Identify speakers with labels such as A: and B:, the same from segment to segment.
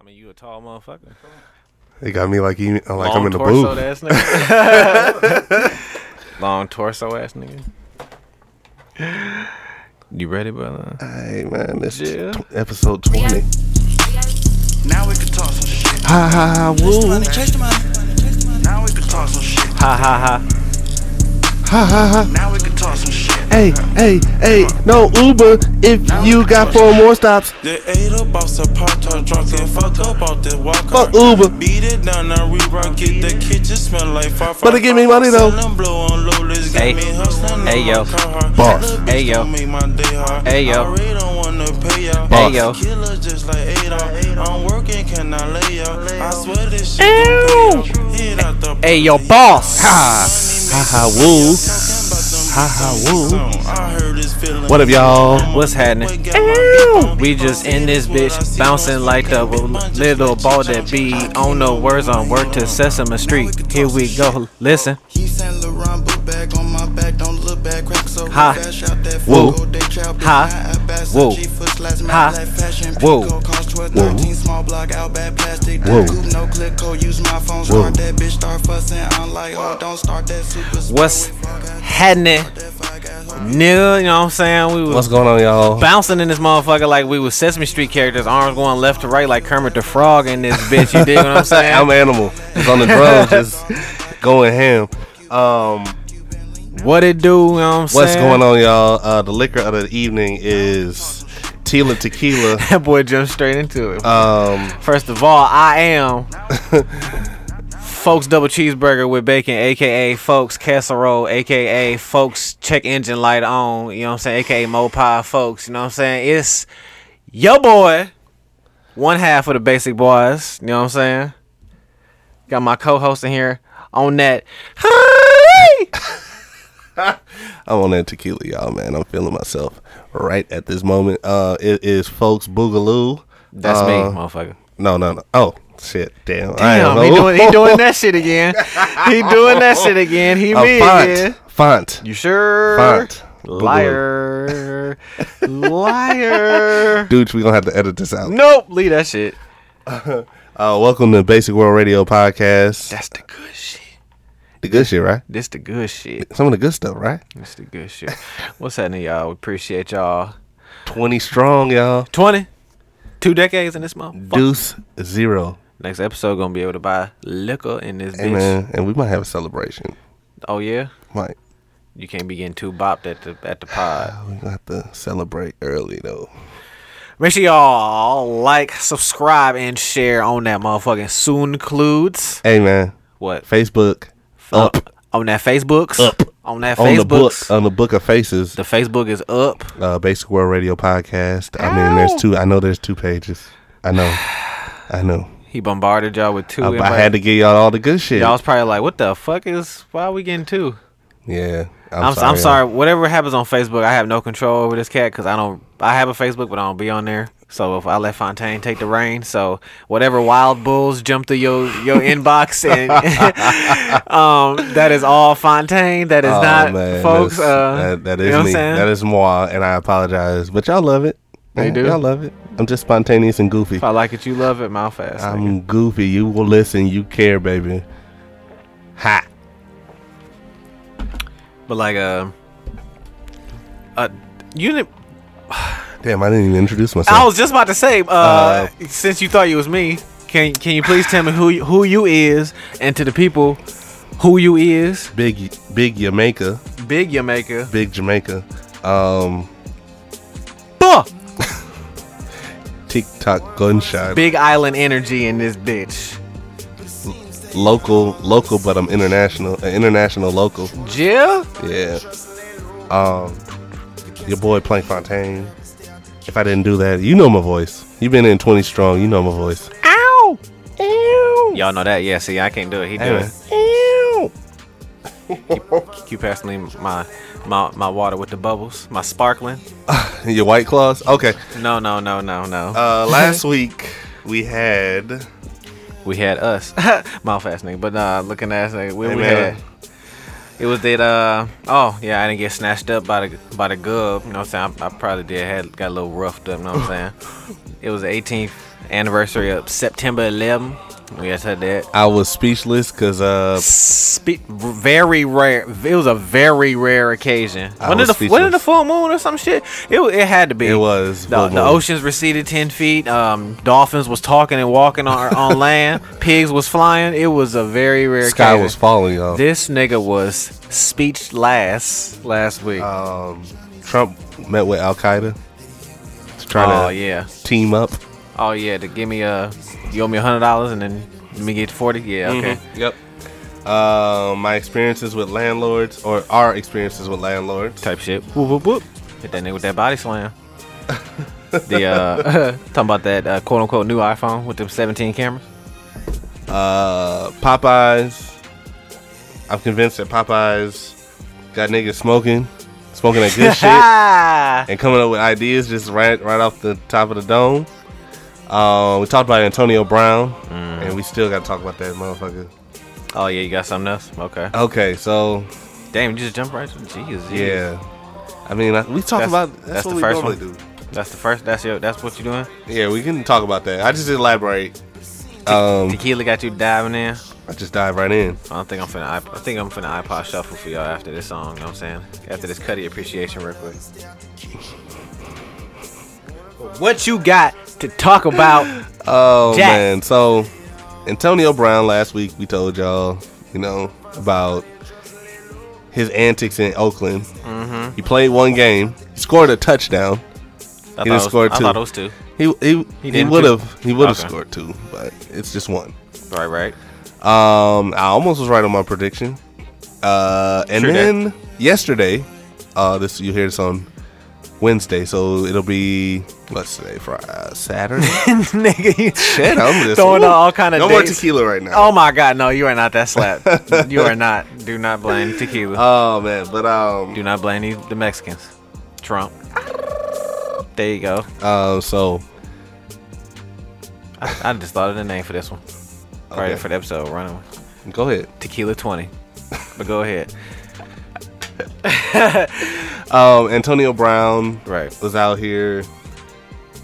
A: I mean, you a tall motherfucker.
B: They got me like e- like I'm in the
A: torso
B: booth.
A: ass nigga. Long torso ass nigga. You ready, brother?
B: Hey man, this t-
A: Yeah.
B: t- episode twenty.
C: Now we can talk some shit.
B: Ha ha ha woo.
C: Chase the money. Now we can talk some shit.
A: Ha ha ha.
C: Now we can talk some shit.
B: Hey hey hey, no Uber if you got four more stops.
D: They ate up off the pot tart drunk and fuck up off the walker.
B: Fuck Uber.
D: Beat it down and rerun, get the kitchen smell like far
B: But they give me money, though.
D: Blow on low, this got
A: Hey.
D: me hustling
A: Hey,
D: on
A: yo.
D: my car.
B: Boss.
D: Little bitch
A: Hey, yo.
D: don't make my day hard.
A: Hey, yo.
D: I really don't wanna pay y'all.
A: Boss. Hey, yo.
D: Killer just like Adolf. I'm working, can I lay y'all? I swear this shit gon' pay off. Hit out the
A: Hey, yo,
D: party.
A: boss.
B: Ha ha woo. What up, y'all?
A: What's happening? We just in this bitch, bouncing like the little ball that be on the words on work to Sesame Street. Here we go. Listen.
C: He sent LeBron book bag on my back, don't look back, crack so
A: Ha.
C: fast out that
B: Whoa.
C: fuck, oh, they trap, bitch,
A: Ha.
C: my ass,
A: Whoa.
C: G foot slash,
A: Ha.
C: my black fashion,
A: Whoa.
C: Pico cost 12,
B: Whoa.
C: 13, small block, out bad plastic,
B: Whoa.
C: coupe, no click, code, use my phone,
B: Whoa.
C: start that bitch, start fussing, I'm like, oh, don't start that super spread
A: What's
C: with fuck, I-
A: happening?
C: that fuck, I-
A: Nigga, you know what I'm saying? We was
B: What's going on, y'all?
A: bouncing in this motherfucker like we was Sesame Street characters, arms going left to right like Kermit the Frog in this bitch. You dig what I'm saying?
B: I'm animal. It's on the drums, just going ham. Um,
A: what it do? You know what I'm
B: what's
A: saying?
B: going on, y'all? Uh, the liquor of the evening is Tila Tequila.
A: That boy jumped straight into it.
B: Um,
A: First of all, I am Folks Double Cheeseburger with Bacon, aka Folks Casserole, aka Folks Check Engine Light On, you know what I'm saying? aka Mopie Folks, you know what I'm saying? It's your boy, one half of the Basic Boys, you know what I'm saying? Got my co host in here on that.
B: I'm on that tequila, y'all, man. I'm feeling myself right at this moment. Uh, it is folks Boogaloo.
A: That's me,
B: Uh,
A: motherfucker.
B: No, no, no. Oh, shit. Damn.
A: Damn, he doing, he doing that shit again. He doing that shit again. He
B: A
A: me
B: Oh, font.
A: again.
B: Font.
A: You sure?
B: Font.
A: Liar. Liar.
B: Dude, we're going to have to edit this out.
A: Nope. Leave that shit.
B: Uh, welcome to Basic World Radio Podcast.
A: That's the good shit.
B: The good shit, right?
A: This the good shit.
B: Some of the good stuff, right?
A: This the good shit. What's happening, y'all? We appreciate y'all.
B: 20 strong, y'all.
A: 20. Two decades in this month.
B: Deuce zero.
A: Next episode, gonna be able to buy liquor in this bitch.
B: Hey, man. And we might have a celebration.
A: Oh, yeah?
B: Might.
A: You can't be getting too bopped at the at the pod.
B: We're going to have to celebrate early, though.
A: Make sure y'all like, subscribe, and share on that motherfucking soon includes
B: Hey, man.
A: what
B: Facebook. Up.
A: on that Facebooks
B: Up.
A: on that
B: On the book.
A: Facebooks.
B: On the book of faces.
A: The Facebook is up.
B: uh, Basic World Radio podcast. I mean,
A: Ow.
B: there's two. I know there's two pages. I know. I know.
A: He bombarded y'all with two.
B: I, I
A: invites.
B: had to give y'all all the good shit.
A: Y'all was probably like, "What the fuck is? Why are we getting two?
B: yeah.
A: I'm, I'm sorry. I'm sorry. Whatever happens on Facebook, I have no control over this cat because I don't. I have a Facebook, but I don't be on there. So if I let Fontaine take the reins, so whatever wild bulls jump through your your inbox, and um, that is all Fontaine. That is
B: Oh,
A: not,
B: man,
A: folks.
B: that's-
A: uh,
B: that, that
A: you
B: is
A: know what I'm
B: me.
A: saying?
B: That is moi, and I apologize, but y'all love it.
A: They
B: Yeah,
A: do.
B: Y'all love it. I'm just spontaneous and goofy.
A: If I like it, you love it, mouth fast. nigga.
B: I'm goofy. You will listen. You care, baby. Ha.
A: But like, uh, uh, you didn't.
B: Damn, I didn't even introduce myself.
A: I was just about to say, uh,
B: Uh,
A: since you thought you was me, can can you please tell me who you- who you is and to the people who you is?
B: big, big Jamaica,
A: Big Jamaica.
B: big Jamaica. Um,
A: Buh!
B: TikTok gunshot.
A: Big Island energy in this bitch.
B: local, local, but I'm international. An international local.
A: Jill?
B: Yeah. Um, your boy Plank Fontaine. If I didn't do that, you know my voice. You've been in 20 strong. You know my voice.
A: Ow! Ew. Y'all know that. Yeah, see, I can't do it. He do
B: Hey,
A: it. You passed me my, my my water with the bubbles. My sparkling.
B: man. Your white claws. Okay.
A: No, no, no, no, no.
B: Uh, last week we had.
A: we had us. Mouth fast nigga. But nah, looking ass nigga. We,
B: Hey,
A: we
B: man.
A: had It was that uh oh yeah I didn't get snatched up by the by the gub you know what I'm saying I, I probably did had got a little roughed up you know what I'm saying it was the 18th anniversary of September 11. Yes, I did.
B: I was speechless because uh,
A: Spe- very rare. It was a very rare occasion.
B: I
A: When did
B: was
A: the when did the
B: speechless.
A: full moon or some shit? It wa- it had to be.
B: It was
A: the,
B: full
A: the
B: moon.
A: oceans receded ten feet. Um, dolphins was talking and walking on on land. Pigs was flying. It was a very rare.
B: sky
A: occasion.
B: was falling, y'all.
A: This nigga was speechless last week.
B: um, Trump met with Al Qaeda to try
A: oh
B: to
A: yeah.
B: team up.
A: Oh yeah. To give me a, you owe me a hundred dollars and then let me get forty. Yeah. Okay.
B: Yep. Uh, my experiences with landlords, or our experiences with landlords.
A: type shit. Whoop whoop whoop. Hit that nigga with that body slam. the uh, talking about that uh, quote unquote new iPhone with them 17 cameras.
B: Uh, Popeyes. I'm convinced that Popeyes got niggas smoking, smoking that good shit, and coming up with ideas just right right off the top of the dome. Uh, we talked about Antonio Brown, and we still got to talk about that motherfucker.
A: Oh yeah, you got something else? Okay.
B: Okay, so
A: Damn, you just jumped right. to Jeez.
B: yeah, I mean I, we talked
A: That's-
B: about that's,
A: that's
B: what
A: the
B: we
A: first
B: normally
A: one?
B: do.
A: That's the first. That's your. That's what you doing.
B: Yeah, we can talk about that. I just elaborate. Um,
A: Tequila got you diving in.
B: I just dive right in.
A: I don't think I'm finna. iP- I think I'm finna iPod shuffle for y'all after this song. You know what I'm saying? After this Cuddy appreciation real quick. What you got to talk about?
B: Oh
A: Jack.
B: man, so Antonio Brown last week we told y'all, you know, about his antics in Oakland.
A: Mm-hmm.
B: He played one game, he scored a touchdown.
A: I thought
B: He
A: it
B: just
A: was-
B: scored
A: I
B: two.
A: thought it was two.
B: He he he
A: didn't
B: would have he would have
A: Okay.
B: scored two, but it's just one.
A: Right, right.
B: Um, I almost was right on my prediction. Uh, and
A: Sure
B: then yesterday, uh, this you hear this on Wednesday, so it'll be what's today? Friday, Saturday.
A: Nigga, you
B: Shit, I'm just
A: throwing
B: Ooh.
A: out all kind of
B: no more
A: dates.
B: tequila right now.
A: Oh my god, no, you are not that slap. you are not. Do not blame tequila.
B: Oh man, but um,
A: Do not blame these, the Mexicans. Trump. There you go.
B: uh, so
A: I, I just thought of the name for this one. All right,
B: Okay.
A: for the episode, running with
B: go ahead.
A: Tequila 20. But go ahead.
B: Um, Antonio Brown
A: Right.
B: was out here.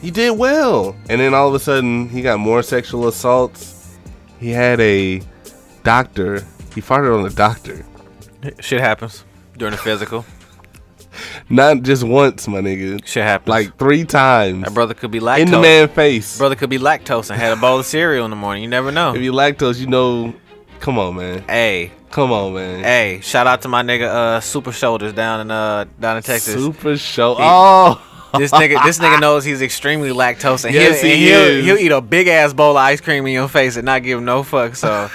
B: He did well, and then all of a sudden he got more sexual assaults. He had a doctor. He farted on a doctor,
A: Shit happens during the physical.
B: not just once, my nigga.
A: Shit happens.
B: Like three times
A: that brother could be lactose.
B: in the man face.
A: Brother could be lactose and had a bowl of cereal in the morning. You never know.
B: If you lactose, you know. Come on, man.
A: Hey,
B: Come on, man.
A: hey! Shout out to my nigga uh, Super Shoulders down in uh down in Texas.
B: Super show. Oh,
A: This nigga, this nigga knows he's extremely lactose, and,
B: Yes,
A: he'll, and
B: he
A: he'll,
B: is.
A: he'll eat a big ass bowl of ice cream in your face and not give no fuck. So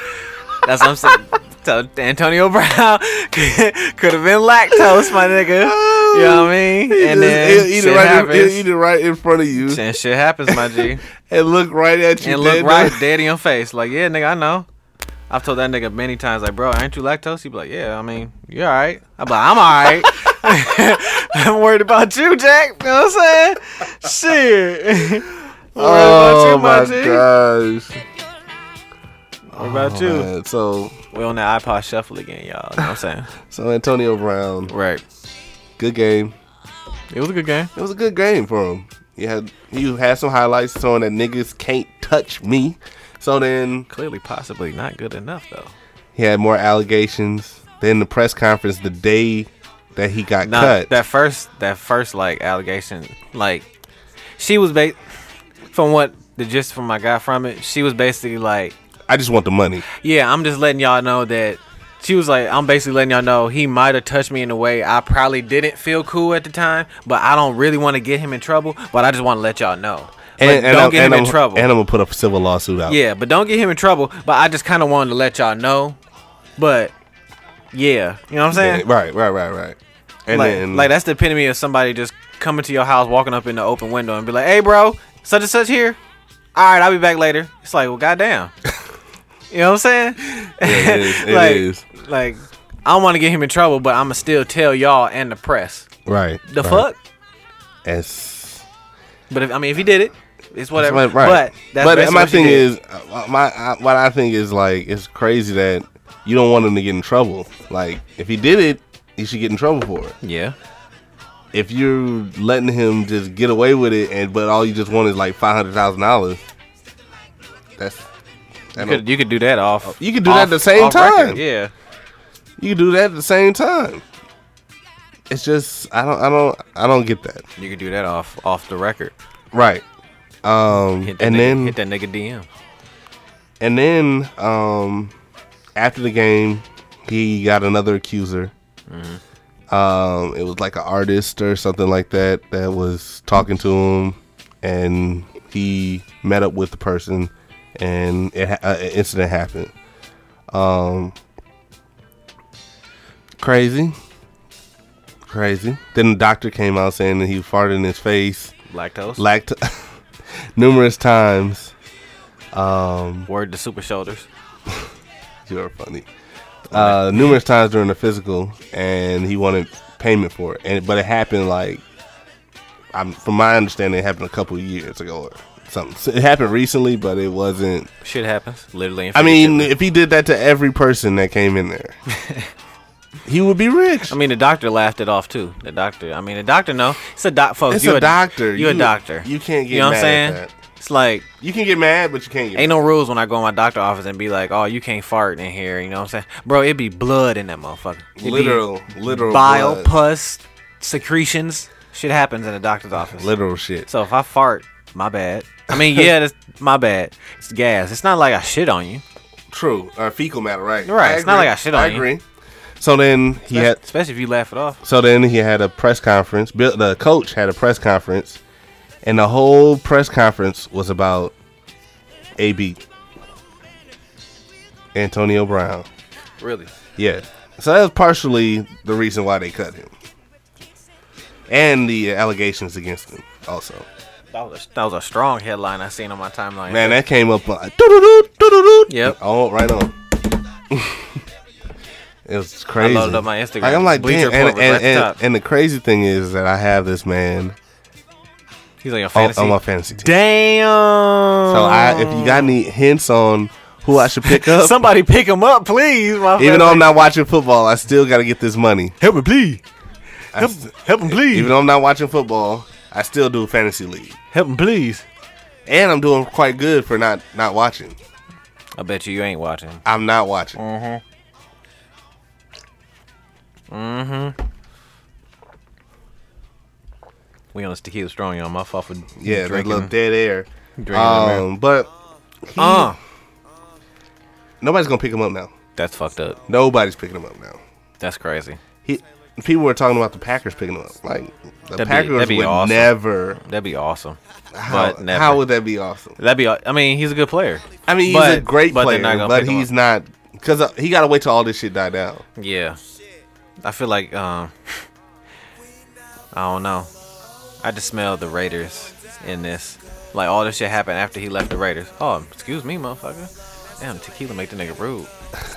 A: that's what I'm saying. So Antonio Brown could have been lactose, my nigga. You know what I mean?
B: He
A: And
B: just-
A: then
B: he'll eat
A: shit
B: it right. In,
A: happens.
B: he'll eat it right in front of you.
A: And shit happens, my G.
B: and look right at you.
A: And look
B: dead
A: right
B: dog.
A: dead in your face, like yeah, nigga, I know. I've told that nigga many times, like, bro, ain't you lactose? He be like, yeah, I mean, you're all right. I'm like, I'm all right. I'm worried about you, Jack. You know what I'm saying? Shit.
B: Oh
A: I'm worried about you,
B: my
A: my G.
B: gosh!
A: What about you?
B: Oh, Man, so,
A: We on that iPod shuffle again, y'all. You know what I'm saying?
B: so Antonio Brown,
A: right.
B: good game.
A: It was a good game.
B: It was a good game for him. He had he had some highlights showing that niggas can't touch me. So then
A: Clearly, possibly not good enough though.
B: he had more allegations. Then the press conference the day that he got
A: Nah,
B: cut.
A: that first that first like allegation, like she was ba- from what the gist from my guy from it, she was basically like
B: I just want the money.
A: Yeah, I'm just letting y'all know that she was like, I'm basically letting y'all know he might have touched me in a way I probably didn't feel cool at the time, but I don't really want to get him in trouble, but I just want to let y'all know. But
B: And, and
A: don't
B: I'm-
A: get him
B: and
A: in
B: I'm-
A: trouble.
B: And I'm gonna put a civil lawsuit out.
A: yeah, but don't get him in trouble, but I just kind of wanted to let y'all know. But yeah, you know what I'm saying?
B: Yeah, Right. Right. Right. Right. And
A: like,
B: then
A: like that's the epitome of somebody just coming to your house, walking up in the open window, and be like, "Hey, bro, such and such here. All right, I'll be back later." It's like, well, goddamn. you know what I'm saying?
B: it is, it
A: like,
B: is.
A: like, I don't want to get him in trouble, but I'ma still tell y'all and the press
B: right.
A: the
B: right.
A: fuck.
B: As
A: But if, I mean, if he did it, it's whatever.
B: That's what- right.
A: But that's basically
B: my
A: what she
B: thing
A: did.
B: is, uh, my I, what I think is like it's crazy that you don't want him to get in trouble. Like if he did it, he should get in trouble for it.
A: yeah,
B: If you're letting him just get away with it, and but all you just want is like five hundred thousand dollars, That's
A: You
B: that
A: could, you could do that off.
B: You could do that at the same
A: off record,
B: time.
A: Yeah.
B: you can do that at the same time. It's just I don't I don't I don't get that.
A: You could do that off off the record.
B: Right. Um
A: Hit that
B: and
A: nigga,
B: then
A: hit that nigga DM.
B: and then um after the game he got another accuser. Um it was like an artist or something like that that was talking to him and he met up with the person and it, ha- uh, an incident happened. Um crazy. Crazy. Then the doctor came out saying that he farted in his face
A: Lactose.
B: lacked numerous times. Um,
A: Word to super shoulders.
B: you are funny. Uh, numerous times during the physical, and he wanted payment for it. And but it happened like, I'm from my understanding, it happened a couple of years ago or something. So it happened recently, but it wasn't.
A: Shit happens. Literally. and
B: I mean,
A: figuratively.
B: if he did that to every person that came in there, he would be rich.
A: I mean, the doctor laughed it off too. The doctor. I mean, the doctor. No, it's a doc, folks.
B: It's
A: you
B: a doctor.
A: You a
B: You-
A: doctor.
B: you can't get
A: You know what I'm
B: mad at
A: saying?
B: that.
A: It's like
B: You can get mad, but you can't get.
A: ain't no rules when I go in my doctor office and be like, "Oh, you can't fart in here." You know what I'm saying, bro? It'd be blood in that motherfucker. It'd be
B: literal, literal
A: bile,
B: blood.
A: pus, secretions. Shit happens in the doctor's office.
B: literal shit.
A: So if I fart, my bad. I mean, yeah, that's my bad. It's gas. It's not like I shit on you,
B: True. Or fecal matter, right?
A: Right,
B: I
A: it's not
B: agree.
A: like I shit on
B: I
A: you.
B: agree. So then he had.
A: especially if you laugh it off.
B: So then he had a press conference. Bill, the coach had a press conference, and the whole press conference was about AB Antonio Brown.
A: Really?
B: Yeah. So that was partially the reason why they cut him, and the allegations against him also.
A: That was a, that was a strong headline I seen on my timeline.
B: Man, that came up. Uh, doo-doo-doo, doo-doo-doo.
A: Yep.
B: Oh, right on. it was crazy.
A: loaded up my Instagram.
B: Like, I'm like,
A: Bleacher
B: damn. And,
A: Report was
B: and,
A: at the
B: and,
A: top.
B: and the crazy thing is that I have this man
A: He's like a
B: on,
A: fantasy.
B: on my Oh, fantasy team.
A: Damn.
B: So I, if you got any hints on who I should pick up,
A: Oh. somebody pick him up, please. My
B: even though
A: friend.
B: I'm not watching football, I still got to get this money.
A: help me, please.
B: I
A: Help,
B: st-
A: help him, please.
B: even though I'm not watching football, I still do fantasy league,
A: help him, please.
B: and I'm doing quite good for not not watching.
A: I bet you you ain't watching.
B: I'm not watching.
A: Mm,
B: Mm-hmm.
A: We on the tequila strong, y'all. My fault for
B: Yeah, that
A: drinking.
B: little dead air.
A: drinking
B: Um, but he-
A: uh,
B: nobody's gonna pick him up now.
A: that's fucked up.
B: Nobody's picking him up now.
A: That's crazy.
B: He, people were talking about the Packers picking him up. Like the
A: That'd be-
B: Packers
A: that'd be
B: would
A: awesome.
B: never.
A: That'd be awesome.
B: How,
A: But never.
B: how would that be awesome?
A: That'd be. I mean, he's a good player.
B: I mean, he's a
A: But-
B: great
A: but they're not
B: player,
A: gonna
B: but
A: pick him
B: he's
A: up.
B: not because uh, he got to wait till all this shit die down.
A: Yeah. I feel like um I don't know. I just smelled the Raiders in this. Like all this shit happened after he left the Raiders. Oh, excuse me, motherfucker. Damn, tequila make the nigga rude.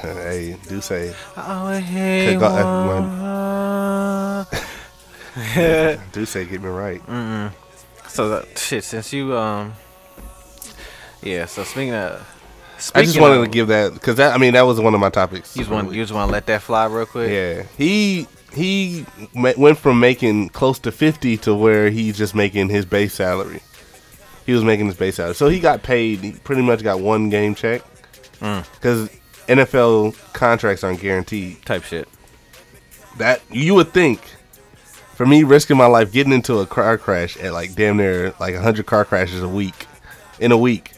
B: hey, do say
A: Oh, hey,
B: Could go-
A: uh, one.
B: do say get me right.
A: Mm. so that, shit, since you um, yeah. So speaking of,
B: I
A: speaking
B: just wanted
A: of,
B: to give that because that I mean that was one of my topics.
A: You just
B: for the
A: want
B: week.
A: you just want to let that fly real quick.
B: yeah, he he ma- went from making close to fifty to where he's just making his base salary. He was making his base salary, so he got paid. He pretty much got one game check
A: Mm.
B: because NFL contracts aren't guaranteed.
A: Type shit.
B: That you would think. For me, risking my life getting into a car crash at like damn near like hundred car crashes a week, in a week,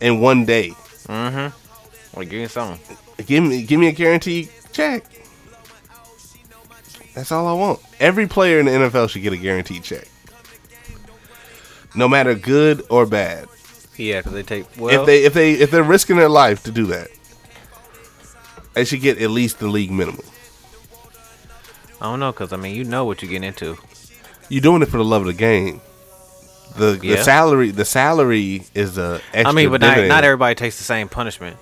B: in one day.
A: Like give me something.
B: Give me give me a guaranteed check. That's all I want. Every player in the NFL should get a guaranteed check. No matter good or bad.
A: Yeah, because they take well.
B: if they if they if they're risking their life to do that, they should get at least the league minimum.
A: I don't know, cause I mean, you know what you're getting into.
B: You're doing it for the love of the game. The the
A: Yeah.
B: salary the salary is a extra
A: I mean, but not,
B: dividend.
A: not everybody takes the same punishment.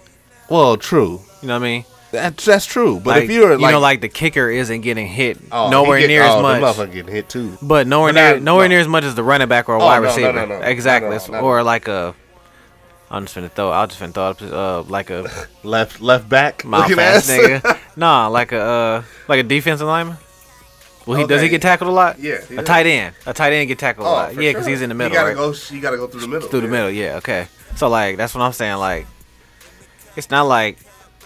B: well true.
A: You know what I mean?
B: That's that's true. But
A: Like,
B: if you're
A: you
B: like,
A: know, like the kicker isn't getting hit
B: oh, he
A: nowhere
B: get-
A: near
B: oh,
A: as
B: the
A: much.
B: motherfucker getting hit too.
A: But nowhere
B: But
A: near
B: not-
A: nowhere
B: no.
A: near as much as the running back or a
B: Oh,
A: wide
B: no, no,
A: receiver.
B: no, no.
A: Exactly.
B: Not at all, not at
A: or
B: all.
A: like a. I'm just finna throw. I'll just finna throw up uh, like a
B: Left left back.
A: mouth
B: looking
A: ass
B: ass.
A: nigga. Nah, like a uh, like a defensive lineman. Well, he does he
B: Okay.
A: get tackled a lot?
B: Yeah, he
A: A
B: does.
A: tight end. A tight end get tackled a lot.
B: Oh, for
A: Yeah, because
B: sure.
A: he's in the middle,
B: You gotta
A: right?
B: go. You gotta go through the middle.
A: Through the
B: yeah.
A: middle. Yeah. Okay. So like that's what I'm saying. Like it's not like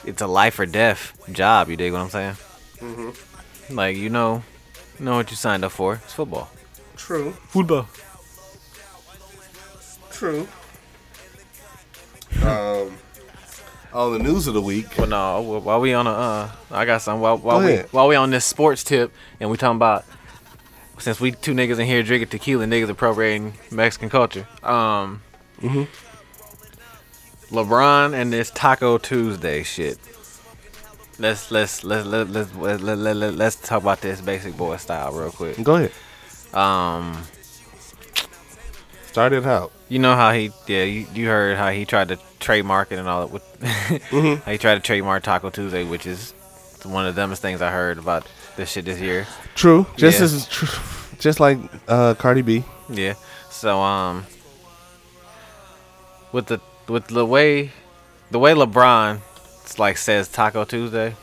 A: it's a life or death job. You dig what I'm saying? Like you know, you know what you signed up for. It's football.
B: True.
A: Football.
B: True. Um. On the news of the week,
A: But no, wh- while we on a, uh, I got some. While, while
B: Go
A: we
B: ahead.
A: while we on this sports tip, and we talking about since we two niggas in here drinking tequila, niggas appropriating Mexican culture. Um,
B: Mm-hmm.
A: LeBron and this Taco Tuesday shit. Let's let's let's let's let's, let's, let let- let- let's talk about this basic boy style real quick.
B: go ahead.
A: Um,
B: Start it out.
A: You know how he, yeah, you, you heard how he tried to trademark it and all that. With, How he tried to trademark Taco Tuesday, which is one of the dumbest things I heard about this shit this year.
B: True. Just
A: Yeah.
B: as tr- just like uh, Cardi B.
A: Yeah. So um, with the with the way the way LeBron it's like says Taco Tuesday,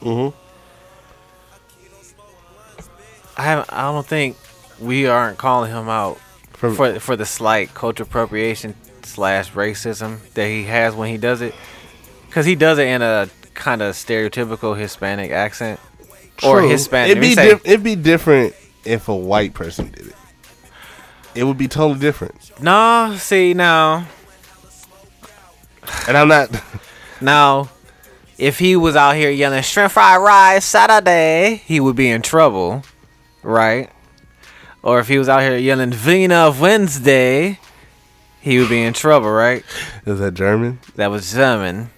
B: Mm-hmm.
A: I haven't, I don't think we aren't calling him out
B: For-
A: for for, the slight culture appropriation slash racism that he has when he does it, because he does it in a kind of stereotypical Hispanic accent or Hispanic. let
B: It'd
A: me
B: be
A: say-
B: diff- it'd be different if a white person did it. It would be totally different.
A: no, see now
B: And I'm not.
A: now. If he was out here yelling shrimp fried rice Saturday, he would be in trouble, right? Or if he was out here yelling Vina of Wednesday, he would be in trouble, right?
B: Is that German?
A: That was German.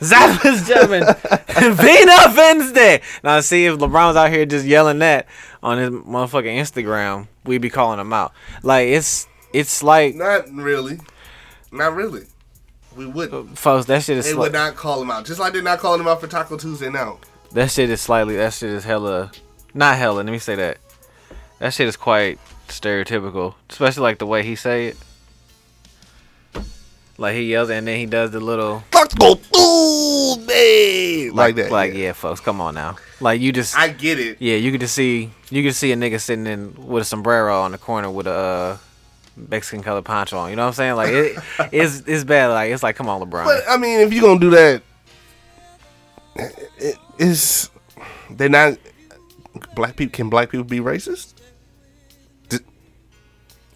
A: that was German. Vina Wednesday. Now see if LeBron was out here just yelling that on his motherfucking Instagram, we'd be calling him out. Like it's it's like
B: Not really. Not really. We wouldn't.
A: folks, that shit is sli-
B: not call him out. Just like they're not calling him out for Taco Tuesday now.
A: that shit is slightly that shit is hella not hella, let me say that. That shit is quite stereotypical. Especially like the way he say it. Like he yells and then he does the little
B: Taco Tuesday. Like, that.
A: Like
B: yeah.
A: yeah. folks, come on now. Like you just
B: I get it.
A: Yeah, you could just see you could see a nigga sitting in with a sombrero on the corner with a uh, Mexican colored poncho on. You know what I'm saying? Like it, it's it's bad. Like it's like come on, LeBron.
B: But I mean, if you're gonna do that, it, it's they're not black people. Can black people be racist?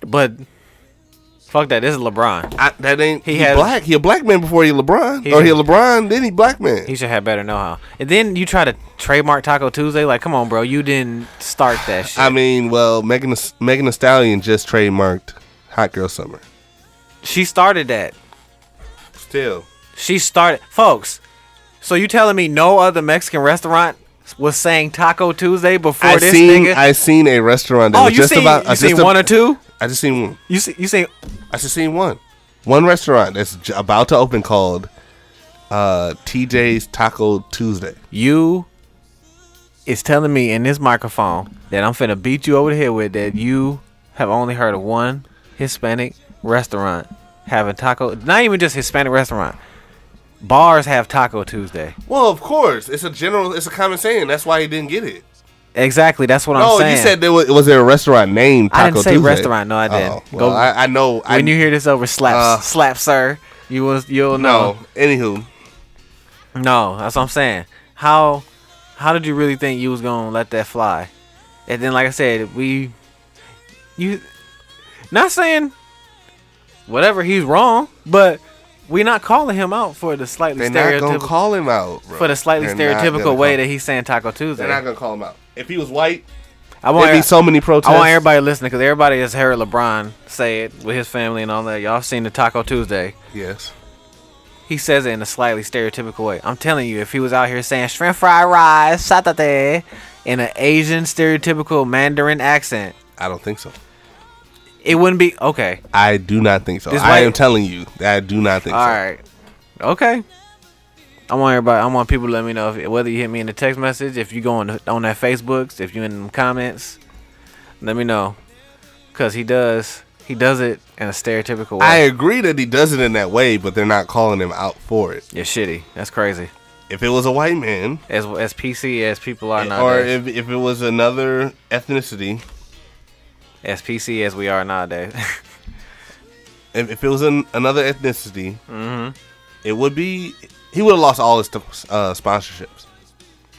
A: But fuck that. This is LeBron.
B: I, that ain't
A: He
B: he,
A: has-
B: black. He a black man before he LeBron,
A: He-
B: or he a LeBron then he black man.
A: He should have better know how. And then you try to trademark Taco Tuesday. Like come on, bro. You didn't start that shit.
B: I mean, well, Megan Thee- Megan Thee Stallion just trademarked Hot Girl Summer.
A: she started that.
B: Still,
A: She started, folks. So you telling me no other Mexican restaurant was saying Taco Tuesday before
B: I
A: this
B: seen
A: nigga?
B: I seen a restaurant. That
A: oh,
B: was
A: you
B: just
A: seen
B: about,
A: you
B: I
A: seen
B: just a-
A: one or two?
B: I just seen one.
A: You see, you seen
B: I just seen one. One restaurant that's j- about to open called uh, TJ's Taco Tuesday.
A: you is telling me in this microphone that I'm finna beat you over the head with that you have only heard of one Hispanic restaurant having taco. Not even just Hispanic restaurant. Bars have Taco Tuesday.
B: Well, of course, it's a general, it's a common saying. That's why he didn't get it.
A: Exactly. That's what I'm
B: oh,
A: saying.
B: you said there was, was there a restaurant named Taco
A: I didn't say
B: Tuesday?
A: restaurant. No, I didn't.
B: Oh,
A: Go-
B: well, I, I know. I
A: when you hear this over slaps,
B: Uh,
A: slap, sir. You will. You'll know.
B: no. Anywho,
A: No, that's what I'm saying. How how did you really think you was gonna let that fly? And then, like I said, we you not saying whatever he's wrong, but we not calling him out for the slightly
B: they're not gonna
A: stereotypical
B: call him out bro.
A: for the slightly
B: They're not gonna
A: stereotypical way
B: call-
A: that he's saying Taco Tuesday.
B: They're not gonna call him out. If he was white,
A: I want
B: there'd be
A: every-
B: so many protests.
A: I want everybody listening because everybody has heard LeBron say it with his family and all that. Y'all seen the Taco Tuesday.
B: Yes.
A: He says it in a slightly stereotypical way. I'm telling you, if he was out here saying shrimp fried rice, satate, in an Asian stereotypical Mandarin accent,
B: I don't think so.
A: it wouldn't be okay.
B: I do not think so.
A: This
B: I
A: white-
B: am telling you, that I do not think
A: All
B: so.
A: right, okay. I want everybody. I want people to let me know if, whether you hit me in a text message, if you go on on that Facebooks, if you in the comments, let me know, cause he does he does it in a stereotypical way.
B: I agree that he does it in that way, but they're not calling him out for it.
A: yeah, shitty. That's crazy.
B: If it was a white man,
A: As as PC as people are nowadays.
B: or if, if it was another ethnicity,
A: as PC as we are nowadays.
B: if, if it was an, another ethnicity,
A: Mm-hmm.
B: it would be he would have lost all his t- uh, sponsorships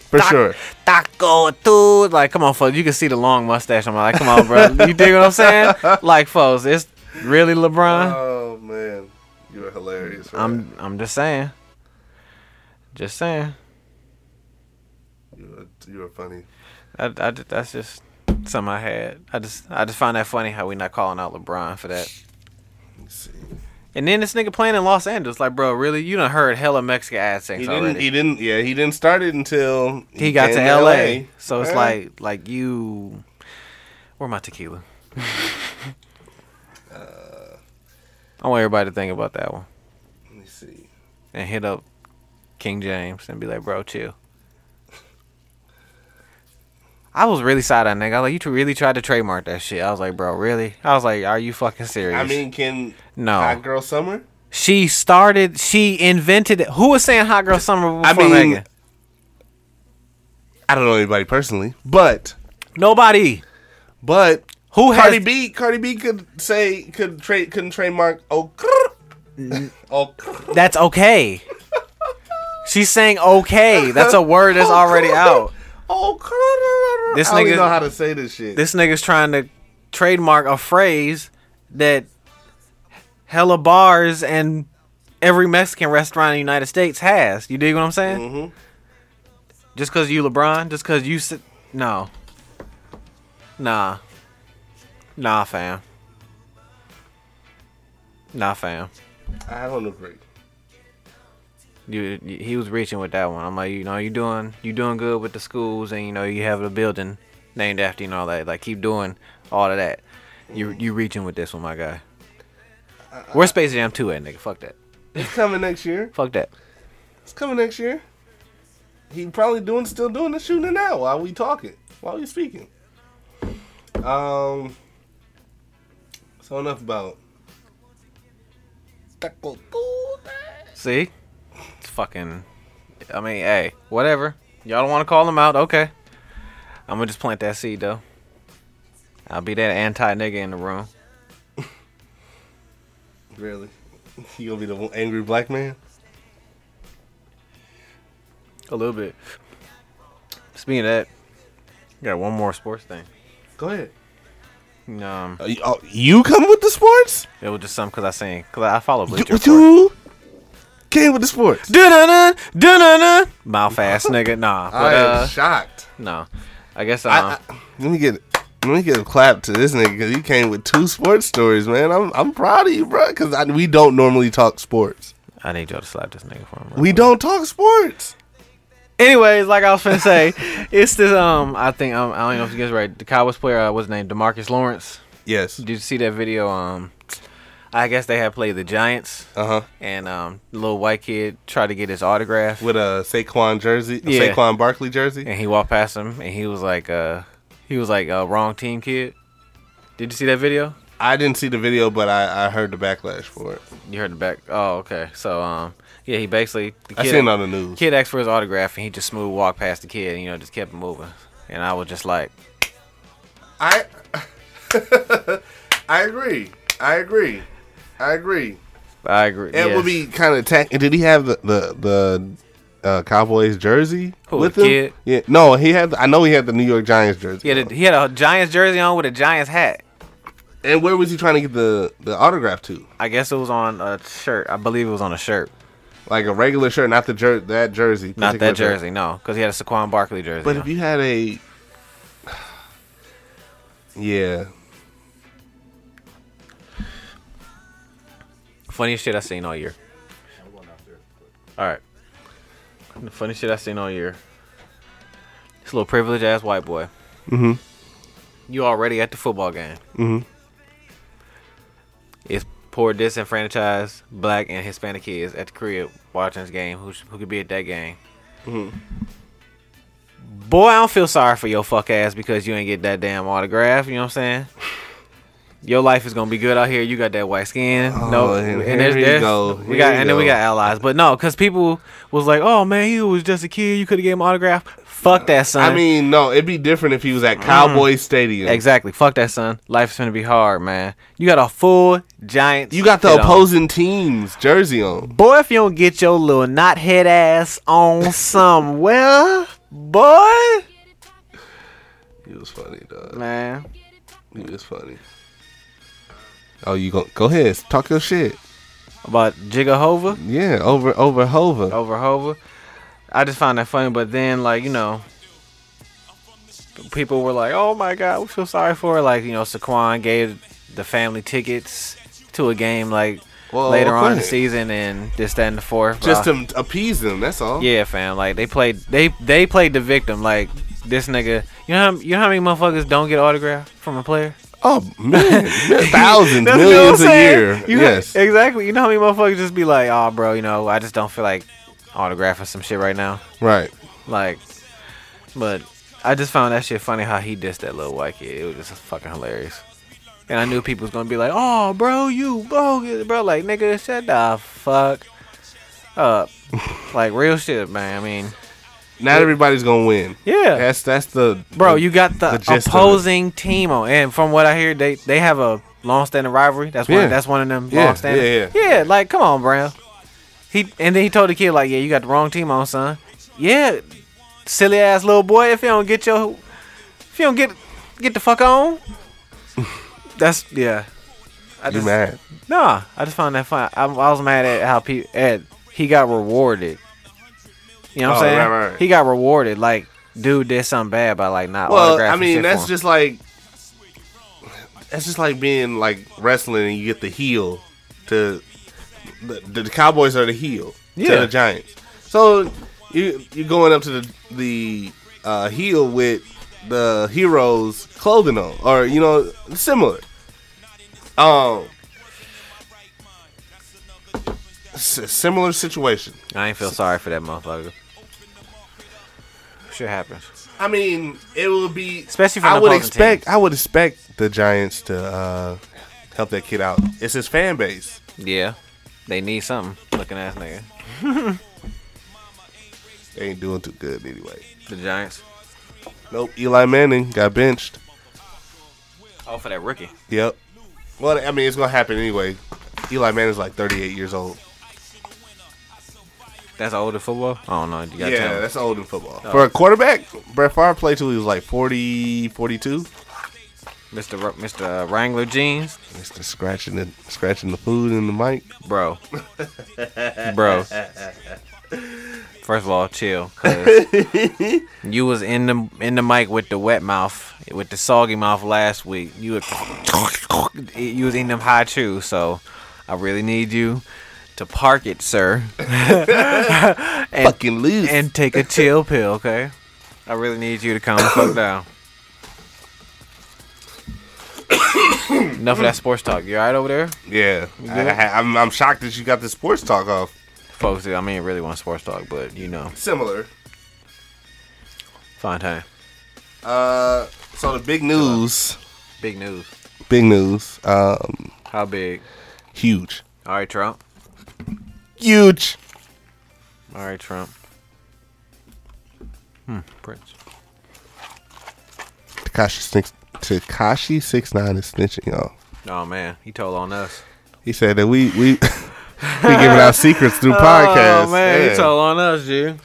B: for sure.
A: Taco, dude. Like, come on, folks. You can see the long mustache on my. Like, come on, bro. You dig what I'm saying? Like, folks, it's really LeBron.
B: Oh man, you are hilarious.
A: I'm I'm just saying. Just saying.
B: you are, you are funny.
A: I, I ju- that's just something I had. I just I just find that funny how we not calling out LeBron for that. And then this nigga playing in Los Angeles, like, bro, really? You done heard hella Mexican accents
B: He
A: already.
B: didn't. He didn't. Yeah, he didn't start it until
A: he got
B: came
A: to LA. So it's
B: Yeah.
A: like like you where my tequila? Uh, I want everybody to think about that one
B: Let me see.
A: and hit up King James and be like, bro, chill. I was really side on nigga. I was like, you two really tried to trademark that shit. I was like, bro, really? I was like, are you fucking serious?
B: I mean, can
A: No.
B: Hot Girl Summer?
A: she started. She invented. It. Who was saying "Hot Girl Summer"
B: I
A: before
B: mean,
A: Megan?
B: I don't know anybody personally, but
A: Nobody.
B: but
A: Who
B: Cardi
A: has
B: B, Cardi B could say could trade couldn't trademark oh grrr. oh grrr.
A: That's okay. She's saying okay. That's a word that's already out.
B: oh grrr.
A: This
B: I don't even
A: nigga-
B: know how to say this shit.
A: This nigga's trying to trademark a phrase that hella bars and every Mexican restaurant in the United States has. You dig what I'm saying?
B: Mhm.
A: Just cause you LeBron, just cause you sit. No. Nah. Nah, fam. Nah, fam.
B: I don't agree.
A: you, you- he was reaching with that one. I'm like, you know, you doing you doing good with the schools, and you know, you have the building named after you and all that. Like, keep doing all of that. You you reaching with this one, my guy. Where's Space Jam 2 at, nigga? Fuck that.
B: It's coming next year.
A: Fuck that.
B: It's coming next year. He probably doing still doing the shooting now while we talking. While we speaking. Um so enough about Taco Tuesday.
A: See, it's fucking. I mean, hey, whatever. Y'all don't want to call him out, okay? I'm gonna just plant that seed though. I'll be that anti nigga in the room.
B: Really? You gonna be the one angry black man?
A: A little bit. Speaking of that, got one more sports thing.
B: Go ahead.
A: Um,
B: Uh, you- oh, you come with the sports?
A: It was just something because I sing. Because I follow
B: You,
A: Bleacher Report.
B: you came with the sports.
A: Dun-dun-dun, dun-dun-dun. Mouth ass nigga. Nah.
B: I
A: But,
B: am
A: uh,
B: shocked.
A: no. I guess um,
B: I, I, let me get let me give a clap to this nigga because he came with two sports stories, man. I'm I'm proud of you, bro. Because we don't normally talk sports.
A: I need y'all to slap this nigga for me.
B: We don't talk sports.
A: Anyways, like I was finna say, it's this. Um, I think um, I don't know if you guys right. The Cowboys player, uh, what's his name? Demarcus Lawrence.
B: Yes.
A: Did you see that video? Um, I guess they had played the Giants,
B: Uh huh.
A: and um, the little white kid tried to get his autograph,
B: With a Saquon jersey, a
A: Yeah.
B: Saquon Barkley jersey.
A: and he walked past him, and he was like, uh, he was like, uh, wrong team, kid. Did you see that video?
B: I didn't see the video, but I, I heard the backlash for it.
A: You heard the back. Oh, okay. So, um, yeah, he basically the
B: I
A: kid,
B: seen it on the news.
A: kid asked for his autograph, and he just smooth walked past the kid, and you know, just kept moving. And I was just like,
B: I I agree. I agree. I agree.
A: I agree.
B: It would be kind of tacky. Did he have the the, the uh, Cowboys jersey
A: Who,
B: with
A: the
B: him?
A: kid?
B: Yeah. No, he had. I know he had the New York Giants jersey.
A: He had, a, he had a Giants jersey on with a Giants hat.
B: And where was he trying to get the the autograph to?
A: I guess it was on a shirt. I believe it was on a shirt,
B: Like a regular shirt, not the jer- that jersey.
A: not
B: particular
A: that jersey, no, because he had a Saquon Barkley jersey.
B: But
A: on.
B: if you had a, yeah,
A: Funniest shit I seen all year. All right. The funniest shit I seen all year. This little privileged ass white boy. Mm-hmm. You already at the football game. Mm-hmm. It's poor disenfranchised black and Hispanic kids at the crib watching this game. Who, sh- who could be at that game?
B: Mm-hmm.
A: Boy, I don't feel sorry for your fuck ass because you ain't get that damn autograph. You know what I'm saying? Your life is gonna be good out here. You got that white skin.
B: Oh,
A: no,
B: here-
A: and
B: here
A: there's,
B: we
A: there's-
B: go.
A: we
B: Here
A: got,
B: we
A: and then we
B: go.
A: got allies. But no, because people was like, "Oh man, he was just a kid. You could have gave him autograph." Fuck that, son.
B: I mean, no, it'd be different if he was at Cowboy Stadium.
A: Mm. exactly. Fuck that, son. Life's gonna be hard, man. You got a full giant.
B: You got the opposing team's jersey on.
A: boy. If you don't get your little knot head ass on somewhere, boy,
B: He was funny, dog.
A: man.
B: He was funny. Oh, you go go ahead, talk your shit.
A: About Jigahova.
B: Yeah, over over Hova.
A: over Hova. I just found that funny, but then like you know, people were like, "Oh my God, we feel sorry for her." Like you know, Saquon gave the family tickets to a game like
B: Well,
A: later on in the
B: okay.
A: season, and this, that, and the fourth.
B: Just
A: But,
B: to appease them. That's all.
A: yeah, fam. Like they played, they they played the victim. Like this nigga, you know, how, you know how many motherfuckers don't get autograph from a player?
B: Oh man, thousands,
A: That's what I'm
B: millions a
A: saying.
B: year.
A: You-
B: yes.
A: exactly. You know how many motherfuckers just be like, "Oh, bro, you know, I just don't feel like autographing some shit right now."
B: right.
A: Like, but I just found that shit funny how he dissed that little white kid. It was just fucking hilarious. And I knew people was gonna be like, "Oh, bro, you bogus, bro." Like, nigga, shut the fuck up. like, real shit, man. I mean,
B: Not everybody's gonna win.
A: yeah,
B: That's that's the
A: bro, you got the,
B: the gist of it.
A: opposing team on, and from what I hear, they they have a long-standing rivalry. That's one.
B: Yeah.
A: That's one of them
B: Yeah,
A: long-standing.
B: yeah,
A: yeah. Like, come on, Brown. He and then he told the kid like, "Yeah, you got the wrong team on, son. Yeah, silly ass little boy. If you don't get your, if you don't get get the fuck on, that's yeah. I
B: You
A: just,
B: mad?
A: Nah, I just found that fun. I, I was mad at how pe- at he got rewarded. You know what I'm
B: Oh,
A: saying?
B: right, right, right.
A: He got rewarded. Like, dude did something bad by like not.
B: Well,
A: autographing
B: I mean,
A: shit
B: that's
A: for him.
B: just like that's just like being like wrestling and you get the heel to the, the Cowboys are the heel
A: Yeah.
B: to the Giants. So you you going up to the the uh, heel with the hero's clothing on, or you know, similar. Um, s- similar situation.
A: I ain't feel sorry for that motherfucker. Shit happens.
B: I mean, it would be
A: Especially from
B: I
A: the
B: would
A: opposing
B: expect.
A: teams.
B: I would expect the Giants to uh, help that kid out. It's his fan base.
A: Yeah, they need something. Looking ass nigga.
B: They ain't doing too good anyway.
A: The Giants.
B: Nope. Eli Manning got benched.
A: Oh, for that rookie.
B: Yep. Well, I mean, it's gonna happen anyway. Eli Manning's like 38 years old.
A: That's older football. I don't know. You gotta
B: yeah,
A: tell me.
B: that's old in football. For a quarterback, Brett Favre played till he was like 40, 42.
A: Mr. Ru- Mr. Wrangler jeans,
B: Mister scratching the scratching the food in the mic.
A: bro. bro. First of all, chill. 'cause you was in the in the mic with the wet mouth, with the soggy mouth last week. You would, you was in them high chews, so I really need you to park it, sir, And-
B: Fucking lose.
A: and take a chill pill, okay? I really need you to calm the fuck down. Enough of that sports talk. You alright over there?
B: yeah, I, I, I'm, I'm shocked that you got the sports talk off.
A: Folks, I mean, it really want sports talk, but you know,
B: Similar.
A: fine time.
B: Uh, so the big news,
A: Big news.
B: big news, um,
A: How big?
B: huge,
A: All right, Trump.
B: huge.
A: All right, Trump. Hmm, Prince.
B: Takashi six Takashi six nine is snitching y'all.
A: Oh man, he told on us.
B: He said that we we we giving out secrets through podcasts.
A: Oh man,
B: Yeah.
A: he told on us, dude.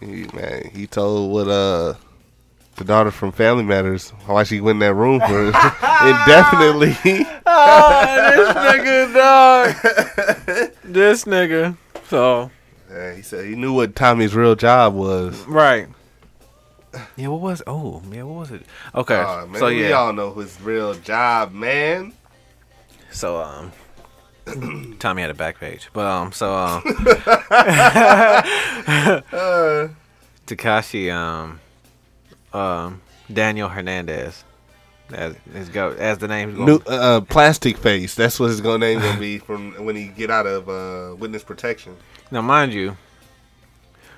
B: He, man, he told what uh the daughter from Family Matters why she went in that room for indefinitely.
A: Oh, this nigga, dog. this nigga. So
B: Yeah, he said he knew what Tommy's real job was.
A: right. Yeah, what was? Oh, man, what was it? Okay,
B: Oh, man,
A: so
B: we
A: yeah,
B: all know his real job, man.
A: so um, Tommy had a back page, but um, so um,
B: Uh,
A: Takashi, um, um, Daniel Hernandez, as as, go, as the name's going.
B: New uh, plastic face. That's what his gonna name gonna be from when he get out of uh, witness protection.
A: Now, mind you,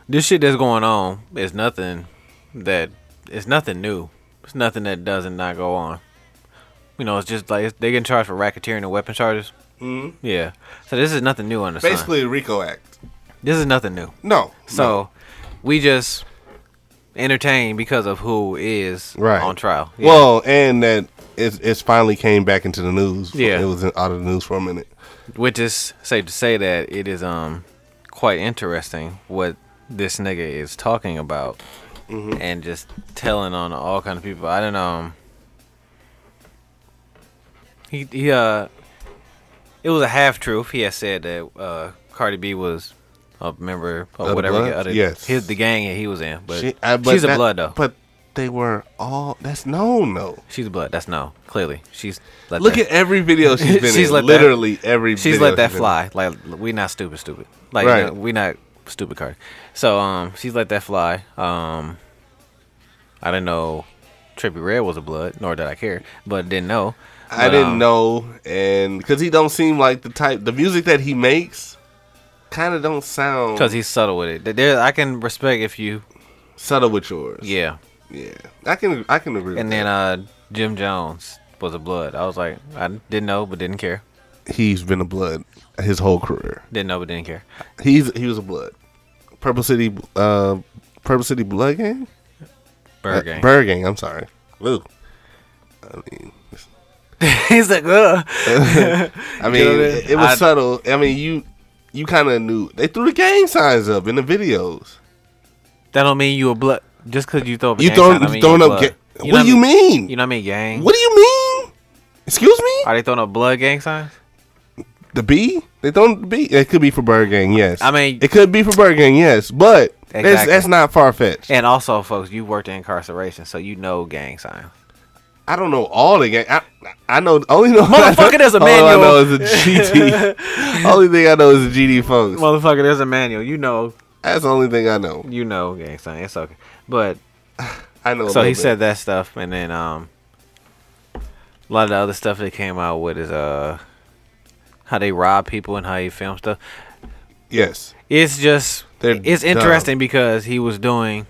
A: this shit that's going on is nothing that it's nothing new. It's nothing that doesn't not go on. you know, it's just like they're getting charged for racketeering and weapon charges.
B: Mhm.
A: Yeah. So this is nothing new under the sun.
B: Basically, a RICO Act.
A: This is nothing new.
B: No.
A: So we just entertain because of who is
B: no. right
A: on trial. Yeah.
B: Well, and that it's, it's finally came back into the news.
A: Yeah.
B: it was in- out of the news for a minute.
A: which is safe to say that it is um quite interesting what this nigga is talking about
B: Mm-hmm.
A: and just telling on all kind of people. I don't know. um, He he uh, it was a half truth. He had said that uh Cardi B was a member
B: Of
A: of
B: the
A: whatever
B: Bloods?
A: other,
B: Yes.
A: his the gang that he was in, but,
B: She- I- but
A: she's a
B: that-
A: blood though.
B: But they were all. That's no, no.
A: she's a blood. That's no clearly she's. let
B: Look
A: that-
B: at every video she's been
A: She's
B: in.
A: let that-
B: literally every.
A: She's
B: video
A: let that
B: been in.
A: fly. Like we not stupid, stupid. Like
B: Right.
A: no, we not stupid card. So um, she's let that fly. Um, I didn't know Trippy Red was a blood, nor did I care, but didn't know.
B: I
A: But,
B: didn't
A: um,
B: know, and because he don't seem like the type. The music that he makes kind of don't sound
A: because he's subtle with it. Th- There, I can respect if you,
B: subtle with yours.
A: yeah.
B: yeah. I can, I can agree.
A: And
B: with
A: then uh, Jim Jones was a blood. I was like, I didn't know, but didn't care.
B: that. he's been a blood his whole career.
A: Didn't know, but didn't care.
B: He's he was a blood. Purple City, uh, Purple City Blood Gang.
A: Bird
B: Uh,
A: game.
B: Bird Gang. I'm sorry. Lou. I mean,
A: he's like, ugh.
B: I mean,
A: what I mean?
B: it, it was
A: I-
B: subtle. I mean, you you kind of knew. They threw the gang signs up in the videos.
A: that don't mean you a blood. Just because you throw up a
B: You
A: gang
B: throwing
A: sign, I
B: you
A: mean
B: throwing
A: a
B: up.
A: blood.
B: Ga-
A: know
B: what do you
A: I
B: mean?
A: You know what I mean? Gang.
B: What do you mean? Excuse me?
A: Are they throwing up blood gang signs?
B: The B? They don't B. It could be for Burger Gang, yes.
A: I mean-
B: it could be for Burger Gang, yes. But that's,
A: Exactly.
B: that's not far fetched.
A: And also, folks, you worked in incarceration, so you know gang signs.
B: I don't know all the gang. I, I know only know
A: Motherfucker, there's a
B: all I know
A: manual.
B: is a GD. only thing I know is a GD folks.
A: Motherfucker, there's a manual. You know,
B: that's the only thing I know.
A: you know gang signs. It's okay. But
B: I know. a
A: so
B: little
A: he
B: bit.
A: said that stuff, and then um, a lot of the other stuff they came out with is uh, how they rob people and how he film stuff.
B: yes.
A: It's just
B: They're
A: it's
B: dumb.
A: interesting because he was doing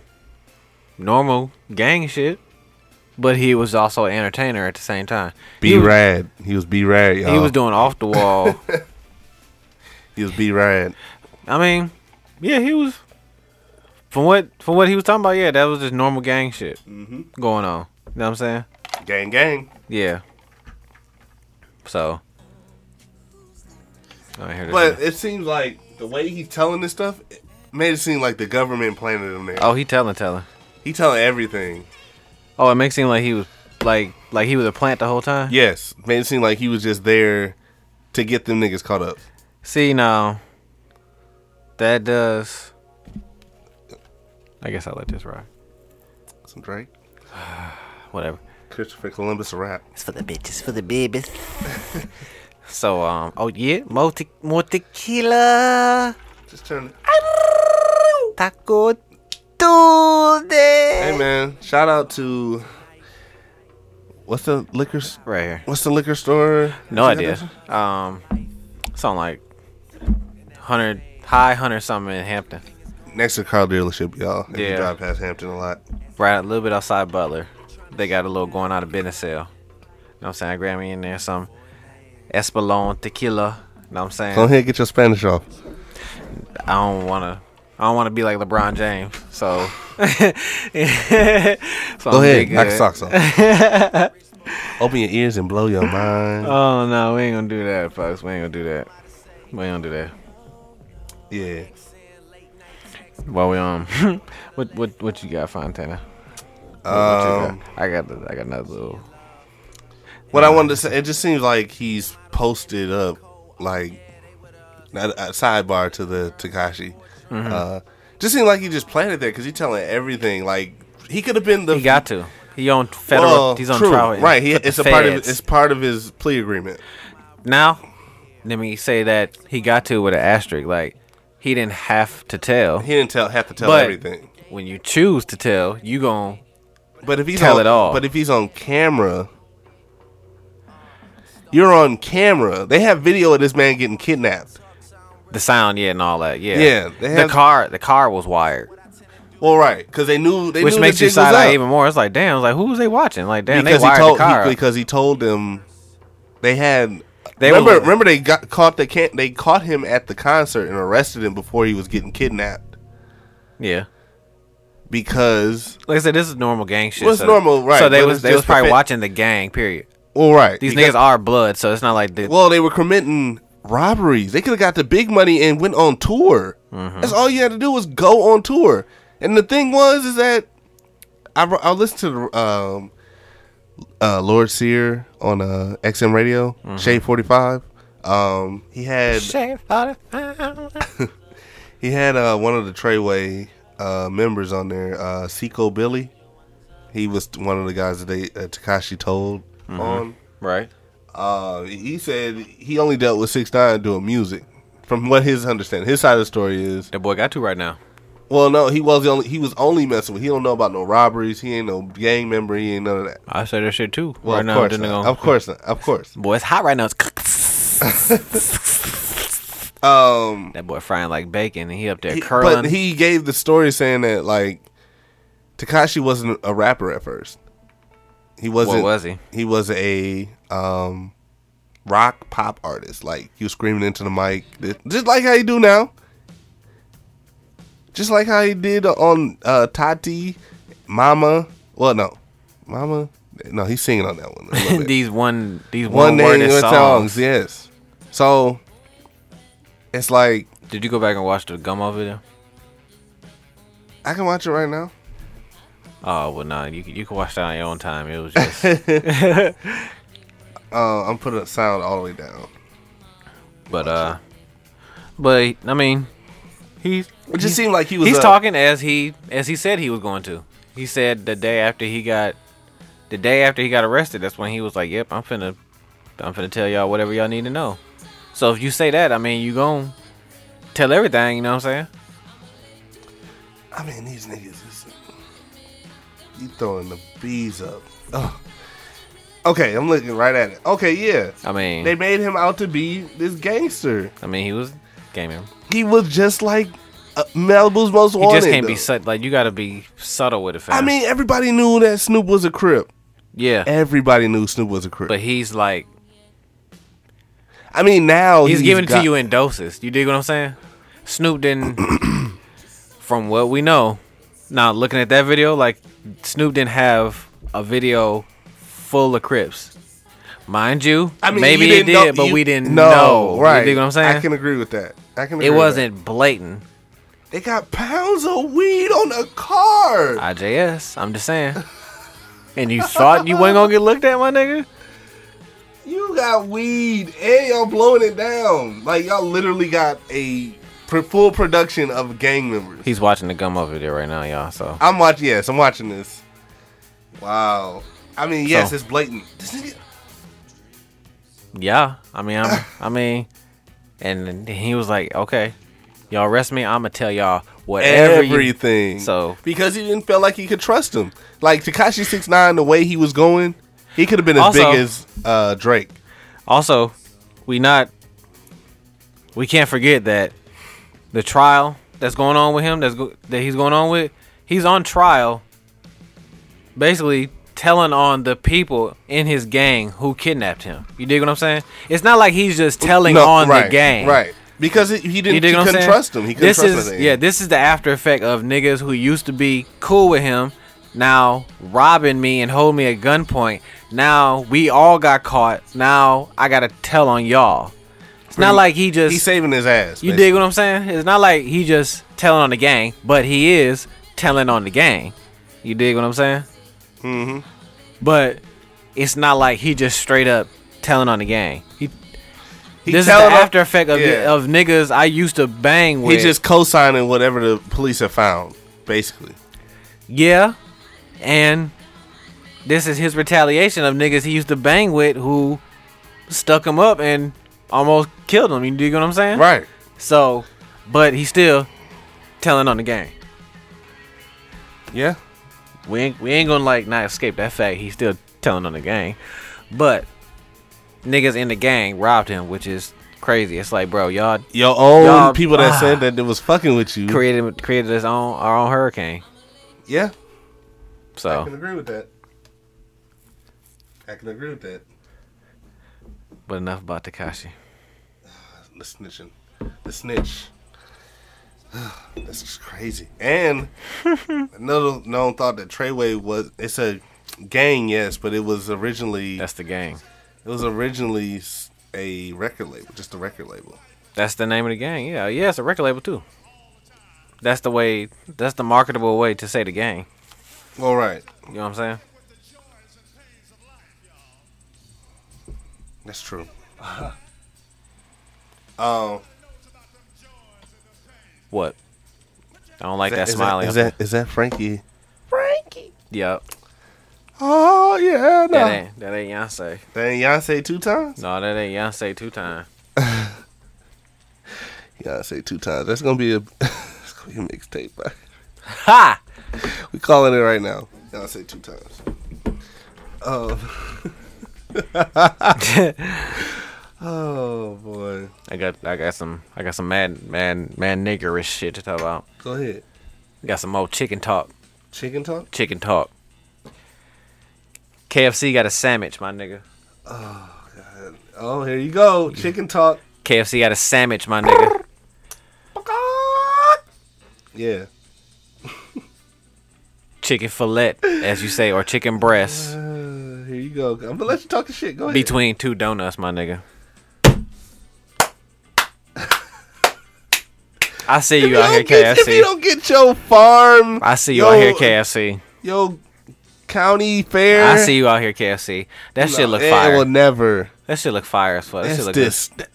A: normal gang shit, but he was also an entertainer at the same time.
B: B
A: He was-
B: rad. He was B rad. Y'all.
A: He was doing off the wall.
B: He was B rad.
A: I mean, yeah, he was. From what from what he was talking about, yeah, that was just normal gang shit
B: Mm-hmm.
A: going on. You know what I'm saying?
B: Gang gang.
A: Yeah. So. I ain't hear this
B: But
A: one.
B: it seems like the way he's telling this stuff it made it seem like the government planted him there.
A: oh, he telling telling.
B: He telling everything.
A: Oh, it makes seem like he was like like he was a plant the whole time.
B: Yes, made it seem like he was just there to get them niggas caught up.
A: See now. That does. I guess I'll let this ride.
B: Some Drake,
A: Whatever.
B: Christopher Columbus, a rap.
A: It's for the bitches, for the babies. so um, oh yeah, more, te- more tequila.
B: Just turn. It.
A: Taco Tuesday.
B: Hey man, shout out to what's the liquor? s-
A: Right here.
B: What's the liquor store?
A: No idea. Um, something like hundred high hundred something in Hampton,
B: Next to car dealership, y'all. If you
A: Yeah.
B: drive past Hampton a lot.
A: right a little bit outside Butler. They got a little going out of business sale. You know what I'm saying? I grabbed me in there some Espolon tequila. You know what I'm saying?
B: Go ahead, and get your Spanish off.
A: I don't wanna. I don't want to be like LeBron James, so. so
B: Go
A: I'm
B: ahead,
A: good.
B: knock your socks off. Open your ears and blow your mind.
A: Oh no, we ain't gonna do that, folks. We ain't gonna do that. We ain't gonna do that.
B: yeah.
A: Well, we um, what what what you got, Fontana? What,
B: Um,
A: what you got? I got the, I got another little.
B: What I wanted to say, it just seems like he's posted up, like a, a sidebar to the Takashi.
A: Mm-hmm.
B: Uh, just seemed like he just planted there because he's telling everything. Like he could have been the
A: He got to. He on federal.
B: well,
A: he's on
B: true,
A: trial.
B: right? He,
A: with the
B: it's a part of
A: feds.
B: it's part of his plea agreement.
A: now. Let me say that he got to with an asterisk. Like he didn't have to tell.
B: He didn't tell have to tell
A: But-
B: everything.
A: When you choose to tell, you gon'
B: But if he's
A: Tell
B: on,
A: it all.
B: But if he's on camera, you're on camera. They have video of this man getting kidnapped.
A: the sound, yeah, and all that, yeah.
B: Yeah, they
A: the
B: have-
A: car, the car was wired.
B: Well, right, because they knew they
A: Which
B: knew
A: makes
B: the
A: you
B: jig was
A: side
B: up.
A: eye even more. It's like, damn, it's like who was they watching? Like, damn,
B: because
A: they
B: he
A: wired
B: told
A: the car.
B: he, because he told them they had.
A: They
B: They remember,
A: were-
B: remember they got caught. They can't. They caught him at the concert and arrested him before he was getting kidnapped
A: yeah.
B: because.
A: Like I said, this is normal gang shit.
B: Well, it's
A: so,
B: normal, right,
A: So they
B: but
A: was
B: it's
A: they was
B: just
A: probably
B: perfect-
A: watching the gang. Period.
B: Well, right.
A: These
B: because-
A: niggas are blood, so it's not like the,
B: Well, they were committing robberies. They could have got the big money and went on tour. That's all you had to do was go on tour. And the thing was is that I, I listened to the, um, uh, Lord Sear on uh, XM Radio, Shade Forty Five. Um, he had he had uh, one of the Treyway uh, members on there, uh, Seiko Billy. He was one of the guys that they uh, Takashi told on.
A: right.
B: Uh, he said he only dealt with six nine doing music. From what his understanding, his side of the story is
A: That boy got two right now.
B: well, no, he was the only he was only messing with. He don't know about no robberies. He ain't no gang member. He ain't none of that.
A: I said that shit too.
B: Well,
A: right
B: of
A: now,
B: course
A: then they
B: not.
A: gonna-
B: Of course not. Of course.
A: boy, it's hot right now. It's
B: Um,
A: that boy frying like bacon, and he up there
B: he-
A: curling.
B: but he gave the story saying that like Takashi wasn't a rapper at first. He wasn't.
A: was he?
B: He was a um rock pop artist. Like he was screaming into the mic, just like how you do now. Just like how he did on uh, Tati, Mama. Well, no, Mama. No, he's singing on that one. a little bit.
A: these one these
B: one
A: one,
B: day
A: worded
B: in songs.
A: songs.
B: yes. So it's like
A: Did you go back and watch the Gummo video?
B: I can watch it right now.
A: Oh well, nah. You can- you can watch that on your own time. It was just
B: Uh, I'm putting the sound all the way down.
A: But uh, but I mean, he's
B: It just seemed like he was.
A: he's
B: uh,
A: talking as he as he said he was going to. He said the day after he got the day after he got arrested. That's when he was like, "Yep, I'm finna I'm finna tell y'all whatever y'all need to know." So if you say that, I mean, you gon' tell everything. You know what I'm saying?
B: I mean, these niggas is. You throwing the bees up. Ugh. Okay, I'm looking right at it. Okay, yeah.
A: I mean,
B: They made him out to be this gangster.
A: I mean, he was gaming.
B: He was just like uh, Malibu's most
A: He
B: wanted.
A: just can't be
B: though.
A: subtle. Like you got to be subtle with it. Fam.
B: I mean, everybody knew that Snoop was a crip.
A: yeah,
B: Everybody knew Snoop was a crip.
A: but he's like
B: I mean, now
A: he's, giving it
B: got-
A: to you in doses. You dig what I'm saying? Snoop didn't, from what we know, now looking at that video, like Snoop didn't have a video full of Crips. Mind you,
B: I mean,
A: maybe
B: you
A: it
B: didn't know-
A: did, but
B: you-
A: we didn't
B: no,
A: know.
B: Right?
A: You dig what I'm
B: I
A: saying?
B: can agree with that. I can. Agree
A: it
B: with
A: wasn't blatant.
B: that. They got pounds of weed on the car.
A: IJS, I'm just saying. And you thought you wasn't gonna get looked at, my nigga?
B: You got weed and y'all blowing it down. Like y'all literally got a pr- full production of gang members.
A: He's watching the gum over there right now, y'all. So
B: I'm watching. Yes, I'm watching this. Wow. I mean, yes,
A: So-
B: it's blatant. This nigga-
A: yeah, I mean, I'm, I mean, and then he was like, okay, y'all arrest me. I'm gonna tell y'all whatever. you-
B: everything.
A: so-
B: because he didn't feel like he could trust him. Like Takashi Six Nine, the way he was going, he could have been as
A: Also-
B: big as uh, Drake.
A: Also, we not we can't forget that the trial that's going on with him that's go, that he's going on with he's on trial basically telling on the people in his gang who kidnapped him. You dig what I'm saying? It's not like he's just telling on
B: right,
A: the gang.
B: right? Because it, he didn't.
A: You
B: He
A: dig what I'm
B: couldn't
A: saying?
B: trust him. He couldn't
A: this
B: trust
A: is
B: him.
A: yeah. This is the after effect of niggas who used to be cool with him now robbing me and holding me at gunpoint. Now we all got caught. Now I gotta tell on y'all. It's not like he just
B: he's saving his ass.
A: you
B: basically.
A: dig what I'm saying? It's not like he just telling on the gang, but he is telling on the gang. You dig what I'm saying? Mm-hmm. But it's not like he just straight up telling on the gang. He,
B: He
A: this is the
B: telling on-
A: after effect of,
B: yeah.
A: of niggas I used to bang with.
B: He's just co-signing whatever the police have found, basically.
A: Yeah. And this is his retaliation of niggas he used to bang with who stuck him up and almost killed him. You dig what I'm saying?
B: Right.
A: So, but he still telling on the gang.
B: Yeah.
A: We ain't, we ain't gonna like not escape that fact. He's still telling on the gang. But niggas in the gang robbed him, which is crazy. It's like, bro, y'all
B: Your own
A: Y'all-
B: people that
A: ah.
B: said that it was fucking with you.
A: created created his own our own hurricane.
B: Yeah, I can
A: So,
B: agree with that. I can agree with that.
A: but enough about Takashi.
B: The snitching, the snitch. this is crazy. And another known thought that Treyway was it's a gang, yes, but it was originally
A: That's the gang.
B: it was originally s- a record label, just a record label.
A: That's the name of the gang. Yeah, yeah, it's a record label too. That's the way. That's the marketable way to say the gang.
B: All right,
A: You know what I'm saying?
B: that's true.
A: What? I don't like
B: Is
A: that, smiley.
B: Is that is that Frankie?
A: Yep.
B: Oh yeah, no.
A: That ain't that ain't Yonsei.
B: That ain't Yonsei two times.
A: No, that ain't Yonsei two time.
B: Yonsei two times. That's gonna be a that's gonna be a mixtape. bro.
A: Ha!
B: We calling it right now. Yonsei two times. Um, Oh. oh boy.
A: I got I got some I got some mad mad mad niggerish shit to talk about.
B: Go ahead.
A: Got some more chicken talk.
B: Chicken talk.
A: Chicken talk. KFC got a sandwich, my nigga.
B: Oh, here you go. Chicken talk.
A: KFC got a sandwich, my nigga.
B: Yeah.
A: Chicken fillet, as you say, or chicken breast
B: Uh, here you go. I'm gonna let you talk the shit. Go ahead.
A: between two donuts, my nigga. I see
B: If
A: you out here,
B: don't get- If you
A: KFC.
B: don't get your farm,
A: I see you
B: your-
A: out here, KFC.
B: Your county fair.
A: I see you out here, KFC. That shit look
B: it
A: fire.
B: will never.
A: That shit look fire as fuck. That shit
B: That's
A: look good.
B: eh, this.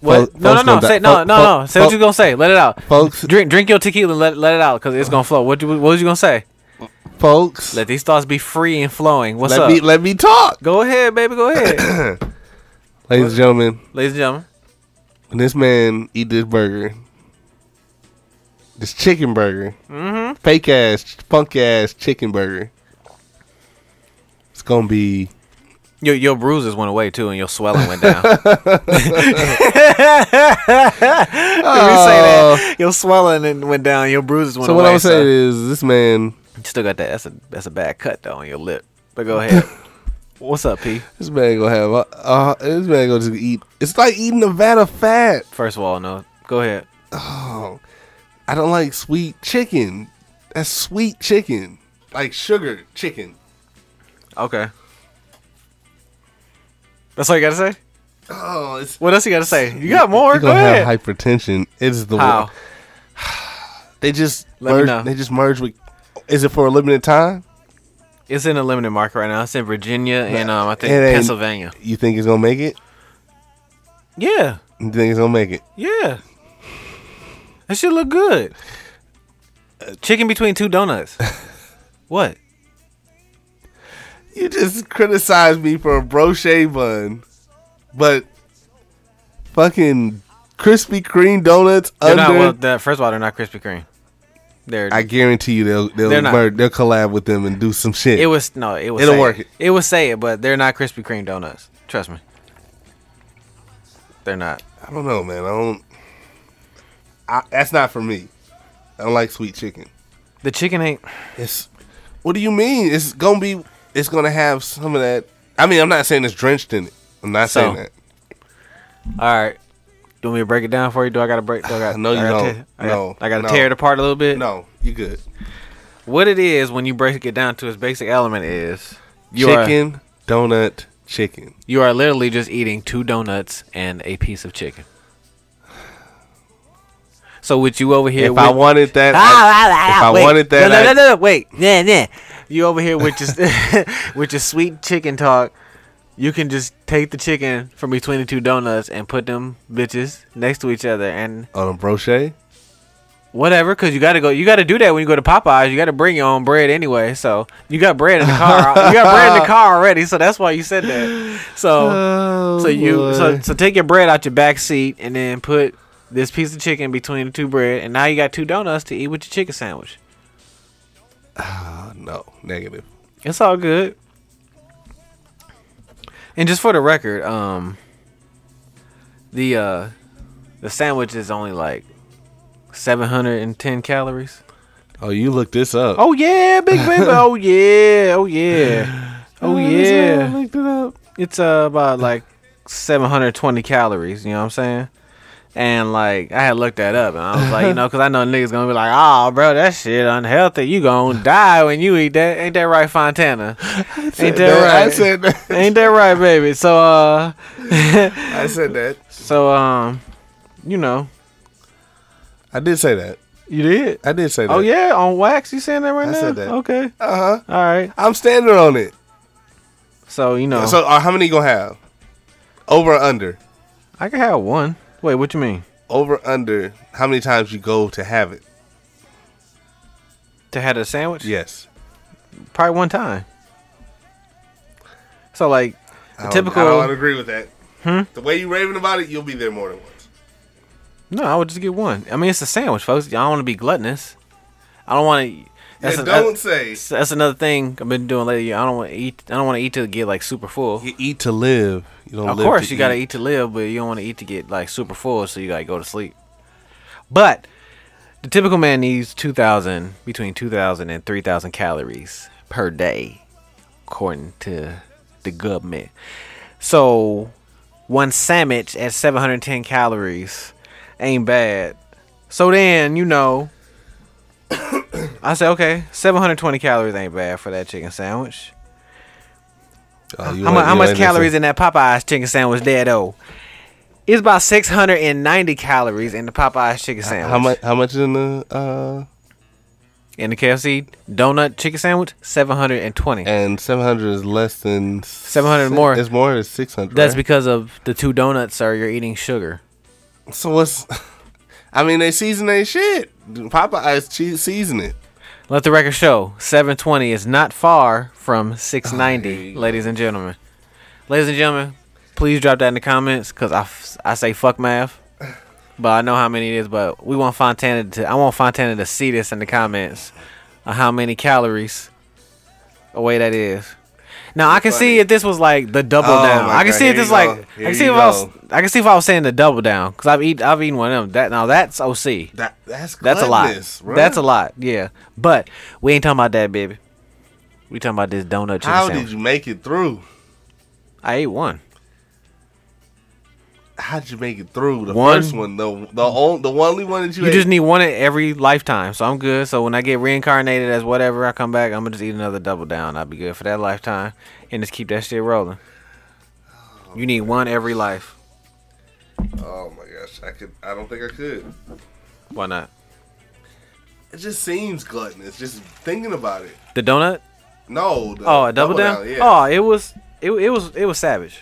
A: What?
B: Folks-
A: no,
B: folks
A: no, no.
B: gonna
A: Say
B: die-
A: no,
B: fol-
A: no,
B: fol-
A: no. Say what
B: fol-
A: you gonna say. Let it out.
B: Folks-
A: drink, drink your tequila. and Let let it out because it's gonna flow. What you what was you gonna say?
B: Folks,
A: Let these thoughts be free and flowing. What's
B: let
A: up?
B: me let me talk,
A: Go ahead, baby. Go ahead,
B: ladies and gentlemen.
A: ladies and gentlemen.
B: When this man eat this burger, this chicken burger, mm-hmm. fake ass, punk ass chicken burger, it's gonna be
A: Your your bruises went away too, and your swelling went down.
B: Oh.
A: your swelling and went down. Your bruises went
B: So what I'm saying is, this man,
A: you still got that. That's a that's a bad cut though on your lip. But go ahead. What's up, P?
B: this man gonna have, uh, uh this man gonna just eat. It's like eating Nevada fat.
A: First of all, no. Go ahead.
B: Oh, I don't like sweet chicken. That's sweet chicken, like sugar chicken.
A: Okay. That's all you gotta say.
B: Oh, it's
A: What else you gotta say? You got more?
B: You're
A: Go
B: gonna
A: ahead.
B: have hypertension. It is the
A: How?
B: one. They just
A: Let me
B: merge-
A: know.
B: they just merge with. Is it for a limited time?
A: It's in a limited market right now. It's in Virginia and um, I think
B: It ain't-
A: Pennsylvania.
B: You think it's gonna make it?
A: Yeah,
B: You think it's gonna make it?
A: yeah. That shit look good. Uh, Chicken between two donuts. what?
B: You just criticized me for a brochet bun, but fucking Krispy Kreme donuts
A: They're
B: under.
A: not. Well, that, first of all, they're not Krispy Kreme. They're.
B: I guarantee you they'll they'll
A: They're not.
B: mer- they'll collab with them and do some shit.
A: it was no. It was.
B: It'll
A: say
B: work it.
A: It was say it, but they're not Krispy Kreme donuts. Trust me. They're not.
B: I don't know, man. I don't. I, that's not for me. I don't like sweet chicken.
A: The chicken ain't.
B: It's what do you mean? It's gonna be. It's gonna have some of that. I mean, I'm not saying it's drenched in it. I'm not
A: So,
B: saying that.
A: All right. Do you want me to break it down for you? Do I got to break? Do I got,
B: No, you
A: I gotta
B: don't.
A: tear- I
B: No,
A: gotta- I got to
B: no.
A: tear it apart a little bit.
B: No, you good.
A: What it is when you break it down to its basic element is you Are,
B: chicken donut chicken.
A: you are literally just eating two donuts and a piece of chicken. So with you over here,
B: If
A: with,
B: I wanted that,
E: Ah!
B: I- if I
A: wait.
B: wanted
A: no,
B: that,
A: no,
B: I-
A: no, no, wait, yeah, yeah. You over here with your with your sweet chicken talk. You can just take the chicken from between the two donuts and put them bitches next to each other and
B: on a brochet.
A: whatever because you gotta go you gotta do that when you go to popeyes you gotta bring your own bread anyway so you got bread in the car you got bread in the car already so that's why you said that so Oh.
E: Oh,
A: so you so, so take your bread out your back seat and then put this piece of chicken between the two bread and now you got two donuts to eat with your chicken sandwich
B: Uh, no negative.
A: it's all good and just for the record um the uh the sandwich is only like 710 calories
B: Oh, you looked this up.
E: Oh yeah, Big Baby. oh yeah. Oh yeah. Oh yeah.
B: looked it up.
E: It's uh, about like 720 calories. You know what I'm saying? And like I had looked that up, and I was like, you know, because I know niggas gonna be like, oh, bro, that shit unhealthy. You gonna die when you eat that. Ain't that right, Fontana? Ain't that
B: I
E: right?
B: said that.
E: Ain't that right, baby? So uh,
B: I said that.
E: so um, you know,
B: I did say that.
E: you did.
B: I did say that.
E: Oh yeah, on wax. You saying that right
B: I
E: now?
B: said that.
E: Okay.
B: Uh huh.
E: All right.
B: I'm standing on it.
E: So you know,
B: So, uh, how many you gonna have? Over or under?
E: I can have one. Wait, what you mean?
B: Over under? How many times you go to have it?
E: To have a sandwich?
B: Yes.
E: Probably one time. So like,
B: I
E: the
B: don't-
E: typical.
B: I don't agree with that. Hmm? The way you raving about it, you'll be there more than once.
E: no, I would just get one. I mean, it's a sandwich, folks. I don't want to be gluttonous. I don't want to. That's,
B: And
E: a-
B: don't say
E: that's, that's another thing I've been doing lately. I don't want to eat. I don't want to eat to get like super full.
B: you eat to live. You don't.
E: Of
B: live
E: course,
B: to
E: you gotta eat to live, but you don't want to eat to get like super full, so you gotta go to sleep. But the typical man needs two thousand between two thousand and three thousand calories per day, according to the government. So one sandwich at seven hundred ten calories ain't bad. So then you know, I say okay, seven hundred twenty calories ain't bad for that chicken sandwich.
B: Oh, you
E: How, mu-
B: ain't-
E: how
B: you
E: much
B: ain't
E: calories
B: listening.
E: in that Popeyes chicken sandwich there though? It's about 690 calories in the Popeyes chicken sandwich.
B: How much? How much in the uh
E: In the KFC donut chicken sandwich, 720.
B: and seven hundred is less than
E: 700 more.
B: It's more than six hundred.
E: That's
B: right?
E: because of the two donuts, sir. You're eating sugar.
B: so what's? I mean, they season they shit. Popeyes cheese season it.
E: Let the record show, 720 is not far from
B: Oh,
E: 690, ladies and gentlemen. Ladies and gentlemen, please drop that in the comments because I, f- I say fuck math, but I know how many it is. But we want Fontana to I want Fontana to see this in the comments on how many calories away that is. Now I can see if this was like the double
B: Oh
E: down.
B: my
E: I can
B: God,
E: see
B: here
E: if this
B: you
E: like
B: go.
E: I
B: Here
E: can see
B: you
E: if I was
B: go.
E: I can see if I was saying the double down because I've eat I've eaten one of them. That now that's OC.
B: That that's
E: That's a lot.
B: gladness, bruh.
E: That's a lot. Yeah, but we ain't talking about that, baby. We talking about this donut chicken
B: How
E: sandwich.
B: did you make it through?
E: I ate one.
B: How did you make it through the
E: One.
B: first one? The the only the only one that you,
E: You
B: ate?
E: just need one in every lifetime, so I'm good. So when I get reincarnated as whatever, I come back. I'm gonna just eat another double down. I'll be good for that lifetime, and just keep that shit rolling. You need one every life.
B: Oh my gosh, I could. I don't think I could.
E: Why not?
B: It just seems gluttonous. Just thinking about it.
E: The donut?
B: No. The
E: Oh, a double, down.
B: yeah.
E: Oh, it was it, it was it was savage.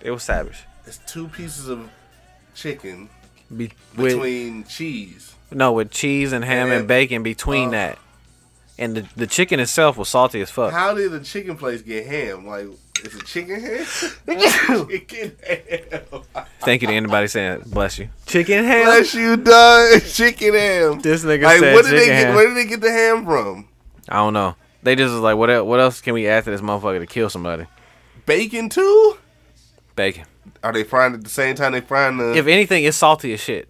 E: It was savage.
B: It's two pieces of chicken
E: Be- with-
B: between cheese.
E: No, with cheese and ham
B: Yeah. Oh.
E: and bacon between that. And the, the chicken itself was salty as fuck.
B: How did the chicken place get ham? Like, it's a chicken ham? chicken ham.
E: Thank you to anybody saying it. bless you. Chicken ham.
B: Bless you, done. Chicken ham.
E: This nigga
B: like,
E: said
B: what did they
E: chicken
B: get?
E: ham.
B: Where did they get the ham from?
E: I don't know. They just was like, what el- what else can we add to this motherfucker to kill somebody?
B: Bacon too?
E: Bacon.
B: Are they frying at the same time they frying the?
E: If anything, it's salty as shit.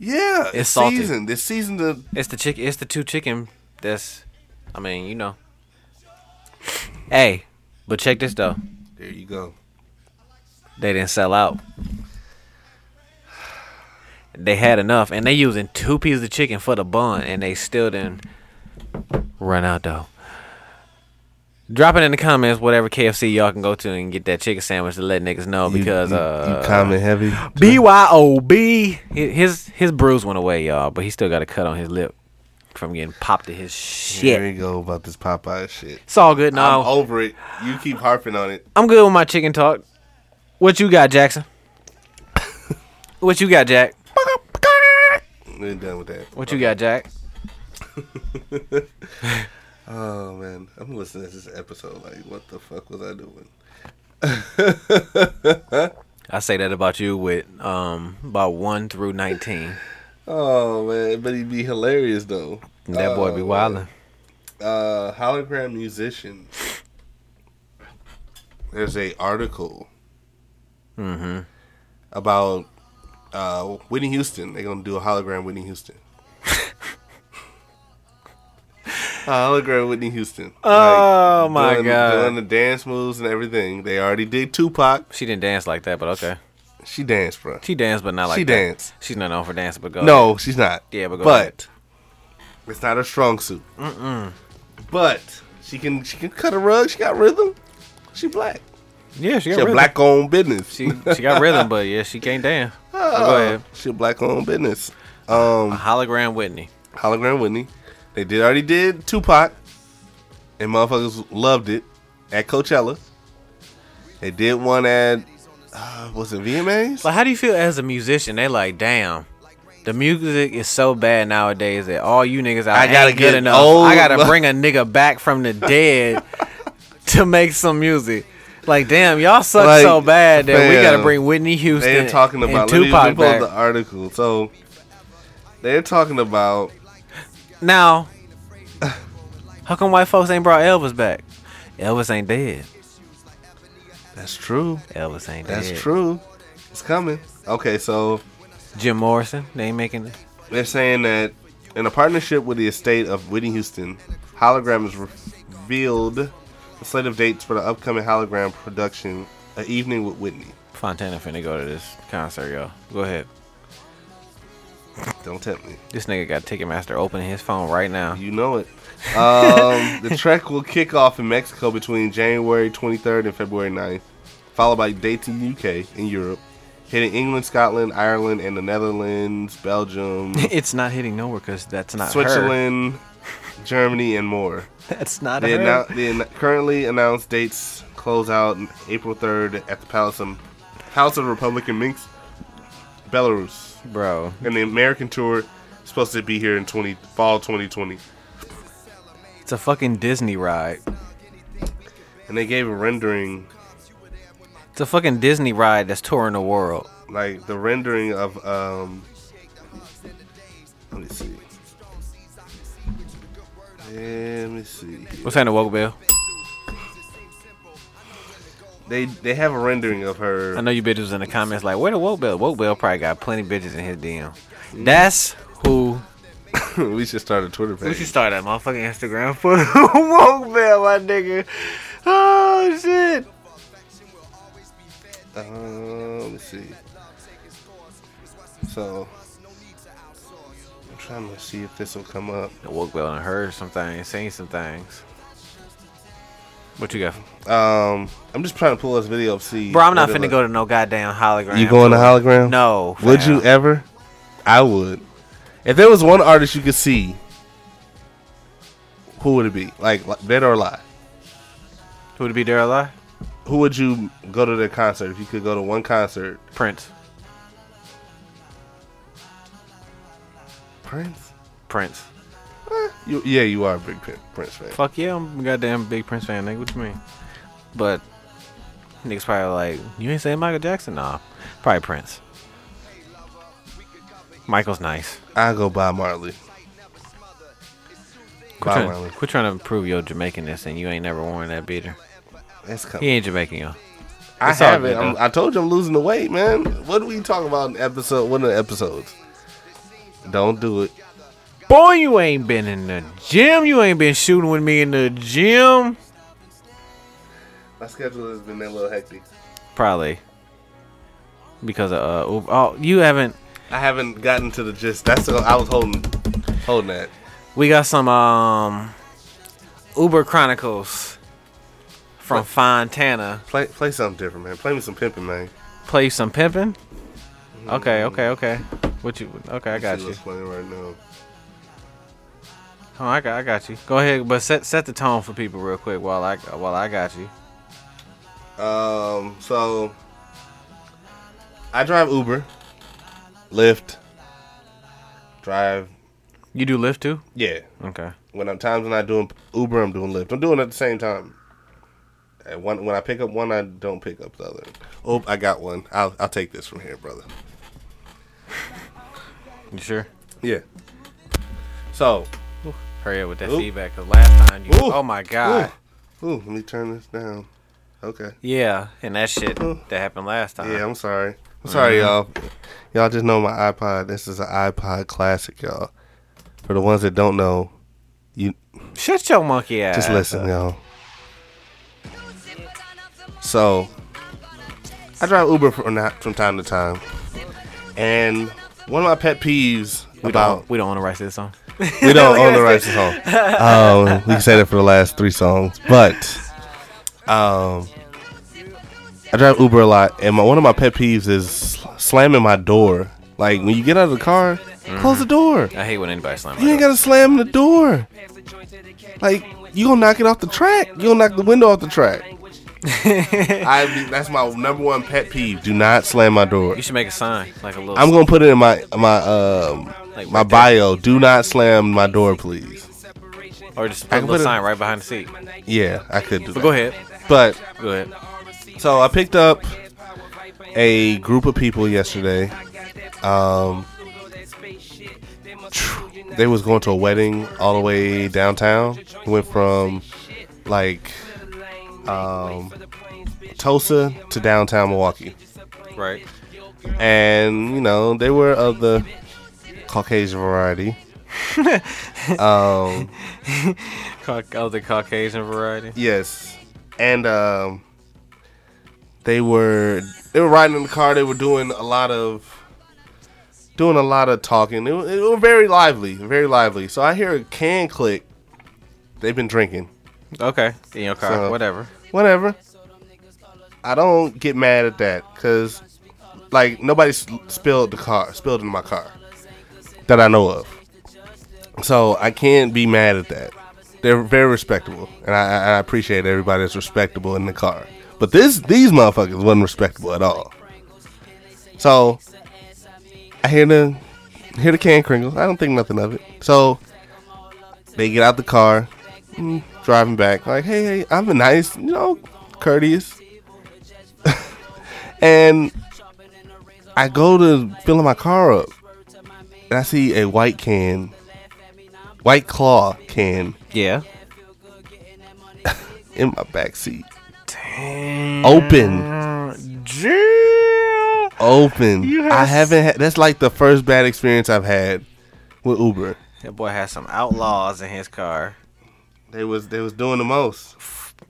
B: yeah,
E: it's salty.
B: seasoned. It's seasoned. To,
E: It's the chicken. It's the two chicken. That's, I mean, you know. Hey, but check this though.
B: there you go.
E: They didn't sell out. They had enough, and they using two pieces of chicken for the bun, and they still didn't run out though. Drop it in the comments, whatever KFC y'all can go to and get that chicken sandwich to let niggas know because uh
B: comment heavy.
E: BYOB. Hi- His his bruise went away, y'all, but he still got a cut on his lip from getting popped in his
B: There
E: shit.
B: you go about this Popeye shit.
E: It's all good
B: I'm
E: now. I'm,
B: over it. You keep harping on it.
E: good with my chicken talk. What you got, Jackson? what you got, Jack?
B: We're done with that.
E: What you got, Jack?
B: Oh man, I'm listening to this episode like, what the fuck was I doing?
E: I say that about you with um about one through nineteen.
B: Oh man, but he'd be hilarious though.
E: That boy be
B: Oh,
E: wildin'.
B: man. Uh, hologram musician. There's a article
E: Mm-hmm.
B: about uh, Whitney Houston. They're gonna do a hologram Whitney Houston. I look at Whitney Houston.
E: Oh,
B: Like,
E: my
B: doing,
E: God.
B: Doing the dance moves and everything. They already did Tupac.
E: She didn't dance like that, but okay.
B: She danced, bro.
E: She danced, but not like
B: She
E: that.
B: danced.
E: She's not known for dancing, but go.
B: No, she's not.
E: Yeah, but go
B: but it's not her strong suit. Mm-mm. But she can she can cut a rug. She got rhythm. She black.
E: Yeah, she got
B: She a
E: rhythm.
B: black owned business. Uh,
E: She she got rhythm, but yeah, she can't dance. But go ahead.
B: She a black owned business. Um,
E: Hologram Whitney.
B: hologram Whitney. They did already did Tupac, and motherfuckers loved it at Coachella. They did one at uh, was it VMAs?
E: Like, how do you feel as a musician? They like, damn, the music is so bad nowadays that all you niggas out
B: I
E: ain't
B: gotta
E: good
B: get
E: enough.
B: old.
E: I gotta bring a nigga back from the dead to make some music. Like, damn, y'all suck
B: Like,
E: so bad that we
B: fam,
E: gotta bring Whitney Houston
B: They're talking about let
E: and
B: me- let me
E: Tupac
B: pull up
E: back.
B: the article. So they're talking about
E: Now, how come white folks ain't brought Elvis back? Elvis ain't dead.
B: that's true.
E: Elvis ain't dead.
B: That's true. It's coming. Okay, so
E: Jim Morrison, they ain't making it.
B: they're saying that in a partnership with the estate of Whitney Houston, Hologram has revealed the slate of dates for the upcoming Hologram production, An Evening with Whitney.
E: Fontana finna go to this concert, yo. Go ahead.
B: Don't tempt me.
E: This nigga got Ticketmaster opening his phone right now.
B: You know it. Um, the trek will kick off in Mexico between January 23rd and February 9th, followed by dates in UK and Europe, hitting England, Scotland, Ireland, and the Netherlands, Belgium,
E: it's not hitting nowhere because that's not Her.
B: Switzerland, Germany, and more.
E: That's not
B: The,
E: her.
B: annou- the an- currently announced dates close out on April 3rd at the Palace of, Palace of the Republic in Minsk, Belarus.
E: Bro,
B: And the American tour is supposed to be here in 20, fall 2020.
E: it's a fucking Disney ride.
B: And they gave a rendering
E: It's a fucking Disney ride that's touring the world.
B: like the rendering of um let me see let me see
E: What's that, the woke bill?
B: they they have a rendering of
E: I
B: her
E: know you bitches was in the comments like, where the woke bill? Woke bill probably got plenty bitches in his DM. That's who.
B: we should start a twitter
E: We should
B: page
E: start that motherfucking Instagram for woke bill, my nigga. Oh shit.
B: uh, let me see so i'm trying to see if this will come up
E: The woke bill and heard some things, seen some things. What you got?
B: um i'm just trying to pull this video up see
E: Bro, I'm not
B: what it
E: finna
B: look-
E: go to no goddamn hologram.
B: you going to
E: tour.
B: hologram
E: No.
B: Would
E: fam.
B: you ever? I would. If there was one artist you could see, who would it be? Like li- dead or alive?
E: Who would it be there alive?
B: Who would you go to their concert if you could go to one concert?
E: Prince.
B: Prince?
E: Prince.
B: You, yeah, you are a big Prin- Prince fan.
E: Fuck yeah, I'm a goddamn big Prince fan, nigga. What you mean? But niggas probably like, you ain't saying Michael Jackson? Nah. Probably Prince. Michael's nice.
B: I go Bob Marley.
E: Quit
B: Bob
E: trying,
B: Marley.
E: quit trying to prove your Jamaicanness and you ain't never worn that beater.
B: That's
E: He
B: coming.
E: ain't Jamaican, yo.
B: I
E: it's all
B: have it.
E: good,
B: I'm,
E: though.
B: I told you I'm losing the weight, man. What are we talking about in episode? One of the episodes. Don't do it.
E: Boy, you ain't been in the gym. You ain't been shooting with me in the gym.
B: My schedule has been a little hectic.
E: Probably. Because of, uh, Uber- oh, you haven't.
B: I haven't gotten to the gist. That's what I was holding, holding that.
E: We got some um Uber Chronicles from Fontana.
B: Play play something different, man. Play me some pimping, man.
E: Play some pimping. Okay, okay, okay. What you? Okay, I got
B: See
E: you.
B: what's playing right now.
E: Oh, I got, I got you. Go ahead, but set set the tone for people real quick while I while I got you.
B: Um, so I drive Uber, Lyft, drive.
E: You do lift too?
B: Yeah,
E: Okay.
B: when I'm times when I'm doing Uber, I'm doing Lyft. I'm doing it at the same time. And one when I pick up one, I don't pick up the other. Oh, I got one. I'll I'll take this from here, brother.
E: You sure?
B: Yeah. So,
E: Hurry up with that
B: Oop.
E: feedback. Cause last time you.
B: Ooh.
E: Oh my god.
B: ooh, let me turn this down. Okay.
E: Yeah, and that shit that happened last time.
B: Yeah, I'm sorry. I'm sorry, y'all. Y'all just know my iPod. This is an iPod classic, y'all. For the ones that don't know, You
E: Shut your monkey ass.
B: just listen, y'all. So, I drive Uber from not from time to time, and one of my pet peeves
E: We
B: about
E: don't, we don't want to write this song.
B: we don't own the rights to the song. Um, we can say that for the last three songs, but um, I drive Uber a lot, and my, one of my pet peeves is slamming my door. Like when you get out of the car, close the door.
E: I hate when anybody slams.
B: You ain't gotta slam the door. Like you gonna knock it off the track. You gonna knock the window off the track. I be, that's my number one pet peeve. Do not slam my door.
E: You should make a sign like a little.
B: I'm gonna put it in my my um
E: Like
B: my
E: right there.
B: bio. Do not slam my door, please.
E: or
B: I
E: just put a
B: can
E: little
B: put a-
E: sign right behind the seat.
B: Yeah, I could do.
E: But
B: that.
E: go ahead.
B: But
E: Go ahead.
B: so I picked up a group of people yesterday. Um, they was going to a wedding all the way downtown. Went from like um, Tulsa to downtown Milwaukee,
E: Right.
B: and you know they were of the Caucasian variety. um,
E: Cau- oh, the Caucasian variety.
B: Yes, and um, they were they were riding in the car. They were doing a lot of doing a lot of talking. It, wa- it was very lively, very lively. So I hear a can click. They've been drinking,
E: Okay. In your car,
B: So-
E: whatever.
B: whatever. I don't get mad at that because, like, nobody s- spilled the car, spilled in my car that I know of. So I can't be mad at that. They're very respectable, and I, I- I appreciate everybody that's respectable in the car. But this these motherfuckers wasn't respectable at all. So I hear the hear the can crinkle. I don't think nothing of it. So they get out the car, mm, driving back. Like, hey, hey, I'm a nice, you know, courteous. and I go to filling my car up, and I see a white can, white claw can
E: Yeah.
B: in my back seat. Open.
E: Jill.
B: open.
E: You have
B: I
E: s-
B: haven't had. That's like the first bad experience I've had with Uber.
E: That boy has some outlaws in his car.
B: They was they was doing the most.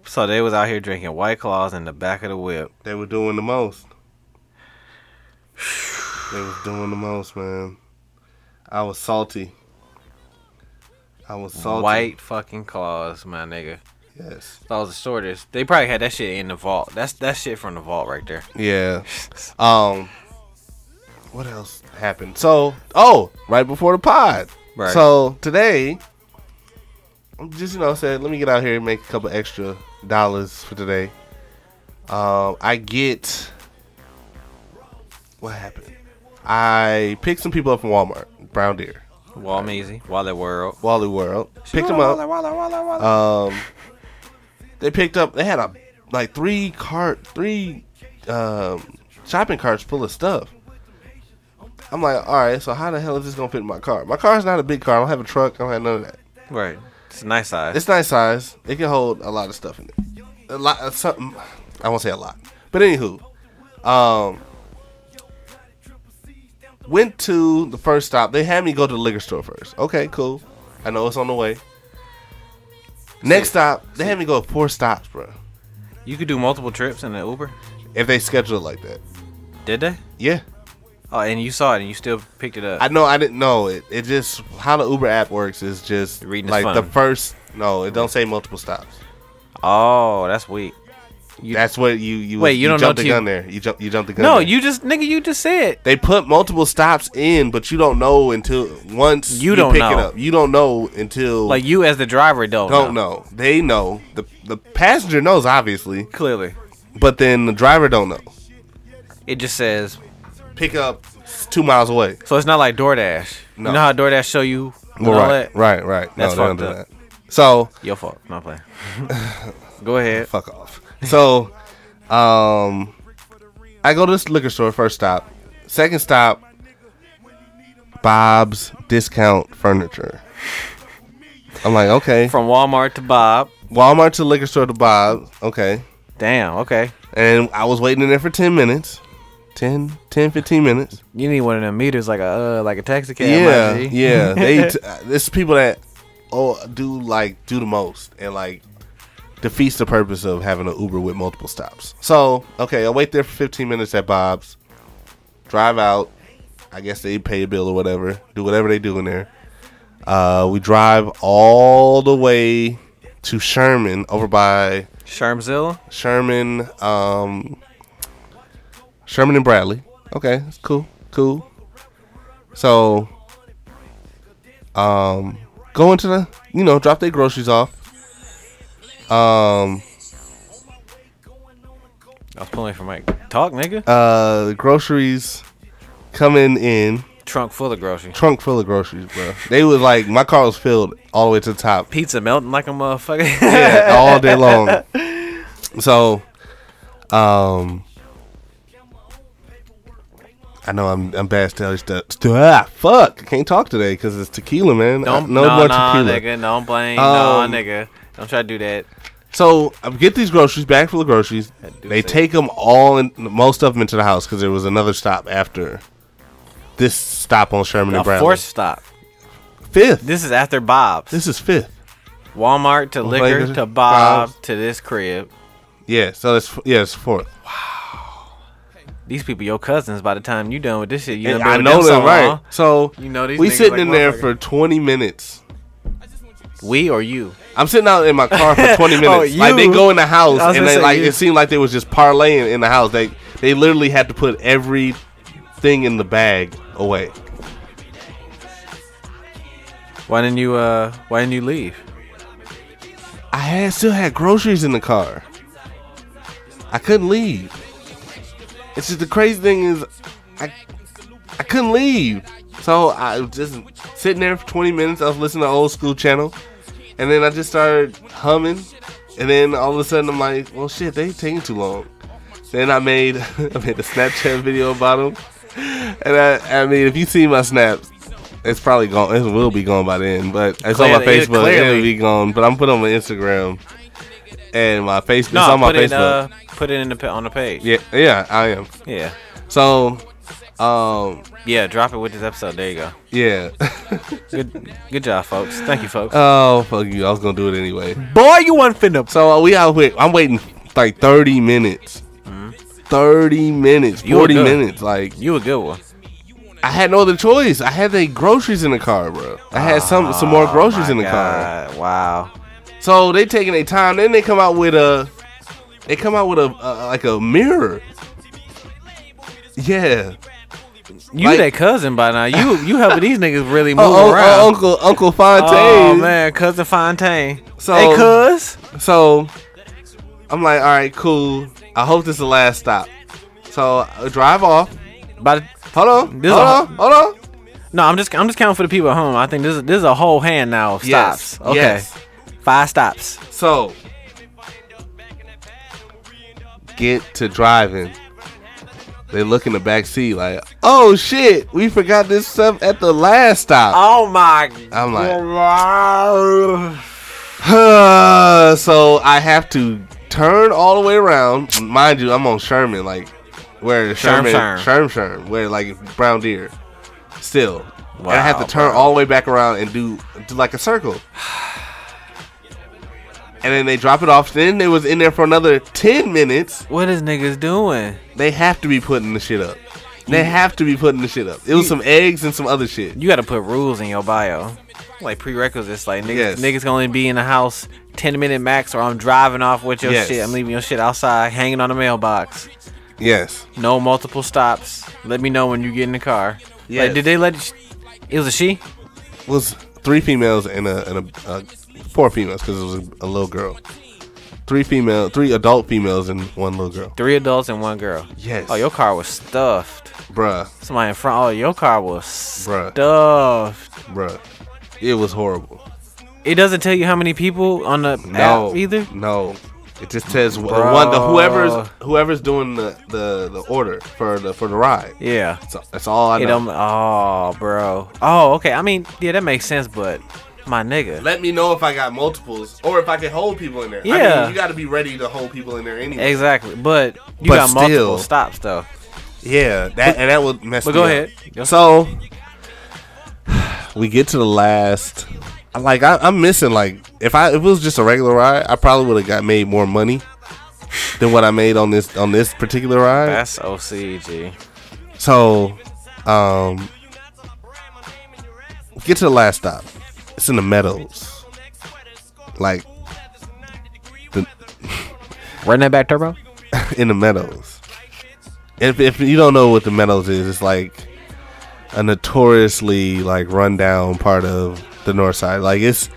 E: So they was out here drinking White Claws in the back of the whip.
B: They were doing the most. They was doing the most, man. I was salty. I was salty.
E: White fucking claws, my nigga.
B: Yes.
E: That was the shortest. They probably had that shit in the vault. That's that shit from the vault right there.
B: Yeah. Um. What else happened? So, oh, right before the pod.
E: Right.
B: So today, I'm just you know said, let me get out here and make a couple extra dollars for today. Um, I get. What happened? I picked some people up from Walmart, Brown Deer,
E: Walmeasy, Wallet World.
B: Wally World. Picked them up. Um, they picked up. They had a like three cart, three um, shopping carts full of stuff. I'm like, all right, so how the hell is this gonna fit in my car? My car's not a big car. I don't have a truck. I don't have none of that.
E: Right. It's a nice size.
B: It's nice size. It can hold a lot of stuff in it. A lot, of something. I won't say a lot, but anywho, um, went to the first stop. They had me go to the liquor store first. Okay, cool. I know it's on the way. Next stop, they had me go four stops, bro.
E: you could do multiple trips in an Uber.
B: If they schedule it like that,
E: Did they?
B: yeah.
E: Oh, and you saw it and you still picked it up.
B: I know I didn't know it. It just how the Uber app works is just
E: Reading is
B: like the
E: fun.
B: first. No, it don't say multiple stops.
E: oh, that's weak. You-
B: That's what you you
E: Wait, you don't know
B: jumped the
E: till you-
B: gun there. You jump you jumped the gun.
E: No,
B: there.
E: you just nigga, you just said.
B: They put multiple stops in, but you don't know until once
E: You don't
B: pick
E: know.
B: it up. You don't know until
E: Like you as the driver don't
B: don't know. They know the the passenger knows obviously,
E: Clearly,
B: but then the driver don't know.
E: it just says.
B: Pick up s- two miles away.
E: So it's not like DoorDash.
B: No.
E: You know how DoorDash show you and all
B: right,
E: that?
B: right, right.
E: That's
B: no, they don't do
E: fucked up.
B: that. So
E: Your fault. Not playing. Go ahead.
B: fuck off. So, um, I go to this liquor store. First stop, second stop, Bob's Discount Furniture. I'm like, okay,
E: From Walmart to Bob.
B: Walmart to liquor store to Bob. Okay.
E: Damn. Okay.
B: And I was waiting in there for 10 minutes. 10, 10 15 minutes.
E: You need one of them meters, like a uh, like a taxi cab.
B: yeah.
E: my G.
B: Yeah. They, t- uh, this is people that oh do like do the most and like defeats the purpose of having an Uber with multiple stops. So okay, I'll wait there for 15 minutes at Bob's, drive out. I guess they pay a bill or whatever, do whatever they do in there. Uh, we drive all the way to Sherman over by
E: Shermzilla.
B: Sherman, um, Sherman and Bradley. Okay, that's cool, cool. So, um, go into the, you know, drop their groceries off. Um,
E: I was pulling for Mike. Talk, nigga.
B: uh, the groceries coming in,
E: Trunk full of groceries.
B: trunk full of groceries, bro. They was like, my car was filled all the way to the top.
E: Pizza melting like a motherfucker.
B: yeah, all day long. So, um, I know I'm I'm bad telling stuff. Ah, fuck, I can't talk today because it's tequila, man. I-
E: don't,
B: no
E: no,
B: more
E: nah,
B: tequila.
E: nigga. Don't blame.
B: Um,
E: nah, nigga. Don't try to do that.
B: So I get these groceries, bag full of groceries.
E: do
B: They
E: say-
B: take them all, in, most of them into the house because there was another stop after this stop on Sherman
E: A
B: and Brown.
E: fourth stop.
B: Fifth.
E: This is after Bob's.
B: This is fifth.
E: Walmart to liquor
B: Liquor,
E: to Bob
B: Bob's.
E: to this crib.
B: Yeah. So that's yeah, it's fourth.
E: These people your cousins by the time you done with this shit. You done
B: And
E: been
B: I
E: with
B: know
E: them so
B: them right.
E: long.
B: So
E: You know these
B: we
E: niggas
B: sitting
E: like
B: in there
E: motherfucker.
B: for 20 minutes.
E: We or you?
B: I'm sitting out in my car for 20 minutes.
E: Oh,
B: Like they
E: you-
B: go in the house
E: I was
B: and
E: gonna
B: they
E: say
B: like
E: you.
B: it seemed like they was just parlaying in the house. They they literally had to put everything in the bag away.
E: Why didn't you? Uh, why didn't you leave?
B: I had still had groceries in the car. I couldn't leave. It's just the crazy thing is I I couldn't leave. So I was just sitting there for 20 minutes. I was listening to old school channel. And then I just started humming. And then all of a sudden I'm like, well shit, they taking too long. Then I made I made a Snapchat video about them. And I I mean if you see my snaps, it's probably gone. It will be gone by then. But it's on my
E: Clearly, it-
B: Facebook.
E: clearly.
B: It'll be gone. But I'm putting on my Instagram and my Facebook.
E: No,
B: it's on my
E: put
B: Facebook.
E: it. Uh, put it in the pa- on the page.
B: yeah, yeah, I am.
E: Yeah.
B: So, um,
E: Yeah, drop it with this episode. There you go.
B: yeah.
E: Good good job, folks. Thank you, folks.
B: oh fuck you! I was gonna do it anyway.
E: boy, you want finna.
B: So uh, we out here. I'm waiting like 30 minutes. 30 minutes,
E: Mm-hmm. You were
B: 40
E: good.
B: minutes. Like
E: You a good one.
B: I had no other choice. I had the groceries in the car, bro. I had some some more groceries
E: Ah, My
B: in the car.
E: God, Wow.
B: So they taking their time. Then they come out with a, they come out with a, a like a mirror. Yeah.
E: You
B: Like-
E: that cousin by now. You you helping these niggas really move
B: Oh, un-
E: around.
B: oh, Uncle Uncle Fontaine.
E: Oh man, cousin Fontaine.
B: So-
E: hey, cuz.
B: So I'm like, all right, cool. I hope this is the last stop. So I drive off.
E: By the,
B: Hold on,
E: This
B: hold
E: a-
B: on, hold on.
E: no, I'm just I'm just counting for the people at home. I think this is this is a whole hand now of stops.
B: Yes,
E: Okay,
B: yes.
E: five stops.
B: So get to driving. They look in the back seat like, oh shit, we forgot this stuff at the last stop.
E: Oh my.
B: I'm like,
E: God.
B: so I have to turn all the way around. Mind you, I'm on Sherman, like where Sherman,
E: Sherm.
B: Sherm Sherm, where like Brown Deer, still. and I have
E: Wow,
B: to turn
E: bro.
B: all the way back around and do, do like a circle. And then they drop it off. Then they was in there for another ten minutes.
E: What is niggas doing?
B: They have to be putting the shit up. They have to be putting the shit up. It was some eggs and some other shit.
E: You got to put rules in your bio, like prerequisites. Like niggas,
B: Yes.
E: niggas gonna only be in the house ten minute max, or I'm driving off with your
B: Yes.
E: shit. I'm leaving your shit outside, hanging on the mailbox.
B: Yes.
E: No multiple stops. Let me know when you get in the car. Yeah.
B: Yes.
E: Like, did they let? It, it was a she.
B: was three females and a, and a uh, four females because it was a, a little girl. Three female, three adult females and one little girl.
E: Three adults and one girl.
B: Yes.
E: Oh, your car was stuffed.
B: Bruh,
E: Somebody in front. Oh, your car was
B: Bruh.
E: stuffed.
B: bruh, it was horrible.
E: It doesn't tell you how many people on the
B: No,
E: app either.
B: No, it just says wh- the one the
E: Bruh.
B: whoever's whoever's doing the, the the order for the for the ride.
E: Yeah.
B: So that's all I
E: It
B: know.
E: don't. Oh, bro. Oh, okay. I mean, yeah, that makes sense. But my nigga,
B: Let me know if I got multiples or if I can hold people in there. I mean,
E: Yeah.
B: you got to be ready to hold people in there anyway.
E: exactly. But you
B: But
E: got multiple
B: still.
E: stops though.
B: Yeah, that and that would mess.
E: But
B: me
E: go
B: up.
E: ahead.
B: So we get to the last like I, I'm missing like if I if it was just a regular ride, I probably would have got made more money than what I made on this on this particular ride.
E: That's OCG.
B: So, um, get to the last stop. It's in the meadows. Like the
E: Run that back turbo.
B: in the meadows. If if you don't know what the meadows is, it's like a notoriously like rundown part of the north side. Like it's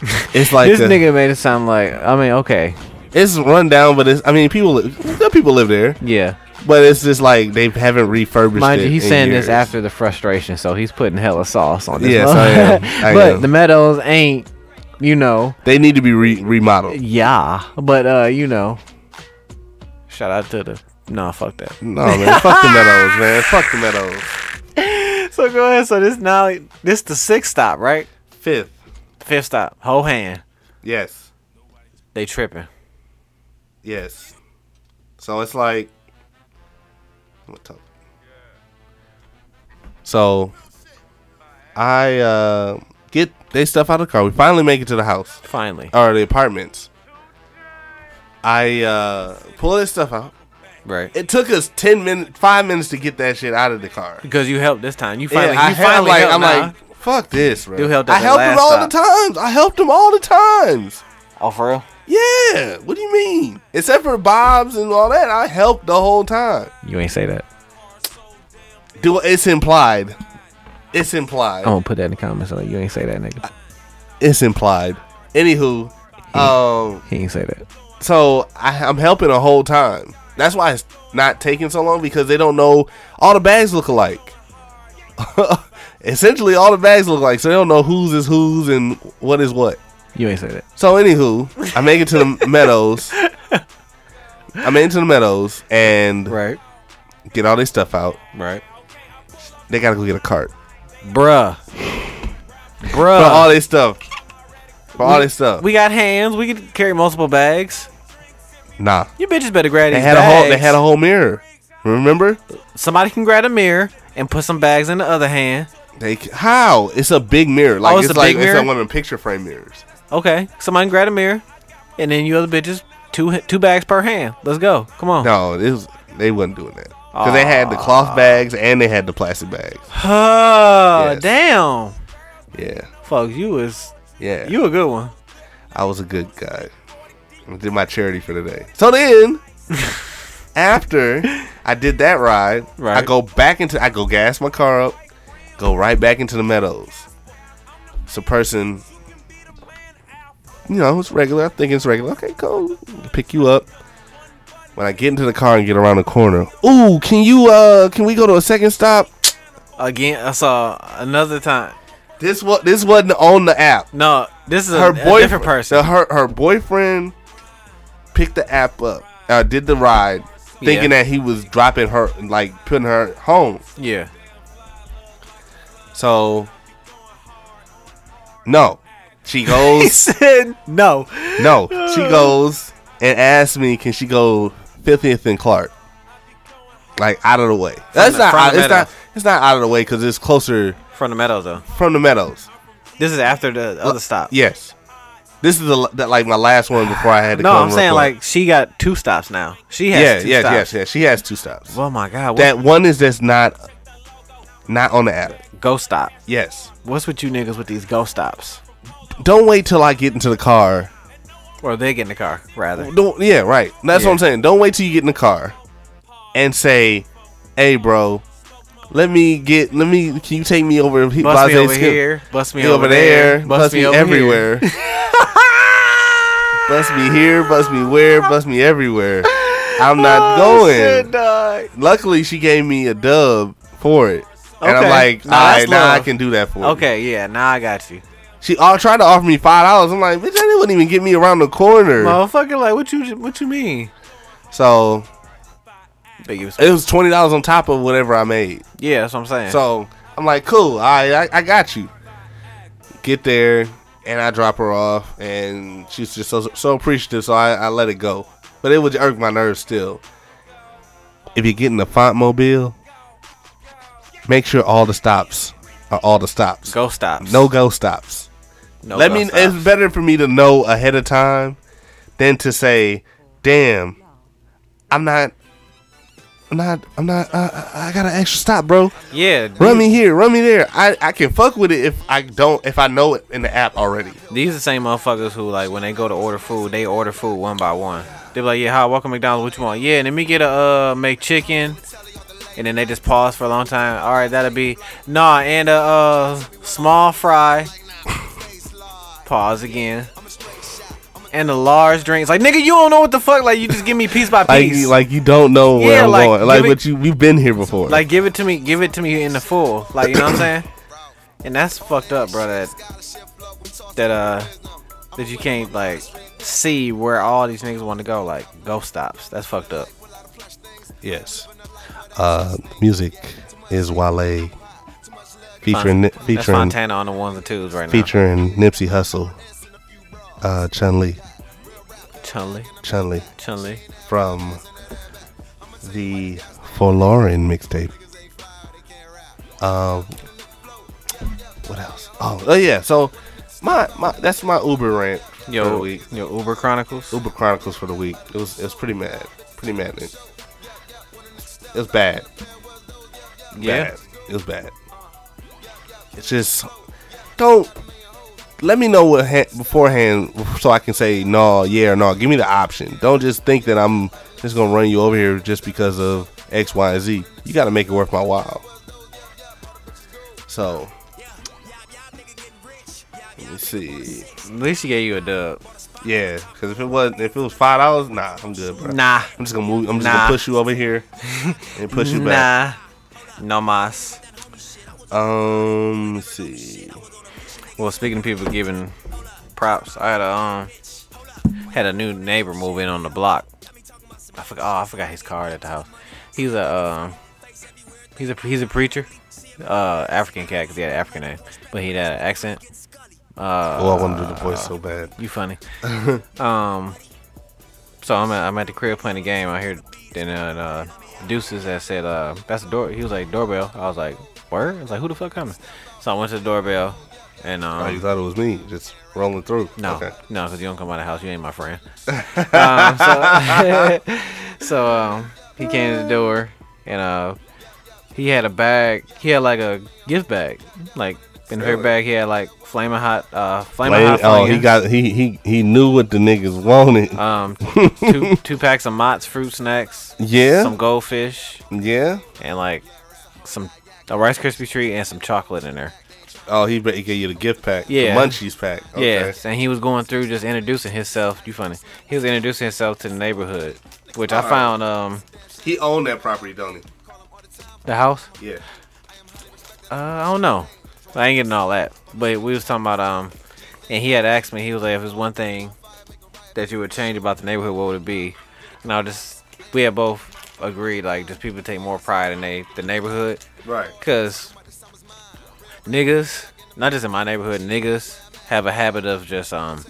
B: it's like
E: This
B: a-
E: nigga made it sound like I mean, okay,
B: it's rundown, but it's I mean people li- some people live there,
E: yeah.
B: but it's just like they haven't refurbished.
E: Mind
B: it
E: you, he's
B: in
E: saying
B: years.
E: this after the frustration, so he's putting hella sauce on this.
B: Yes,
E: one.
B: I am. I
E: but
B: am.
E: the Meadows ain't, you know,
B: they need to be re- remodeled.
E: yeah. But uh, you know, shout out to the no, fuck that.
B: No man, fuck the meadows, man. Fuck the meadows.
E: So go ahead. So this now this the sixth stop, right?
B: Fifth,
E: Fifth stop. Whole hand.
B: yes,
E: They tripping.
B: yes. So it's like, I'm gonna talk. so I uh, get they stuff out of the car. We finally make it to the house.
E: Finally,
B: or the apartments. I uh pull this stuff out.
E: right?
B: It took us ten minutes, five minutes to get that shit out of the car.
E: Because you helped this time. You
B: Yeah,
E: finally.
B: I
E: you
B: had,
E: finally
B: like,
E: helped
B: I'm
E: now.
B: like, fuck this, bro.
E: You helped
B: I
E: at the
B: helped him
E: last
B: all the times. I helped him all the times.
E: oh for real?
B: Yeah. What do you mean? Except for Bob's and all that, I helped the whole time.
E: You ain't say that.
B: Do it's implied. It's implied.
E: I'm gonna put that in the comments. Like you ain't say that, nigga.
B: It's implied. Anywho, um,
E: He ain't say that.
B: So I, I'm helping the whole time. That's why it's not taking so long because they don't know all the bags look alike. Essentially, all the bags look alike, so they don't know whose is whose and what is what.
E: You ain't say that.
B: So, anywho, I make it to the meadows. I make it to the meadows and
E: Right.
B: get all their stuff out.
E: Right.
B: They gotta go get a cart
E: Bruh.
B: for
E: Bruh.
B: all their stuff. For all their stuff.
E: we got hands. We could carry multiple bags.
B: nah,
E: You bitches better grab
B: they
E: these
B: had a
E: bags.
B: whole. They had a whole mirror. Remember?
E: Somebody can grab a mirror and put some bags in the other hand.
B: They c- how? It's a big mirror. Like
E: Oh,
B: it's,
E: it's a
B: like
E: big
B: it's
E: mirror?
B: like one of them picture frame mirrors.
E: Okay. Somebody can grab a mirror, and then you other bitches two two bags per hand. Let's go. Come on.
B: No, it was, they wasn't doing that because they had the cloth bags and they had the plastic bags.
E: Oh,
B: Yes.
E: damn.
B: Yeah,
E: Fuck, you was
B: yeah.
E: you a good one.
B: I was a good guy. I did my charity for the day. So then, after I did that ride, I
E: Right.
B: go back into I go gas my car up, go right back into the meadows. It's a person, you know, it's regular. I think it's regular. Okay, cool. Pick you up. When I get into the car and get around the corner, ooh, can you uh, can we go to a second stop?
E: Again, I saw another time.
B: This was this wasn't on the app.
E: No, this is a,
B: her
E: a
B: boyfriend,
E: different person.
B: the- her her boyfriend picked the app up, uh, did the ride, thinking that he was dropping her, like putting her home.
E: yeah.
B: So, no, she goes,
E: said no.
B: no, she goes and asks me, can she go fiftieth and Clark, like out of the way? That's
E: the-
B: not,
E: from
B: out,
E: the
B: it's not,
E: Meadows.
B: it's not out of the way because it's closer
E: From the meadows though.
B: from the meadows. Uh,
E: This is after the other stop.
B: Yes. This is the, la- that, like my last one before I had to
E: No,
B: come
E: I'm
B: real
E: saying
B: quick.
E: like she got two stops now. She has
B: yeah,
E: two
B: yeah,
E: stops.
B: yes, yes. She has two stops.
E: Oh my god, what
B: that one is just not, not on the app.
E: ghost stop.
B: Yes.
E: What's with you niggas with these ghost stops?
B: Don't wait till I get into the car.
E: Or they get in the car, rather.
B: Don't. Yeah, right. That's
E: Yeah.
B: what I'm saying. Don't wait till you get in the car, and say, "Hey, bro, let me get. Let me. Can you take me over? he-
E: Bust me
B: Blase
E: over
B: Skip-
E: here, bust me
B: me over there.
E: bust,
B: Bust, me,
E: over here.
B: everywhere. bust me here. Bust me where. Bust me everywhere. I'm not going.
E: Oh, Shit, dog.
B: Luckily, she gave me a dub for it. And I'm
E: Okay.
B: like, all
E: Now that's
B: right, now I
E: love.
B: can do that for you.
E: Okay, yeah, now I got you.
B: She all tried to offer me five dollars. I'm like, bitch, that wouldn't even get me around the corner.
E: Motherfucker, like what you what you mean?
B: So
E: Big was-
B: it was twenty dollars on top of whatever I made.
E: Yeah, that's what I'm saying.
B: So I'm like, cool, all right, I, I got you. Get there, and I drop her off, and she's just so so appreciative. So I, I let it go, but it would irk my nerves still. If you're getting the font mobile, make sure all the stops are all the stops.
E: ghost stops.
B: No go stops.
E: No
B: Let
E: gun
B: me.
E: stops.
B: It's better for me to know ahead of time than to say, "Damn, I'm not." I'm not. I'm not. Uh, uh, I got an extra stop, bro.
E: yeah.
B: Run me here. Run me there. I, I can fuck with it if I don't. If I know it in the app already.
E: These are the same motherfuckers who like when they go to order food, they order food one by one. They be like, yeah, hi, welcome McDonald's. What you want? Yeah, let me get a uh, McChicken. And then they just pause for a long time. All right, that'll be nah, and a uh, small fry. Pause again. And a large drink. It's like, nigga, you don't know what the fuck. Like, you just give me piece by
B: Like,
E: piece.
B: like you don't know where
E: Yeah,
B: I'm
E: like,
B: going. Like,
E: give it-
B: but you, we've been here before.
E: Like, give it to me, give it to me in the full. Like, you know what I'm saying? And that's fucked up, bro. That that uh that you can't like see where all these niggas want to go. Like, go stops. That's fucked up.
B: Yes. Uh, music is Wale featuring Ni-
E: That's
B: featuring
E: Fontana on the ones and twos right
B: featuring Nipsey Hussle, uh, Chun Li,
E: now. Chun-Li,
B: Chun Li
E: Chun-Li.
B: from the For Lauren mixtape. Um, what else? Oh, oh yeah. So my my that's my Uber rant for the
E: Yo,
B: week.
E: yo, Uber Chronicles.
B: Uber Chronicles for the week. It was it was pretty mad, pretty maddening. It was bad.
E: yeah,
B: bad. It was bad. It's just don't let me know what ha- beforehand so I can say no, yeah, or no. Give me the option. Don't just think that I'm just gonna run you over here just because of X, Y, and Z. You got to make it worth my while. So let me see.
E: at least she gave you a dub.
B: Yeah, because if it wasn't, if it was five dollars, nah, I'm good, bro.
E: Nah,
B: I'm just gonna move. I'm just
E: Nah.
B: gonna push you over here and push you back.
E: nah, no mas.
B: Um, let's see.
E: Well, speaking of people giving props, I had a um had a new neighbor move in on the block. I forgot. Oh, I forgot his card at the house. He's a um he's a he's a preacher, uh African cat because he had an African name, but he had an accent.
B: Oh, I want to do the voice so bad.
E: You funny. um, so I'm at, I'm at the crib playing the game. I hear and uh, Deuces that said uh that's the door. He was like doorbell. I was like word. I was like who the fuck coming? So I went to the doorbell and um.
B: Oh, you thought it was me just rolling through?
E: No,
B: Okay.
E: no, because you don't come out of the house. You ain't my friend. um, so so um, he came to the door, and uh, he had a bag. He had like a gift bag, like in her
B: Really?
E: bag. He had like flaming hot, uh, flaming
B: Lame-
E: hot.
B: oh,
E: Flames,
B: he got he he he knew what the niggas wanted.
E: um two two packs of Mott's fruit snacks,
B: yeah,
E: some goldfish,
B: yeah.
E: and like some a Rice Krispie treat and some chocolate in there.
B: Oh, he, ba- he gave you the gift pack.
E: Yeah.
B: the munchies pack. Okay.
E: Yes, and he was going through just introducing himself. You funny. He was introducing himself to the neighborhood, which I
B: Alright.
E: found um
B: he owned that property, don't he?
E: the house.
B: Yeah.
E: Uh, I don't know. I ain't getting all that. But we was talking about um, and he had asked me. He was like, if there's one thing that you would change about the neighborhood, what would it be? And I was just we had both agreed like just people take more pride in they the neighborhood,
B: Right.
E: cause niggas, not just in my neighborhood, niggas have a habit of just um,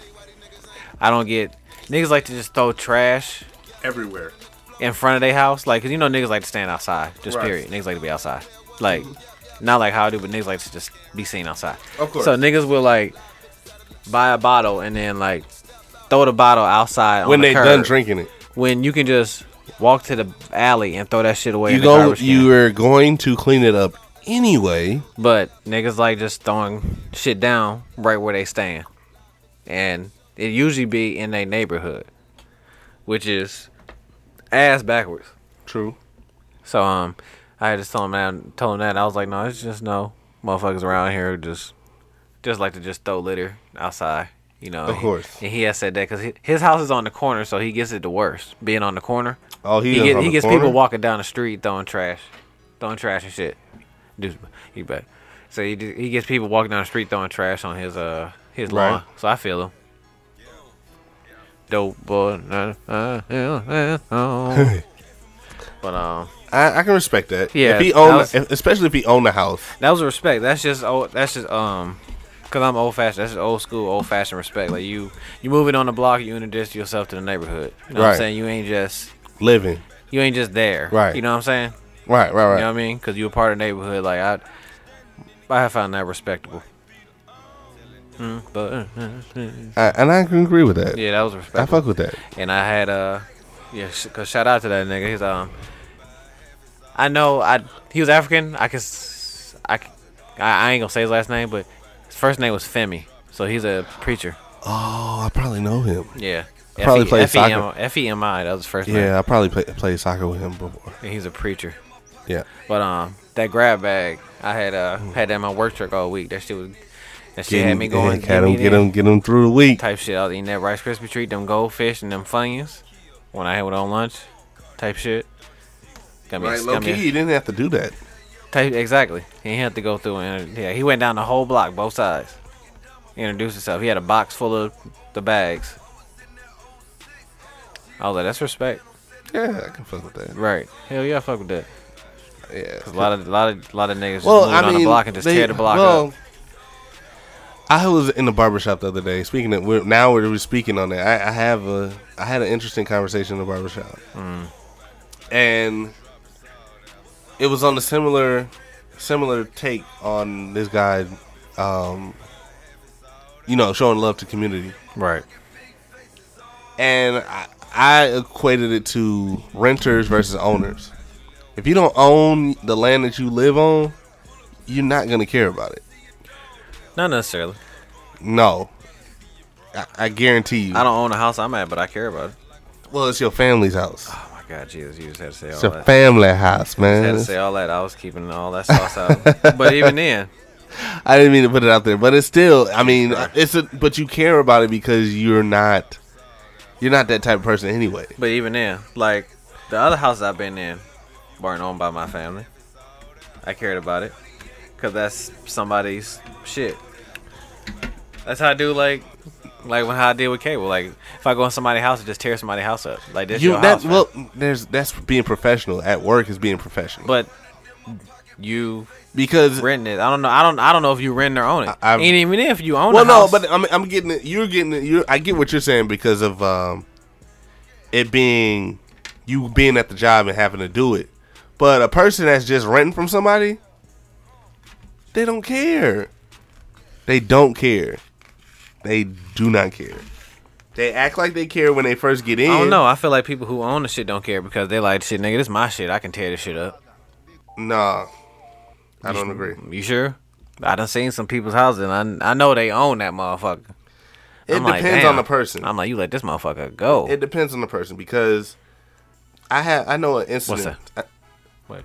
E: I don't get niggas like to just throw trash
B: Everywhere.
E: in front of their house, like, 'cause you know niggas like to stand outside, just
B: Right.
E: period. Niggas like to be outside, like, not like how I do, but niggas like to just be seen outside.
B: Of course.
E: So niggas will like buy a bottle and then like throw the bottle outside on
B: When
E: the
B: they
E: curb,
B: done drinking it,
E: When you can just walk to the alley and throw that shit away.
B: you
E: in the
B: go.
E: garbage can.
B: You were going to clean it up anyway.
E: But niggas like just throwing shit down right where they stand. And it usually be in their neighborhood, which is ass backwards.
B: True.
E: So um, I just told him that, told him that I was like, no, it's just no motherfuckers around here who just just like to just throw litter outside, you know.
B: Of course.
E: And he has said that because his house is on the corner, so he gets it the worst being on the corner.
B: Oh, he,
E: He,
B: lives
E: get,
B: on
E: he
B: the
E: gets
B: corner?
E: people walking down the street throwing trash, throwing trash and shit. Dude, you bet. So he do- he gets people walking down the street throwing trash on his uh his
B: Right.
E: lawn. So I feel him. Dope boy, nah, nah, nah, nah, nah. but um,
B: I, I can respect that.
E: Yeah,
B: If he
E: that
B: owned,
E: was-
B: if- especially if he owned the house.
E: That was respect. That's just old. That's just um, cause I'm old fashioned. That's just old school, old fashioned respect. Like you, you moving on the block, you introduce yourself to the neighborhood. You know what
B: Right.
E: I'm saying? You ain't just,
B: Living.
E: you ain't just there.
B: Right.
E: You know what I'm saying?
B: Right. Right. Right.
E: You know what I mean? Cause you a part of the neighborhood. Like I, I have found that respectable. Hmm, But uh,
B: I, and I can agree with that.
E: yeah, that was
B: I
E: respectful.
B: fuck with that.
E: and I had uh, yeah, sh- cause shout out to that nigga. He's um, I know I he was African. I can s- I c- I- I ain't gonna say his last name, but his first name was Femi. So he's a preacher.
B: Oh, I probably know him.
E: Yeah.
B: Probably played soccer.
E: F E M I. That was his first name.
B: Yeah, I probably play, played soccer with him before.
E: And he's a preacher.
B: Yeah.
E: But um, that grab bag I had uh had that in my work truck all week. That shit was that shit had me going.
B: Get
E: me
B: him, get
E: there.
B: him, get him through the week.
E: type shit. I was eating that Rice Krispie treat, them goldfish, and them funyuns when I had it on lunch, type shit. Got me,
B: Right, low
E: got
B: key,
E: me
B: you didn't have to do that.
E: type, exactly. He had to go through and yeah, he went down the whole block, both sides. He introduced himself. He had a box full of the bags. I was like, that's respect,
B: Yeah, I can fuck with that.
E: right? Hell yeah, I fuck with that.
B: Yeah,
E: 'Cause a lot of, lot of, lot of niggas
B: well,
E: just moving
B: I mean,
E: on the block and just
B: they-
E: tear the block
B: well,
E: up.
B: I was in the barbershop the other day. Speaking of, we're, now we're speaking on that. I, I have a, I had an interesting conversation in the barbershop,
E: Hmm.
B: and it was on a similar, similar take on this guy, um, you know, showing love to community,
E: Right.
B: and I, I equated it to renters versus owners. If you don't own the land that you live on, you're not gonna care about it.
E: Not necessarily.
B: No. I, I guarantee you.
E: I don't own a house I'm at, but I care about it.
B: Well, it's your family's house.
E: Oh my God, Jesus, you just had to say all
B: It's
E: that.
B: your family house,
E: had
B: man.
E: to say all that. I was keeping all that sauce out. but even then,
B: I didn't mean to put it out there, but it's still. I mean, it's a, but you care about it because you're not, you're not that type of person anyway.
E: but even then, like the other houses I've been in weren't owned by my family. I cared about it because that's somebody's shit. That's how I do like, like when how I deal with cable. Like if I go in somebody's house, I just tear somebody's house up. Like this
B: You
E: your
B: that
E: house. man.
B: well, there's that's being professional at work is being professional,
E: but you
B: because
E: renting it. I don't know. I don't. I don't know if you rent or own it.
B: I- I've-
E: and even if you own,
B: well,
E: a
B: no,
E: house,
B: but I'm I'm getting it. You're getting it. You're I get what you're saying because of um, it being you being at the job and having to do it. But a person that's just renting from somebody, they don't care. They don't care. They do not care. They act like they care when they first get in.
E: I don't know. I feel like people who own the shit don't care because they like shit, nigga. This is my shit. I can tear this shit up.
B: Nah, I don't agree.
E: You sure? I done seen some people's houses and I, I know they own that motherfucker.
B: It
E: I'm like,
B: depends
E: damn.
B: on the person.
E: I'm like, you let this motherfucker go.
B: it depends on the person because I have I know an incident. I-
E: Wait,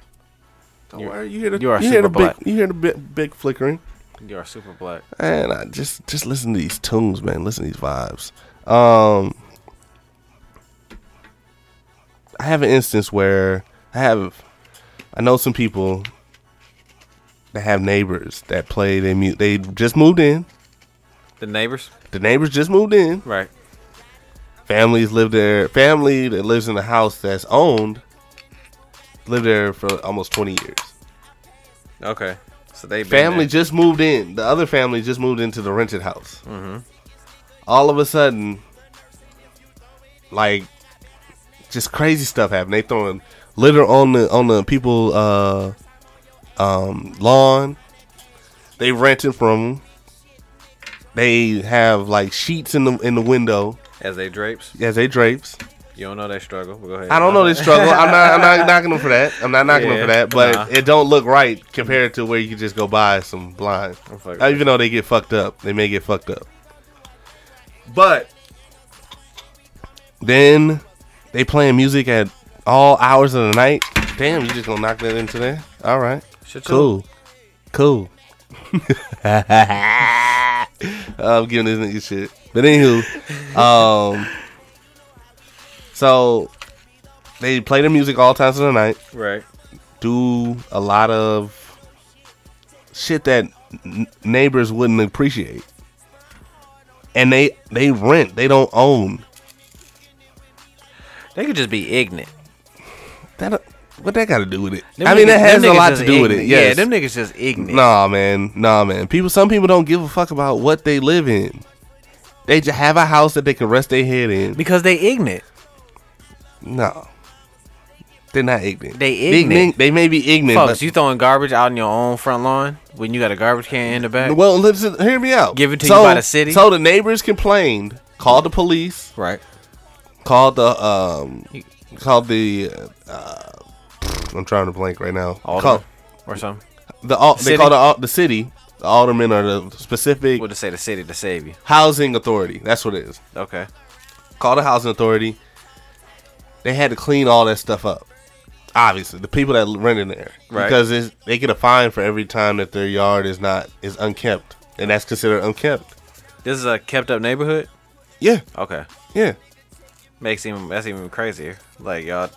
B: Don't worry, you hear the
E: you are
B: you hear the
E: super
B: big
E: black.
B: you hear the big, big flickering,
E: you are super black.
B: and I just just listen to these tunes, man. Listen to these vibes. Um, I have an instance where I have I know some people that have neighbors that play they mute. They just moved in.
E: The neighbors,
B: The neighbors just moved in.
E: right?
B: Families live there. Family that lives in the house that's owned lived there for almost twenty years.
E: Okay, so they been
B: family
E: there.
B: just moved in. The other family just moved into the rented house. Mm-hmm. All of a sudden, like, just crazy stuff happened. They throwing litter on the on the people uh, um, lawn. They renting from. 'em. They have like sheets in the in the window
E: as they drapes.
B: as they drapes.
E: You don't know they struggle. But go ahead.
B: I don't know this struggle. I'm not. I'm not knocking them for that. I'm not knocking them for
E: Yeah,
B: that. But
E: nah.
B: it, it don't look right compared to where you can just go buy some blinds.
E: I'm fucking-
B: Uh, Even though they get fucked up, they may get fucked up. But then they playing music at all hours of the night. Damn, you just gonna knock that into there? All right,
E: Shut your-
B: cool, cool. I'm giving this nigga shit. But anywho, um, so they play the music all times of the night.
E: Right.
B: Do a lot of shit that n- neighbors wouldn't appreciate, and they they rent. They don't own
E: They could just be ignorant.
B: that. What that got to do with it?
E: Them
B: I mean,
E: niggas-
B: that has
E: them
B: a
E: niggas
B: lot
E: just
B: to do with it.
E: ignorant.
B: Yes.
E: Yeah, them niggas just ignorant.
B: Nah, man. Nah, man. People. Some people don't give a fuck about what they live in. They just have a house that they can rest their head in.
E: because they ignorant.
B: No. They're not ignorant.
E: They
B: Big
E: ignorant.
B: nig- They may be ignorant.
E: Folks, you throwing garbage out in your own front lawn when you got a garbage can in the back?
B: but, well, listen, hear me out.
E: Give it to you by the city?
B: So the neighbors complained, called the police,
E: Right.
B: called the um, called the. Uh, I'm trying to blank right now.
E: Alderman
B: Call-
E: or something.
B: the al- they
E: City?
B: call the al- the city. The aldermen are the specific
E: We'll just say the city to save you.
B: housing authority. That's what it is.
E: Okay.
B: Call the housing authority. They had to clean all that stuff up. Obviously, the people that rent in there,
E: Right.
B: Because it's, they get a fine for every time that their yard is not is unkept, and that's considered unkept.
E: This is a kept up neighborhood?
B: Yeah,
E: Okay.
B: yeah.
E: Makes even that's even crazier. Like y'all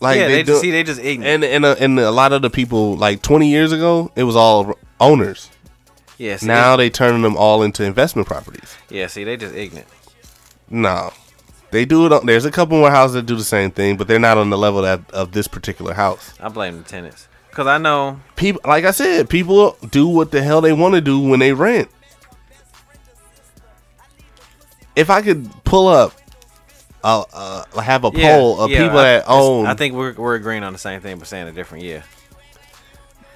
B: Like
E: Yeah, they,
B: do-
E: just see they just
B: and
E: ignorant.
B: and uh, and a lot of the people like 20 years ago, it was all r- owners.
E: yeah, see,
B: Now they turning them all into investment properties.
E: they, yeah, see they just ignorant.
B: No. They do it on there's a couple more houses that do the same thing, but they're not on the level that of this particular house.
E: I blame the tenants. Cause I know
B: People like I said, people do what the hell they want to do when they rent. If I could pull up uh, uh have a
E: yeah,
B: poll of
E: yeah,
B: people
E: I-
B: that
E: it's-
B: own
E: I think we're we're agreeing on the same thing but saying a different yeah.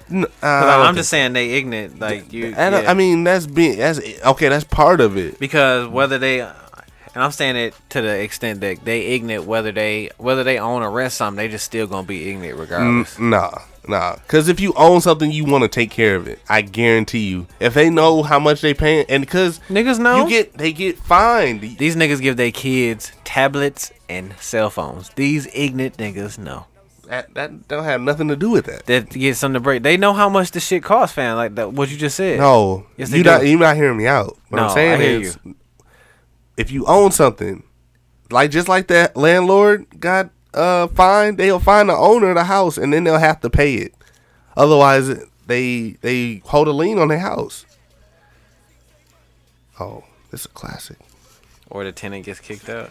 B: N- uh,
E: But
B: I
E: I
B: don't
E: am just saying they ignorant like you
B: think- I, don't-
E: yeah.
B: I mean that's being that's okay, that's part of it.
E: because whether they and I'm saying it to the extent that they ignorant whether they whether they own or rent something they just still gonna be ignorant regardless.
B: Mm, Nah, nah. Because if you own something, you want to take care of it. I guarantee you. If they know how much they paying, and because
E: Niggas know.
B: you get they get fined.
E: These niggas give their kids tablets and cell phones. These ignorant niggas know.
B: That, that don't have nothing to do with that.
E: That gets something to break. They know how much this shit costs, fam. Like that, what you just said.
B: No,
E: Yes, they
B: you
E: do.
B: not you not hearing me out. What I'm
E: No,
B: saying
E: I hear
B: is, if you own something, like just like that landlord got uh fined, they'll find the owner of the house, and then they'll have to pay it. Otherwise, they they hold a lien on their house. Oh, this is a classic.
E: Or the tenant gets kicked out.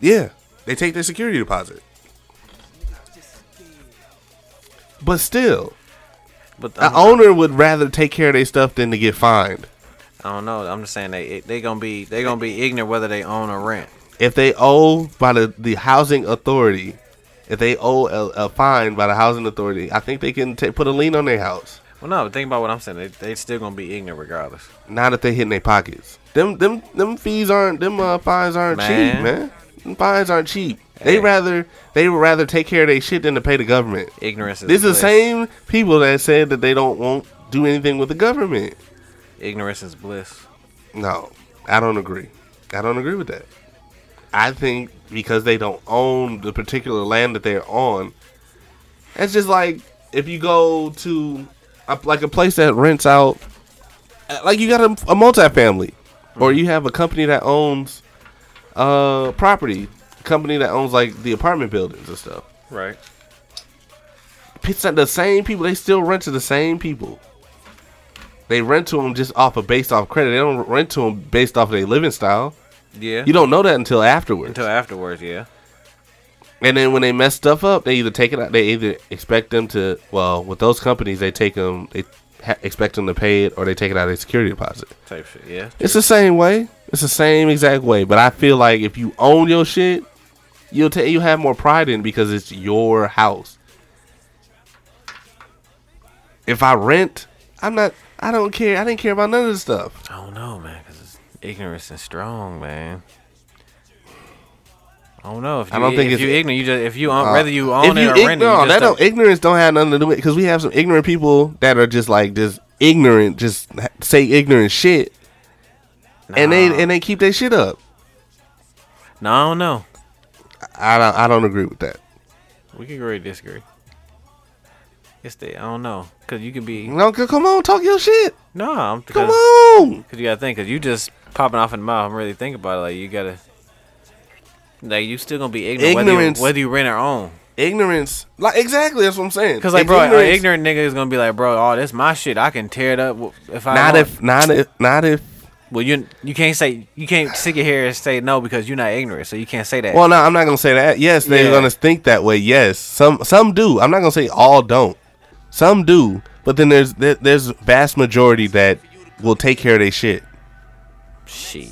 B: Yeah, they take their security deposit. But still,
E: But
B: an
E: I'm-
B: owner would rather take care of their stuff than to get fined.
E: I don't know. I'm just saying they they gonna be they gonna be ignorant whether they own or rent.
B: If they owe by the, the housing authority, if they owe a, a fine by the housing authority, I think they can ta put a lien on their house.
E: Well, no. But think about what I'm saying. They they still gonna be ignorant regardless.
B: Not if they hitting their pockets. Them them them fees aren't them uh, fines aren't cheap,
E: Man.
B: man. Them fines aren't cheap.
E: Hey.
B: They rather they would rather take care of their shit than to pay the government.
E: Ignorance is
B: These are the
E: bliss.
B: same people that said that they don't won't do anything with the government.
E: Ignorance is bliss.
B: No, I don't agree. I don't agree with that. I think because they don't own the particular land that they're on, it's just like if you go to a, like a place that rents out, uh, like you got a, a multifamily, or you have a company that owns uh property, company that owns like the apartment buildings and stuff.
E: Right.
B: It's not the same people. They still rent to the same people. They rent to them just off of based off credit. They don't rent to them based off their living style.
E: Yeah.
B: You don't know that until afterwards.
E: until afterwards. Yeah.
B: and then when they mess stuff up, they either take it out. They either expect them to. Well, with those companies, they take them. They ha- expect them to pay it, or they take it out of their security deposit.
E: Type shit. Yeah.
B: It's the same way. It's the same exact way. But I feel like if you own your shit, you'll ta- you have more pride in it because it's your house. If I rent, I'm not. I don't care. I didn't care about none of this stuff.
E: I don't know, man, because it's ignorance is strong, man. I don't know if you,
B: I don't think
E: if
B: it's-
E: you ignorant. You just if you own,
B: Uh,
E: whether you own it or
B: ig-
E: rent it. you
B: no,
E: just
B: that
E: don't-
B: don't, ignorance don't have nothing to do with because we have some ignorant people that are just like just ignorant, just ha- say ignorant shit, and they
E: Nah.
B: and they keep their shit up.
E: no, I don't know.
B: I don't, I don't agree with that.
E: We can agree, to disagree. It's the I don't know because you can be
B: No, c- come on, talk your shit.
E: no. I'm
B: Come
E: cause,
B: on.
E: Cause you gotta think, cause you just popping off in the mouth. I'm really thinking about it. Like you gotta, like you still gonna be ignorant whether you,
B: Ignorance-
E: whether you rent or own.
B: ignorance. Like exactly, that's what I'm saying.
E: Cause like,
B: It's
E: bro, uh, an
B: ignorance.
E: ignorant nigga is gonna be like, bro, oh, that's my shit. I can tear it up w- if I
B: Not
E: want.
B: if, not if, not if.
E: Well, you you can't say you can't sit here and say no because you're not ignorant, so you can't say that.
B: Well, no, I'm not gonna say that. Yes, they're
E: Yeah.
B: gonna think that way. Yes, some some do. I'm not gonna say all don't. Some do, but then there's there, there's vast majority that will take care of their shit.
E: shit.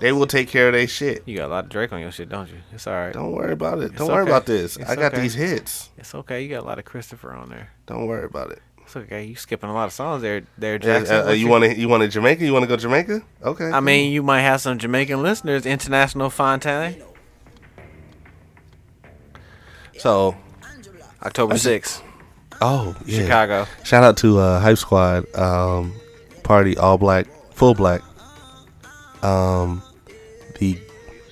B: They will take care of their shit.
E: You got a lot of Drake on your shit, don't you? It's all right.
B: Don't worry about it. Don't
E: It's
B: worry
E: okay.
B: about this.
E: It's
B: I got
E: okay.
B: these hits.
E: It's okay. You got a lot of Christopher on there.
B: Don't worry about it.
E: It's okay. You skipping a lot of songs there, there,
B: Uh,
E: Jackson.
B: uh,
E: What
B: you want to you want to Jamaica? You want to go Jamaica? Okay.
E: I mean, you might have some Jamaican listeners. International Fontaine.
B: so
E: October sixth,
B: oh yeah.
E: Chicago.
B: Shout out to uh, Hype Squad um, party, all black, full black. Um, the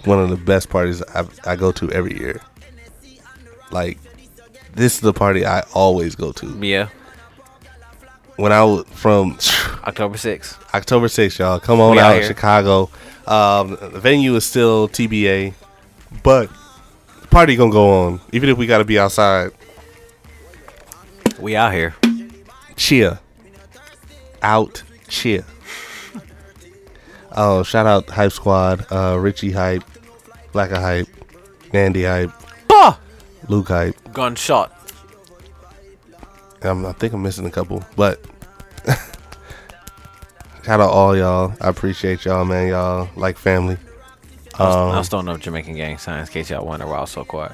B: one of the best parties I, I go to every year. Like this is the party I always go to.
E: Yeah,
B: When I was from
E: October sixth.
B: October 6th, y'all. Come on
E: We out
B: out in
E: here.
B: Chicago. Um, the venue is still TBA, but the party gonna go on. Even if we gotta be outside,
E: We out here.
B: cheer. Out cheer. Oh, shout out Hype Squad, uh, Richie Hype, Blacker Hype, Nandy Hype,
E: Bah!
B: Luke Hype.
E: Gunshot.
B: Um, I think I'm missing a couple, but shout out all y'all. I appreciate y'all, man. Y'all like family.
E: I still know Jamaican gang signs. In case y'all wonder why I was so quiet.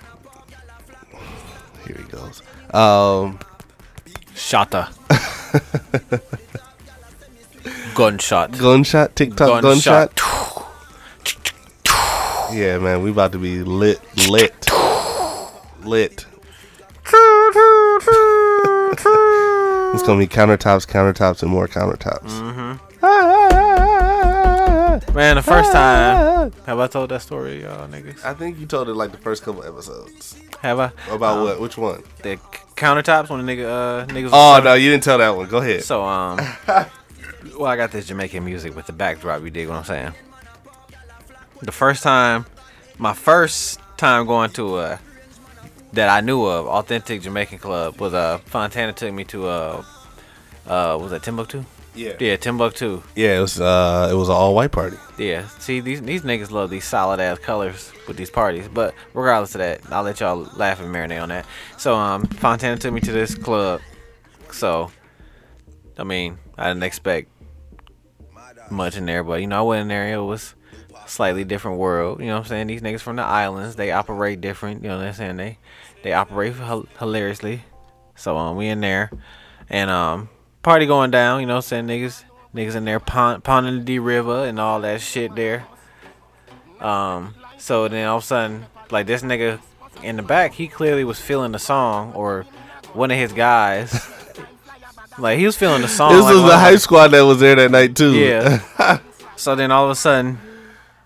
B: Here he goes. Um,
E: Shotta. Gunshot.
B: gunshot TikTok gunshot.
E: Gunshot.
B: Yeah, man, we about to be lit, lit, lit. it's gonna be countertops, countertops, and more countertops.
E: Man, the Mm-hmm. first time have I told that story, to y'all niggas?
B: I think you told it like the first couple episodes
E: Have I?
B: about
E: Um,
B: what? Which one?
E: The c- countertops when the nigga uh niggas. was
B: Oh
E: selling-
B: no, you didn't tell that one. Go ahead.
E: So um, well, I got this Jamaican music with the backdrop. You dig what I'm saying? The first time, my first time going to a that I knew of authentic Jamaican club was uh Fontana took me to uh uh was that Timbuktu?
B: yeah, yeah,
E: Yeah, Timbuktu.
B: It was uh, it was an all white party.
E: Yeah, see these these niggas love these solid ass colors with these parties. But regardless of that, I'll let y'all laugh and marinate on that. So um, Fontana took me to this club. So, I mean, I didn't expect much in there, but you know, I went in there. It was slightly different world. You know what I'm saying? These niggas from the islands, they operate different. You know what I'm saying? They they operate hil- hilariously. So um, we in there, and um, party going down. You know what I'm saying? Niggas niggas in there pond, ponding the D River and all that shit there. Um, so then all of a sudden, like this nigga in the back, he clearly was feeling the song or one of his guys. Like he was feeling the song.
B: This
E: Oh, like,
B: was
E: one
B: the
E: of
B: hype squad that was there that night too.
E: yeah. so then all of a sudden,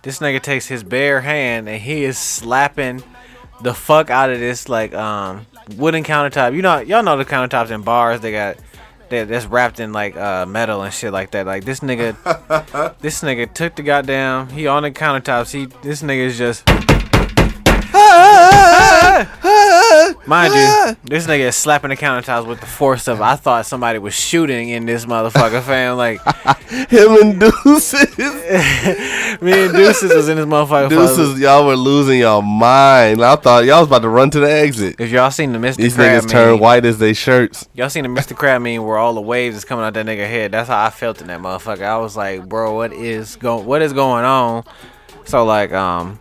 E: this nigga takes his bare hand and he is slapping the fuck out of this like um wooden countertop. You know, y'all know the countertops in bars. They got that that's wrapped in like uh metal and shit like that. Like this nigga, this nigga took the goddamn. He on the countertops. He this nigga is just. Mind you, this nigga is slapping the countertops with the force of I thought somebody was shooting in this motherfucker, fam. Like
B: him and Deuces.
E: Me and Deuces was in this motherfucker.
B: Deuces, y'all were losing your mind. I thought y'all was about to run to the exit.
E: If y'all seen the Mr.
B: These
E: Crab
B: niggas turn
E: meme,
B: white as they shirts.
E: y'all seen the Mr. Crab meme where all the waves is coming out that nigga head. That's how I felt in that motherfucker. I was like, bro, what is going? What is going on? So like, um,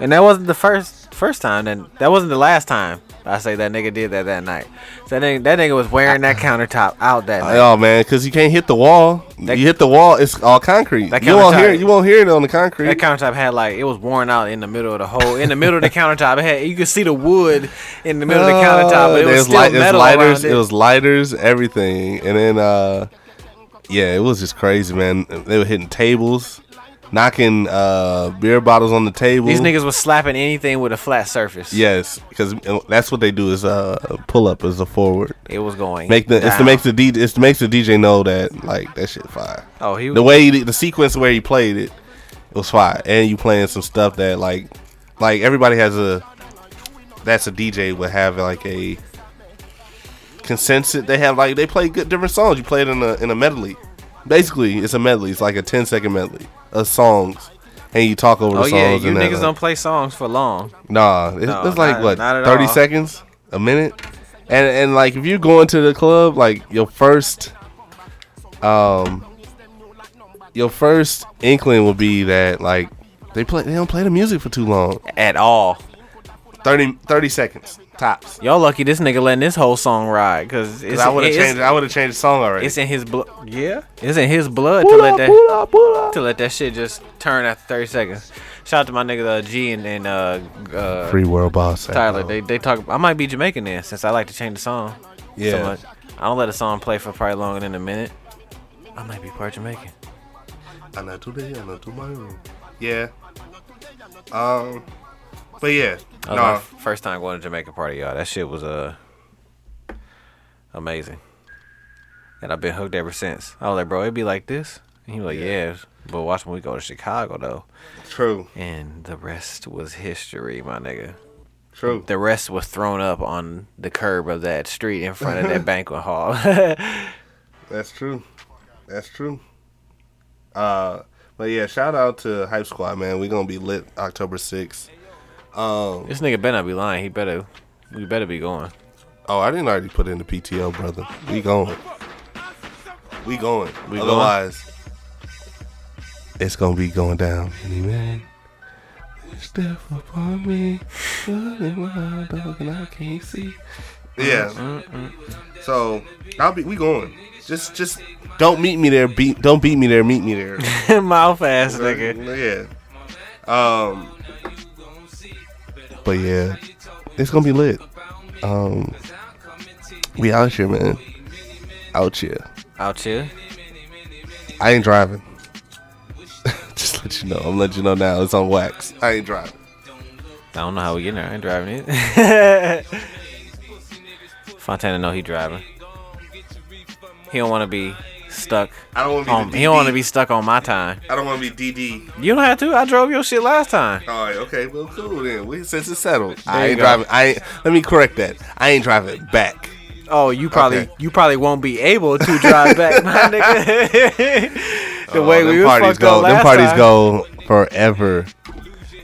E: and that wasn't the first first time. Then that wasn't the last time I say that nigga did that that night. So that nigga, that nigga was wearing that countertop out that night.
B: Oh man, because you can't hit the wall.
E: That-
B: you hit the wall, it's all concrete.
E: That
B: You won't
E: countertop-
B: hear. You won't hear it on the concrete.
E: That countertop had like it was worn out in the middle of the hole, in the middle of the countertop. It had you could see the wood in the middle of the countertop, but it
B: Uh, Oh,
E: was
B: There's
E: still
B: light- there's
E: metal
B: lighters.
E: around it.
B: It was lighters, everything, and then uh, yeah, it was just crazy, man. They were hitting tables, knocking uh beer bottles on the table.
E: These niggas was slapping anything with a flat surface.
B: Yes, because that's what they do is uh pull up as a forward.
E: It was going.
B: Make the it's to
E: down.
B: make the D it's to makes the DJ know that like that shit fire.
E: Oh, he
B: the way the sequence where he played it, it was fire. And you playing some stuff that like, like everybody has a, that's a DJ would have like a consensus. They have like they play good different songs. You play it in a in a medley. Basically, it's a medley. It's like a 10 second medley of songs, and you talk over
E: Oh
B: the
E: yeah,
B: songs.
E: you
B: and that,
E: niggas
B: uh,
E: don't play songs for long.
B: Nah, it's,
E: No,
B: it's like
E: not-
B: what
E: not at
B: thirty
E: all.
B: seconds, a minute, and and like if you go into the club, like your first, um, your first inkling will be that like They play. They don't play the music for too long.
E: at all.
B: 30, 30 seconds tops.
E: Y'all lucky this nigga letting this whole song ride, cause it's
B: 'Cause I would have
E: it's,
B: changed. I would have changed the song already.
E: it's in his blood. Yeah, it's in his blood to let that to let that shit just turn after thirty seconds. Shout out to my nigga uh, G and, and uh, uh,
B: Free world boss.
E: Tyler. They they talk. I might be Jamaican then, since I like to change the song. So
B: Yeah.
E: much. I don't let a song play for probably longer than a minute. I might be part Jamaican.
B: I know today, I know tomorrow. Yeah. Um. But yeah.
E: That was my
B: No.
E: f- first time going to Jamaica party, y'all. That shit was uh amazing, and I've been hooked ever since. I was like, bro, it'd be like this. And he was like, yeah, but watch when we go to Chicago though,
B: True.
E: and the rest was history, my nigga.
B: True.
E: The rest was thrown up on the curb of that street in front of that banquet hall. yeah,
B: That's true. That's true. Uh, but yeah, shout out to Hype Squad, man. We're gonna be lit October sixth. Um,
E: This nigga better not be lying. He better, we better be going.
B: oh, I didn't already put in the PTO, brother. We going. We going.
E: We going?
B: Otherwise, it's gonna be going down. Any minute. Step upon me, look in my dog, and I can't see. Uh, Yeah. So I'll be. We going. Just, just don't meet me there. Beat. Don't beat me there. Meet me there.
E: Mouth ass nigga.
B: Yeah. Um. But yeah, it's gonna be lit. Um. We out here, man. Out here.
E: Out here.
B: I ain't driving. Just let you know. I'm letting you know now. It's on wax. I ain't driving.
E: I don't know how we getting there. I ain't driving it. Fontana know he driving. He don't want to be stuck.
B: I don't want to be.
E: On,
B: the
E: Um, he don't want to
B: DD.
E: be stuck on my time.
B: I don't want to be DD.
E: You don't have to. I drove your shit last time.
B: All right. Okay. Well, cool then. We since it's settled.
E: There
B: I
E: you
B: ain't
E: go.
B: driving. I ain't, let me correct that. I ain't driving back.
E: Oh, you probably
B: Okay.
E: you probably won't be able to drive back, my nigga. the
B: Oh,
E: way
B: them
E: we was fucked
B: go.
E: up last
B: Them parties
E: time.
B: go forever.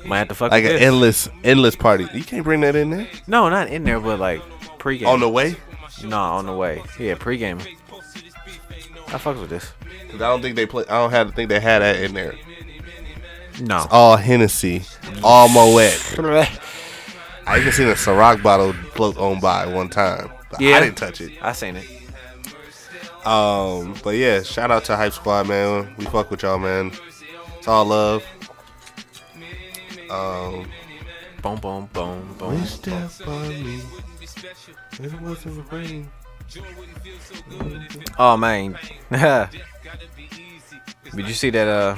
E: Might have to fuck
B: Like
E: with
B: an
E: this.
B: endless, endless party. You can't bring that in there.
E: No, not in there, but like pregame.
B: On the way,
E: no, on the way. Yeah, pregame. I fuck with this.
B: 'Cause I don't think they play. I don't have to think they had that in there.
E: No.
B: All Hennessy, all Moet. I even seen a Ciroc bottle float on by one time. But
E: Yeah.
B: I didn't touch it.
E: I seen it.
B: Um, but yeah, shout out to Hype Squad, man. We fuck with y'all, man. It's all love. Um,
E: Boom, boom, boom, boom. Oh man, did you see that? Uh,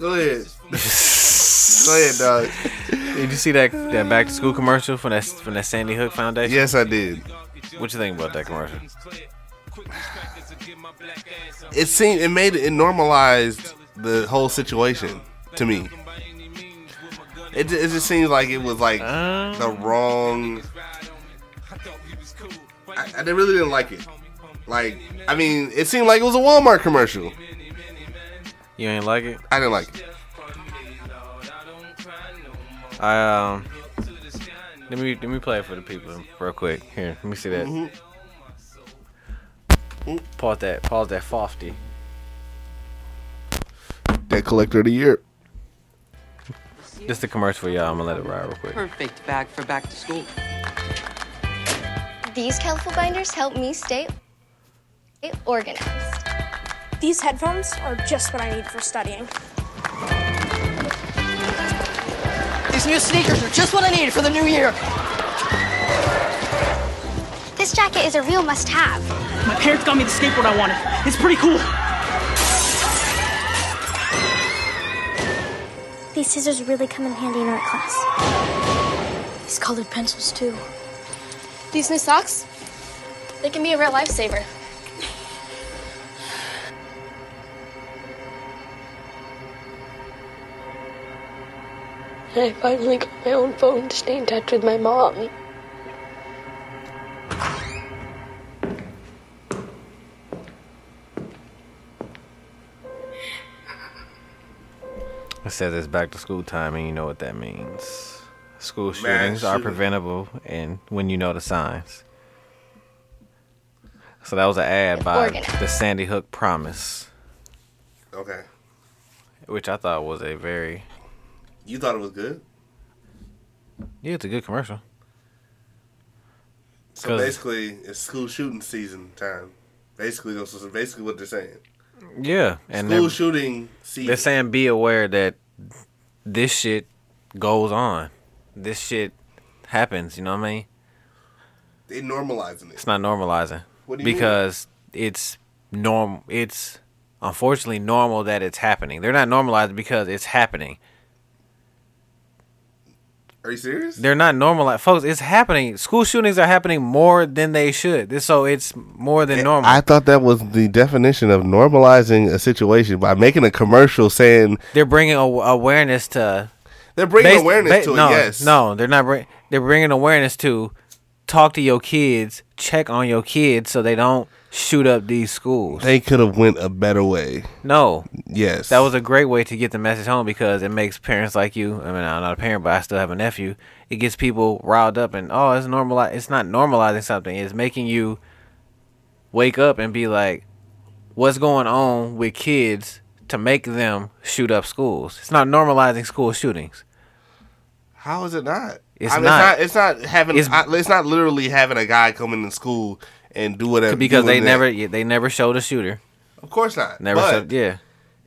B: Go ahead. Go ahead, dog.
E: did you see that that back to school commercial from that from that Sandy Hook Foundation?
B: Yes, I did.
E: What you think about that commercial?
B: It seemed it made it normalized the whole situation to me. It, ju- it just seems like it was like
E: Uh,
B: the wrong. I, I really didn't like it. Like, I mean, it seemed like it was a Walmart commercial.
E: you ain't like it?
B: I didn't like it.
E: I um. Let me let me play it for the people real quick. Here, let me see that. Mm-hmm. Pause that. Pause that. Fofty.
B: Debt collector of the year.
E: This the commercial for y'all. I'm gonna let it ride real quick.
F: perfect bag for back to school.
G: These colorful binders help me stay organized.
H: These headphones are just what I need for studying.
I: These new sneakers are just what I need for the new year.
G: This jacket is a real must-have.
J: My parents got me the skateboard I wanted. It's pretty cool.
H: These scissors really come in handy in art class. These colored pencils, too.
K: These new socks, they can be a real lifesaver.
L: And I finally got my own phone to stay in touch with my mom.
E: It says it's back to school time, and you know what that means. School
B: Mass
E: shootings are
B: shooting.
E: preventable, and when you know the signs. So that was an ad by
G: Oregon.
E: the Sandy Hook Promise.
B: Okay.
E: It which I thought was a very
B: You thought it was good.
E: yeah, it's a good commercial.
B: So
E: 'Cause-
B: basically, it's school shooting season time. Basically, that's that's basically what they're saying.
E: Yeah, and
B: school
E: they're,
B: shooting season.
E: they're saying be aware that this shit goes on. This shit happens. You know what I mean?
B: they normalizing it.
E: It's not normalizing
B: What do you mean?
E: because it's norm. It's unfortunately normal that it's happening. They're not normalized because it's happening.
B: Are you serious?
E: They're not normalized, folks. It's happening. School shootings are happening more than they should. This- So it's more than normal.
B: I thought that was the definition of normalizing a situation by making a commercial saying
E: they're bringing a- awareness to
B: they're bringing
E: Bas-
B: awareness
E: ba-
B: to
E: no,
B: it. Yes,
E: No, they're not. Bring, they're bringing awareness to talk to your kids, check on your kids, so they don't shoot up these schools.
B: they could have went a better way.
E: No,
B: Yes,
E: that was a great way to get the message home because it makes parents like you. I mean, I'm not a parent, but I still have a nephew. It gets people riled up and oh, it's normal. It's not normalizing something. It's making you wake up and be like, what's going on with kids to make them shoot up schools? It's not normalizing school shootings.
B: How is it not?
E: It's not.
B: It's not, it's not having.
E: It's-
B: It's, it's not literally having a guy come into school and do whatever
E: Because
B: do
E: they
B: that.
E: never, yeah, they never showed a shooter.
B: Of course not.
E: Never
B: but
E: said, yeah.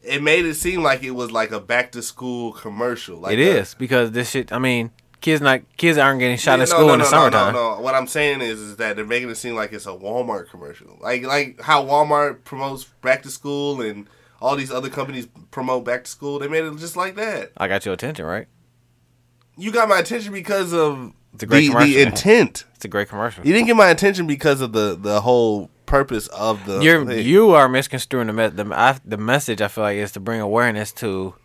B: It made it seem like it was like a back to school commercial. Like
E: It
B: a-
E: is because this shit. I mean, kids not kids aren't getting shot
B: Yeah,
E: at school in the summertime.
B: No, no, What I'm saying is, is that they're making it seem like it's a Walmart commercial, like like how Walmart promotes back to school and all these other companies promote back to school. They made it just like that.
E: I got your attention, right?
B: You got my attention because of
E: It's a great
B: the,
E: commercial.
B: the intent.
E: It's a great commercial.
B: You didn't get my attention because of the the whole purpose of the.
E: You're
B: thing.
E: you are misconstruing the me- the I, the message. I feel like is to bring awareness to.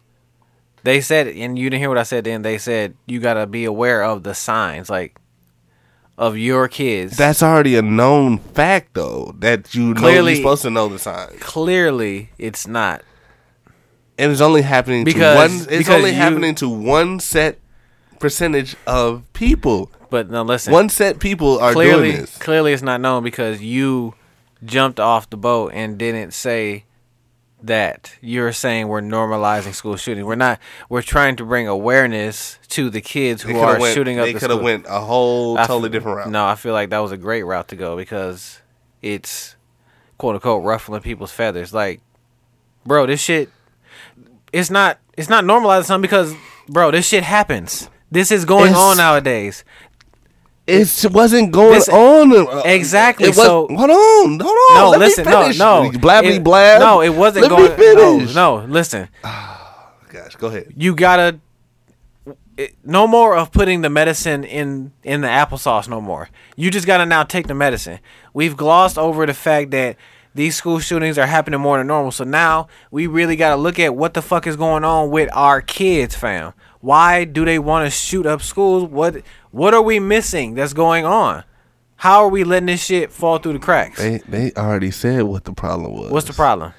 E: They said, and you didn't hear what I said. Then they said you gotta be aware of the signs, like of your kids.
B: That's already a known fact, though, that you know
E: Clearly-
B: you're supposed to know the signs,
E: clearly it's not.
B: and it's only happening
E: Because-
B: to one. It's
E: because
B: only
E: you-
B: happening to one set percentage of people.
E: But no, listen.
B: One set people are
E: clearly,
B: doing this.
E: clearly it's not known because you jumped off the boat and didn't say that. You're saying we're normalizing school shooting. We're not. We're trying to bring awareness to the kids
B: They
E: who
B: coulda
E: are
B: went-
E: shooting up.
B: They
E: the
B: coulda
E: school.
B: went a whole
E: I f-
B: totally different route.
E: No, I feel like that was a great route to go because it's quote unquote ruffling people's feathers. Like, bro, this shit it's not it's not normalizing something because bro, this shit happens. This is going
B: It's-
E: on nowadays.
B: it wasn't going
E: This-
B: on uh,
E: Exactly,
B: It was,
E: so-
B: hold on, hold on.
E: no,
B: let me
E: listen, no,
B: finish.
E: no,
B: blabby
E: It-
B: blab.
E: No, it wasn't
B: Let me
E: going. No,
B: finish.
E: no, listen,
B: Gosh, go ahead.
E: you gotta. It, no more of putting the medicine in in the applesauce. No more. You just gotta now take the medicine. We've glossed over the fact that these school shootings are happening more than normal. So now we really gotta look at what the fuck is going on with our kids, fam. Why do they want to shoot up schools? What what are we missing that's going on? How are we letting this shit fall through the cracks?
B: They they already said what the problem was.
E: What's the problem?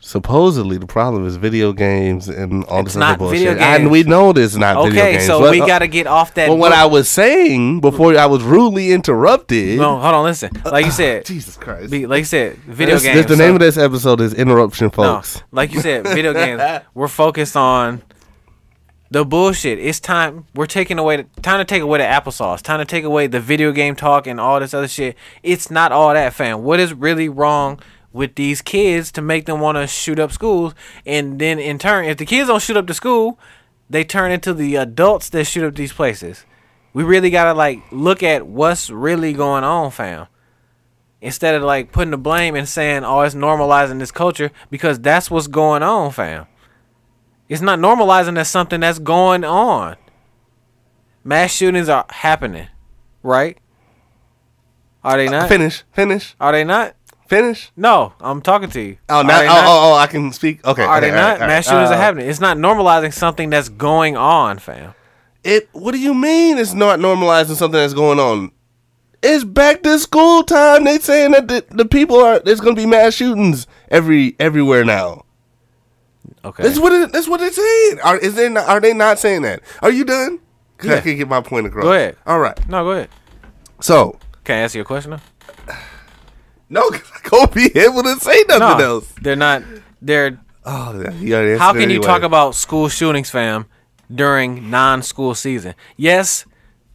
B: Supposedly the problem is video games and all
E: It's
B: this other
E: not video
B: bullshit. And
E: games.
B: we know this is not video
E: Okay,
B: games.
E: so
B: But- uh,
E: we got to get off that.
B: But what
E: book.
B: I was saying before I was rudely interrupted.
E: no, hold on, listen. Like you said,
B: Jesus Christ.
E: be- like you said, video
B: This- this-
E: games.
B: the name
E: so-
B: of this episode is interruption,
E: No,
B: folks.
E: like you said, video games. We're focused on the bullshit. It's time we're taking away the, time to take away the applesauce. Time to take away the video game talk and all this other shit. It's not all that, fam. What is really wrong with these kids to make them want to shoot up schools? And then in turn, if the kids don't shoot up the school, they turn into the adults that shoot up these places. We really gotta like look at what's really going on, fam instead of like putting the blame and saying, "Oh, it's normalizing this culture," because that's what's going on, fam. It's not normalizing that's something that's going on. Mass shootings are happening, right? Are they not?
B: Finish, finish,
E: Are they not?
B: finish.
E: No, I'm talking to you.
B: Oh,
E: Are
B: now,
E: they
B: oh,
E: not?
B: oh, oh, I can speak. Okay.
E: Are
B: okay,
E: they
B: all right,
E: not?
B: all right.
E: Mass shootings
B: Uh,
E: are happening. It's not normalizing something that's going on, fam.
B: It. What do you mean? It's not normalizing something that's going on. It's back to school time. They saying that the, the people are. There's gonna be mass shootings every everywhere now.
E: Okay.
B: That's what. It, that's what they're saying. Are is they? Not, are they not saying that? Are you done? 'Cause
E: Yeah.
B: I can get my point across.
E: Go ahead.
B: All right.
E: No, go ahead.
B: So
E: Can I ask you a question? Now?
B: no, 'cause I won't be able to say nothing
E: No,
B: else.
E: they're not. They're
B: Oh, yeah, he already
E: How
B: answered it
E: can you
B: anyway.
E: talk about school shootings, fam, during non-school season? Yes,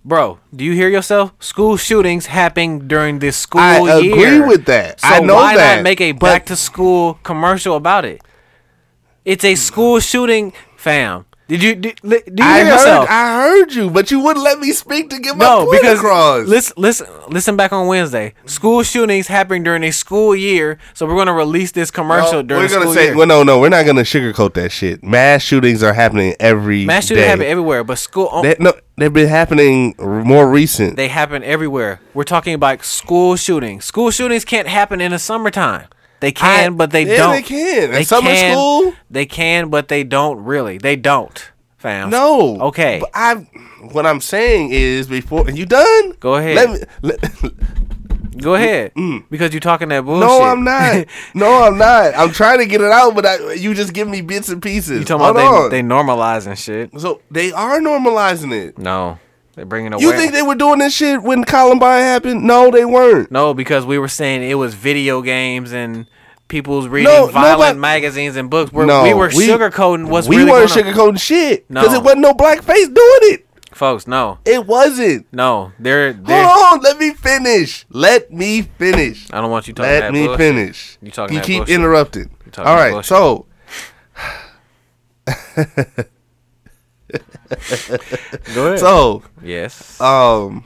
E: bro. Do you hear yourself? School shootings happening during the school
B: I
E: year.
B: agree with that.
E: So
B: I know
E: why
B: that,
E: not make a
B: but-
E: back to school commercial about it? It's a school shooting, fam. Did you do, li- do you
B: I
E: hear
B: heard,
E: yourself?
B: I heard you, but you wouldn't let me speak to get my
E: no,
B: point
E: because
B: across.
E: listen, listen, listen back on Wednesday. School shootings happening during a school year, so we're gonna release this commercial
B: Well,
E: during
B: we're
E: the
B: gonna
E: school
B: say,
E: year.
B: well, no, no, we're not gonna sugarcoat that shit. Mass shootings are happening every
E: Mass shootings
B: day.
E: happen everywhere, but school
B: That- no, they've been happening r- more recent.
E: They happen everywhere. We're talking about school shootings. School shootings can't happen in the summertime. They can,
B: I-
E: but they
B: yeah,
E: don't.
B: they can. In summer
E: can-
B: school?
E: They can, but they don't really. They don't, fam.
B: no,
E: Okay.
B: But I, what I'm saying is, before you done,
E: Go ahead.
B: Let me, let-
E: Go ahead. Because you're talking that bullshit.
B: mm, no, I'm not. no, I'm not. I'm trying to get it out, but I, you just give me bits and pieces.
E: you talking about
B: Hold
E: they, they normalizing shit.
B: on. so they are normalizing it.
E: No. They're bringing away.
B: You think they were doing this shit when Columbine happened? No, they weren't.
E: no, because we were saying it was video games and people's reading
B: No,
E: violent
B: nobody-
E: magazines and books. We're,
B: no,
E: we were sugarcoating what's
B: we
E: really
B: weren't
E: going on.
B: sugarcoating shit because
E: No.
B: it wasn't no blackface doing it.
E: Folks, no.
B: It wasn't.
E: No. They're, they're
B: Hold on, let me finish. Let me finish.
E: I don't want you talking
B: Let
E: that
B: me
E: bullshit.
B: finish.
E: You talking that
B: keep
E: bullshit.
B: interrupting.
E: talking
B: All
E: that
B: right,
E: bullshit.
B: so
E: Go ahead.
B: so
E: yes.
B: um,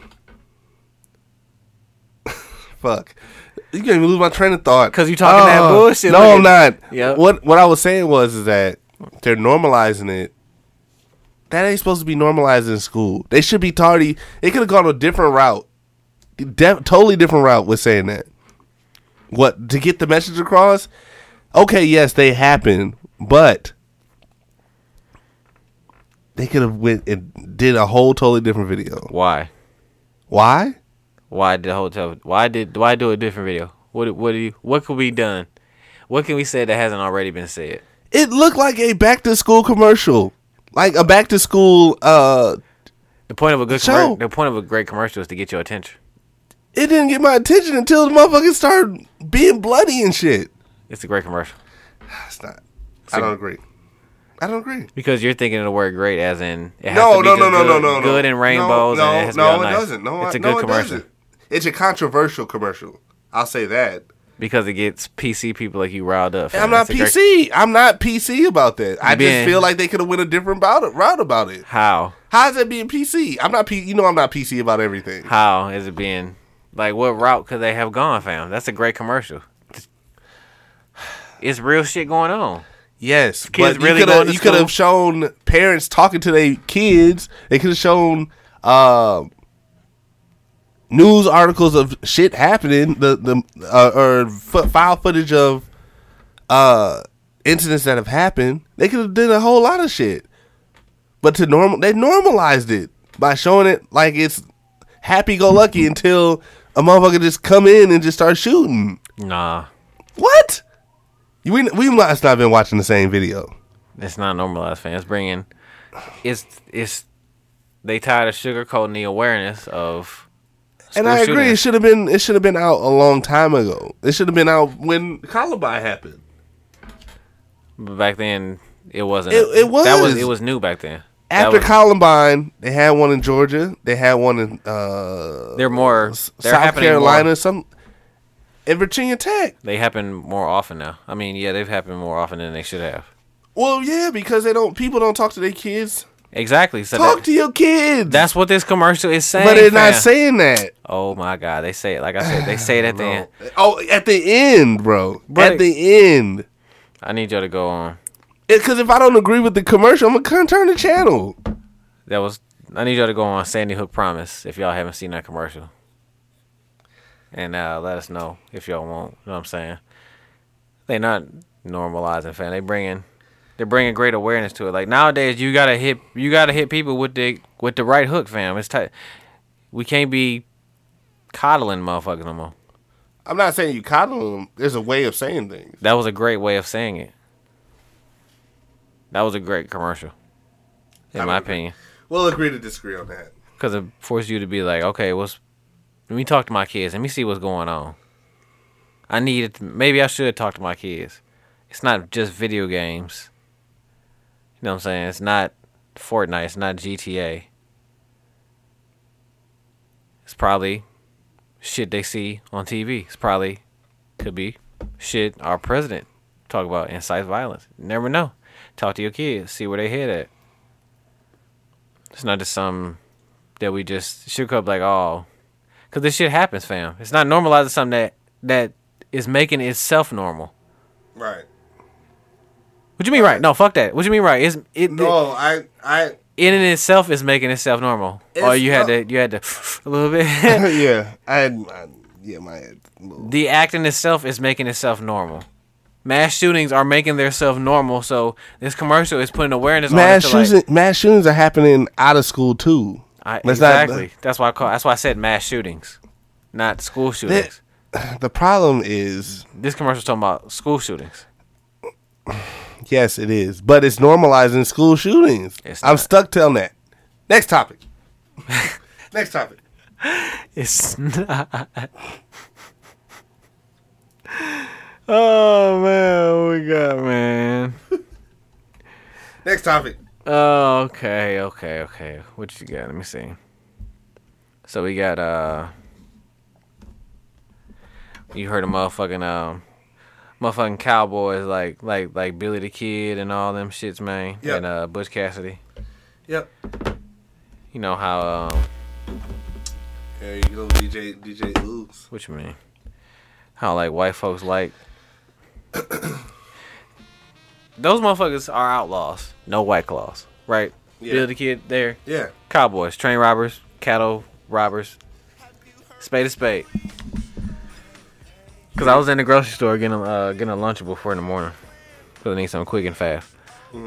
B: fuck. You can't even lose my train of thought Uh,
E: 'Cause you talking that bullshit.
B: No,
E: Look
B: I'm
E: at-
B: not.
E: Yep.
B: What what I was saying was is that they're normalizing it. That ain't supposed to be normalized in school. They should be tardy. It could have gone a different route, De- totally different route with saying that. What to get the message across? Okay, yes, they happen, but they could have went and did a whole totally different video.
E: why?
B: Why?
E: Why did the hotel? Why did? Why do a different video? What? What do you? What could be done? What can we say that hasn't already been said?
B: It looked like a back to school commercial, like a back to school. Uh,
E: The point of a good
B: So-
E: commer- the point of a great commercial is to get your attention.
B: it didn't get my attention until the motherfuckers started being bloody and shit.
E: It's a great commercial
B: That's not. I don't agree. I don't agree.
E: because you're thinking of the word "great" as in it has
B: No,
E: to be
B: no, no,
E: just
B: no,
E: good,
B: no, no, no.
E: good and rainbows.
B: No,
E: and it has to
B: no,
E: be all
B: no, it
E: nice.
B: doesn't. No,
E: it's
B: I-
E: a
B: no,
E: good
B: it
E: commercial
B: doesn't. It's a controversial commercial. I'll say that.
E: because it gets PC people like you riled up.
B: I'm
E: fam.
B: not
E: It's a great-
B: PC. I'm not PC about that. I
E: being-
B: just feel like they could have went a different bout- route about it.
E: How?
B: How's that being PC? I'm not P. You know I'm not PC about everything.
E: How is it being? Like, what route could they have gone, fam? That's a great commercial. It's real shit going on.
B: Yes,
E: Kids
B: but
E: really
B: you could
E: going
B: have
E: to
B: you could have shown parents talking to their kids. They could have shown um news articles of shit happening. The the uh, or fo- file footage of uh incidents that have happened. They could have did a whole lot of shit, but to normal they normalized it by showing it like it's happy go lucky until a motherfucker just come in and just start shooting.
E: Nah,
B: What? We we must not been watching the same video.
E: it's not normalized, fam. It's bringing, it's it's they tired of sugarcoating the awareness of.
B: And
E: school
B: I agree. It
E: shootings.
B: should have been. It should have been out a long time ago. It should have been out when Columbine happened.
E: But back then, it wasn't.
B: It- it
E: That was
B: was.
E: it was new back then. That
B: After
E: was-
B: Columbine, they had one in Georgia. They had one in uh,
E: they're more. They're
B: South
E: happening
B: Carolina.
E: More,
B: Some in Virginia Tech.
E: they happen more often now. I mean, yeah, they've happened more often than they should have.
B: Well, yeah, because they don't. People don't talk to their kids.
E: Exactly. So
B: Talk
E: that-
B: to your kids.
E: that's what this commercial is saying.
B: but they're not
E: fam.
B: saying that.
E: Oh my God! They say it like I said. They say it at the end.
B: Oh, at the end, bro.
E: But-
B: at the end.
E: I need y'all to go on.
B: Because if I don't agree with the commercial, I'm gonna turn the channel.
E: That was. I need y'all to go on Sandy Hook Promise if y'all haven't seen that commercial. And uh, let us know if y'all won't. You know what I'm saying? They not normalizing, fam. They bringing, they're bringing great awareness to it. Like nowadays, you gotta hit, you gotta hit people with the with the right hook, fam. It's tight. We can't be coddling motherfuckers no more.
B: I'm not saying you coddle them. There's a way of saying things.
E: That was a great way of saying it. That was a great commercial, in
B: I
E: my
B: would agree.
E: opinion.
B: We'll agree to disagree on that.
E: because it forced you to be like, okay, what's let me talk to my kids. Let me see what's going on. I needed. Maybe I should talk to my kids. It's not just video games. You know what I'm saying? It's not Fortnite. It's not GTA. It's probably shit they see on TV. It's probably could be shit our president talk about incites violence. You never know. Talk to your kids. See where they head at. It's not just some that we just shook up like oh, because this shit happens, fam. It's not normalizing something that that is making itself normal.
B: Right.
E: What you mean right? No, fuck that. What you mean right? It's it
B: No, I, I,
E: in and itself is making itself normal. or
B: It's
E: you had
B: not-
E: to you had to a little bit.
B: yeah, I, had my yeah, my head.
E: the act in itself is making itself normal. Mass shootings are making themselves normal, so this commercial is putting awareness
B: mass
E: on it. to, like-
B: shootings. mass shootings are happening out of school too.
E: I,
B: Let's not-
E: exactly. that's why I call. That's why I said mass shootings, not school shootings.
B: The problem is,
E: this commercial's talking about school shootings.
B: yes, it is, but it's normalizing school shootings.
E: It's
B: I'm
E: not.
B: stuck telling that. Next topic. Next topic.
E: It's not. oh man, what we got man.
B: Next topic.
E: Oh, okay, okay, okay. What you got? Let me see. So we got uh you heard a motherfucking um motherfucking cowboys like like like Billy the Kid and all them shits, man.
B: Yeah.
E: And uh Butch Cassidy.
B: Yep.
E: You know how um
B: There you go, DJ DJ Oops.
E: What you mean? How like white folks like those motherfuckers are outlaws. No white claws, right?
B: Yeah.
E: Bill the kid there.
B: Yeah.
E: Cowboys, train robbers, cattle robbers. Spade to spade. Cause I was in the grocery store getting uh getting a lunchable for in the morning. Cause I need something quick and fast.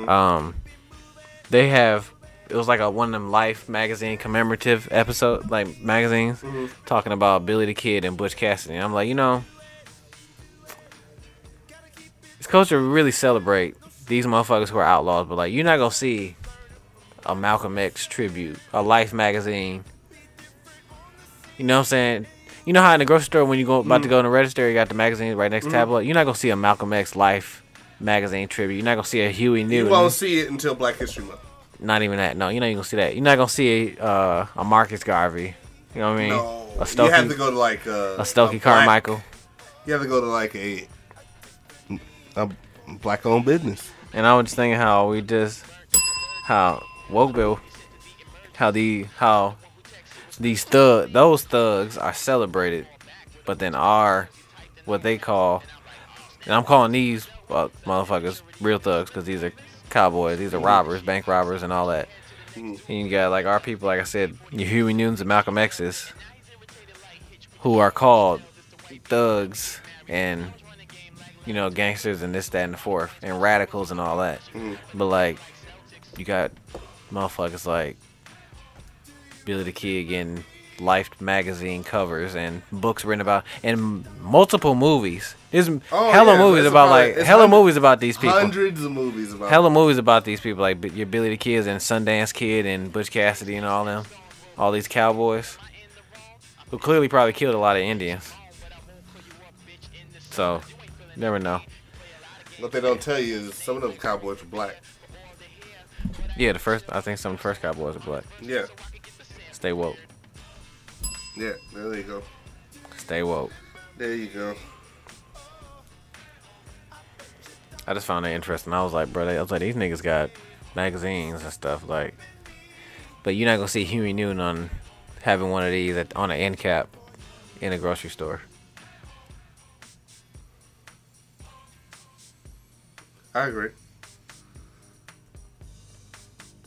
E: Um, they have it was like a one of them Life magazine commemorative episode like magazines talking about Billy the Kid and Butch Cassidy. And I'm like, you know, this culture really celebrate these motherfuckers who are outlaws, but like you're not gonna see a Malcolm X tribute, a Life magazine. You know what I'm saying? You know how in the grocery store when you go about to go in the register, you got the magazine right next tablet. You're not gonna see a Malcolm X Life magazine tribute. You're not gonna see a Huey Newton.
B: see it until Black History Month.
E: Not even that. No, you're not even gonna see that. You're not gonna see a, uh, a Marcus Garvey. You know what I mean? a Stokey,
B: go Oh, to like uh,
E: a Stokey Carmichael.
B: You have to go to like a a black owned business.
E: And I was just thinking how we just how Wokeville, how the how these thug those thugs are celebrated, but then are what they call, and I'm calling these well, motherfuckers real thugs because these are cowboys, these are
B: Mm-hmm.
E: robbers, bank robbers, and all that. And you got like our people, like I said, your Huey Newtons and Malcolm X's, who are called thugs and you know, gangsters and this, that, and the fourth, and radicals and all that.
B: Mm-hmm.
E: But like, you got motherfuckers like Billy the Kid getting Life magazine covers and books written about and multiple movies. There's
B: Oh,
E: hella
B: yeah,
E: movies
B: it's
E: about
B: probably-
E: like
B: it's
E: hella
B: hundred-
E: movies about these people.
B: Hundreds of movies about
E: Hella movies about these people like B- your Billy the Kids and Sundance Kid and Butch Cassidy and all them, all these cowboys who clearly probably killed a lot of Indians. So, never know.
B: What they don't tell you is some of them cowboys were black.
E: Yeah, the first I think some of the first cowboys are black.
B: Yeah,
E: Stay woke.
B: yeah. There you go.
E: Stay woke.
B: There you go.
E: I just found that interesting. I was like, bro, they- I was like, these niggas got magazines and stuff like, but you're not gonna see Huey Newton on having one of these at, on an end cap in a grocery store.
B: I agree.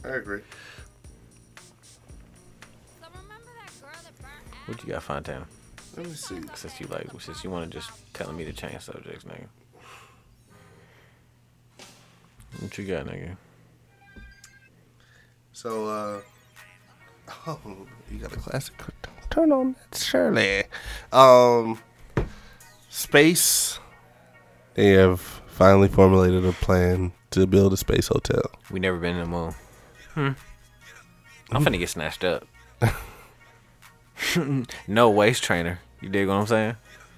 B: I agree.
E: What you got, Fontana?
B: Let me see.
E: Since you like, since you want to just telling me to change subjects, nigga. What you got, nigga?
B: So, uh, oh, you got a classic. Turn on that Shirley. Um, space. They have finally formulated a plan to build a space hotel.
E: We never been to the moon. Hmm. I'm finna get snatched up. no waist trainer. You dig what I'm saying?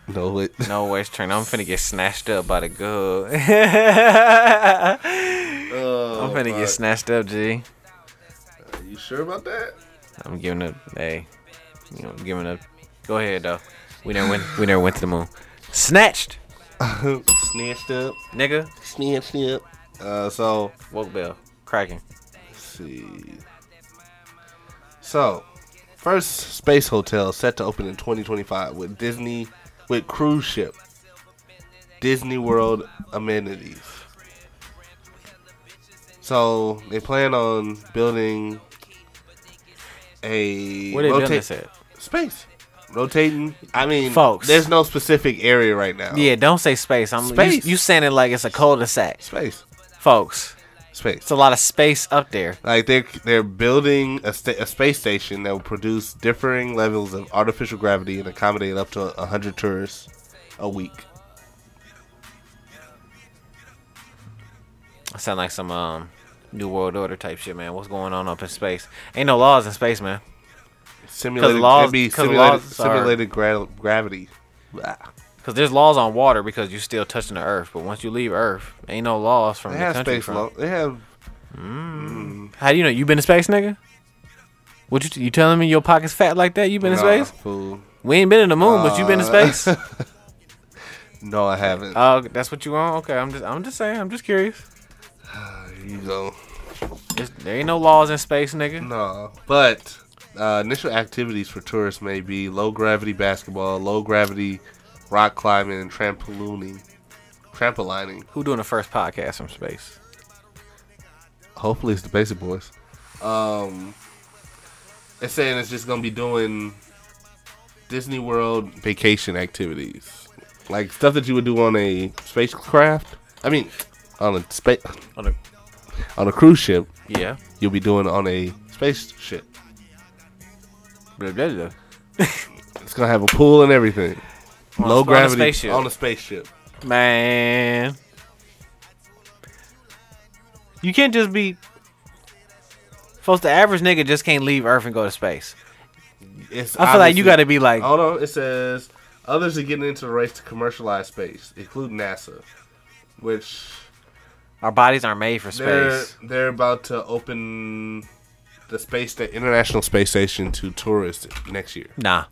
B: No, it.
E: No West Train. I'm finna get snatched up by the good. I'm
B: Oh,
E: finna
B: my-
E: get snatched up, G.
B: You sure about that?
E: I'm giving up. Hey, you know, I'm giving up. Go ahead though. We never went. We never went to the moon. Snatched,
B: Snatched up,
E: nigga.
B: snatched up. Uh, so
E: Woke bell, cracking.
B: let's see. So, first space hotel set to open in 2025 with Disney, with cruise ship, Disney World amenities. So they plan on building a
E: Where they doing
B: rota-
E: this at?
B: space rotating. I mean,
E: Folks.
B: there's no specific area right now.
E: Yeah, don't say space. I'm
B: Oh. Space.
E: You, you saying it like it's a cul-de-sac,
B: space,
E: folks.
B: space.
E: It's a lot of space up there.
B: Like they're they're building a, sta- a space station that will produce differing levels of artificial gravity and accommodate up to hundred tourists a week.
E: I sound like some um New World Order type shit, man. What's going on up in space? Ain't no laws in space, man.
B: Simulated,
E: laws-
B: it'd be
E: 'cause
B: simulated,
E: laws are-
B: simulated gra- gravity. Ah, Blah.
E: Because there's laws on water because you're still touching the Earth. But once you leave Earth, ain't no laws from
B: They
E: the
B: have
E: country.
B: space.
E: from.
B: Lo- they have.
E: How do you know? You been in space, nigga? What you you telling me your pocket's fat like that? You been
B: Nah, Uh.
E: in space?
B: fool.
E: We ain't been in the moon, but you been in space. Oh,
B: No, I haven't.
E: Uh, that's what you want? Okay, I'm just I'm just saying. I'm just curious.
B: There you go.
E: It's, there ain't no laws in space, nigga.
B: No, but uh, initial activities for tourists may be low gravity basketball, low gravity rock climbing, and trampolining. Trampolining.
E: Who doing the first podcast from space?
B: Hopefully, it's the Basic Boys. Um, it's saying it's just gonna be doing Disney World vacation activities, like stuff that you would do on a spacecraft. I mean, on a space
E: On a,
B: on a cruise ship.
E: yeah.
B: You'll be doing on a spaceship.
E: Blah, blah, blah.
B: It's gonna have a pool and everything.
E: On a-
B: Low
E: on a
B: gravity
E: spaceship.
B: on a spaceship.
E: Man. You can't just be. Folks, the average nigga just can't leave Earth and go to space.
B: It's
E: I feel like you
B: obviously-
E: gotta be like,
B: Hold on, it says others are getting into the race to commercialize space, including NASA, which
E: our bodies aren't made for
B: they're
E: space.
B: they're about to open the space the International Space Station to tourists next year.
E: Nah.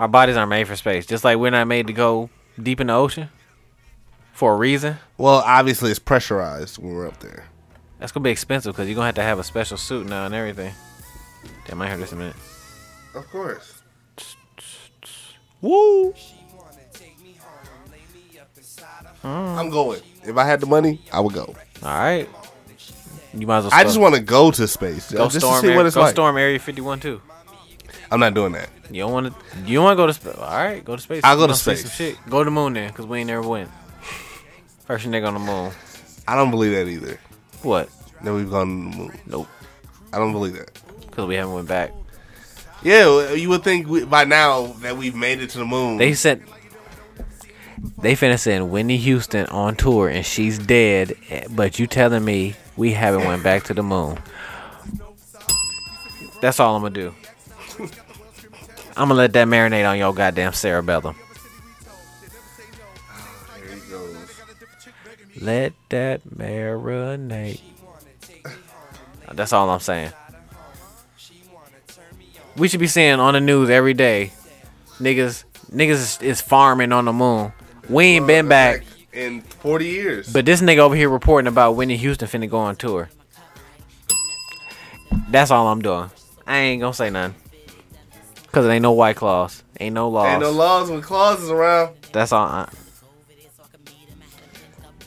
E: Our bodies aren't made for space. Just like we're not made to go deep in the ocean for a reason.
B: Well, obviously it's pressurized when we're up there.
E: That's gonna be expensive because you're gonna have to have a special suit now and everything. Damn, I heard this a minute.
B: Of course.
E: Woo!
B: I'm going. If I had the money, I would go.
E: Alright. You might as well
B: I just
E: stor-
B: want to go to space.
E: go
B: just
E: storm
B: to see
E: area,
B: what it's
E: go
B: like.
E: storm area 51 too.
B: I'm not doing that.
E: You don't want to. You don't want to go to space. All right, go to space.
B: I'll go
E: You
B: to
E: gonna see
B: space.
E: Some shit. Go to the moon then, cause we ain't never went. First nigga on the moon.
B: I don't believe that either.
E: What?
B: That we've gone to the moon.
E: Nope.
B: I don't believe that.
E: Cause we haven't went back.
B: Yeah, well, you would think we, by now that we've made it to the moon.
E: They sent. They finna send Whitney Houston on tour and she's dead, eh, but you telling me we haven't went back to the moon? That's all I'm gonna do. I'm gonna let that marinate on your goddamn cerebellum.
B: There he goes.
E: Let that marinate. That's all I'm saying. We should be seeing on the news every day, niggas, niggas is, is farming on the moon. We ain't been back,
B: in 40 years.
E: but this nigga over here reporting about Whitney Houston finna go on tour. That's all I'm doing. I ain't gonna say nothing, cause it ain't no white claws, ain't no laws.
B: ain't no laws when claws is around.
E: That's all. I,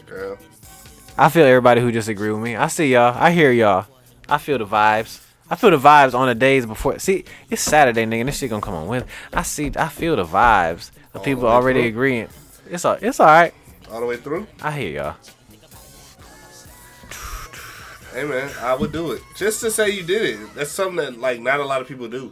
B: Girl,
E: I feel everybody who disagree with me. I see y'all. I hear y'all. I feel the vibes. I feel the vibes on the days before. See, it's Saturday, nigga. and This shit gonna come on Wednesday. I see. I feel the vibes. The people
B: that's
E: already
B: cool.
E: agreeing. It's all. It's all right.
B: all the way through.
E: I hear y'all.
B: Hey man, I would do it just to say you did it. That's something that like not a lot of people do.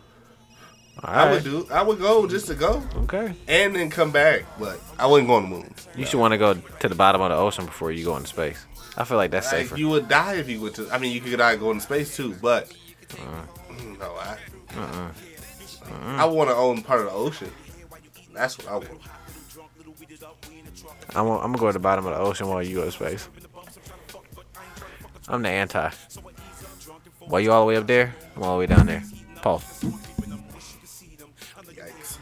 E: All
B: I
E: right.
B: would do. I would go just to go
E: Okay.
B: and then come back, but I wouldn't go on the moon.
E: You should want to go to the bottom of the ocean before you go into space. I feel like that's
B: Like,
E: safer.
B: you would die if you went to. I mean, you could die going to space too, but mm, no, I. I want to own part of the ocean. That's what I want.
E: I'm gonna, I'm gonna go to the bottom of the ocean while you go to space. I'm the anti. Why you all the way up there? I'm all the way down there. Pause.
B: Yikes.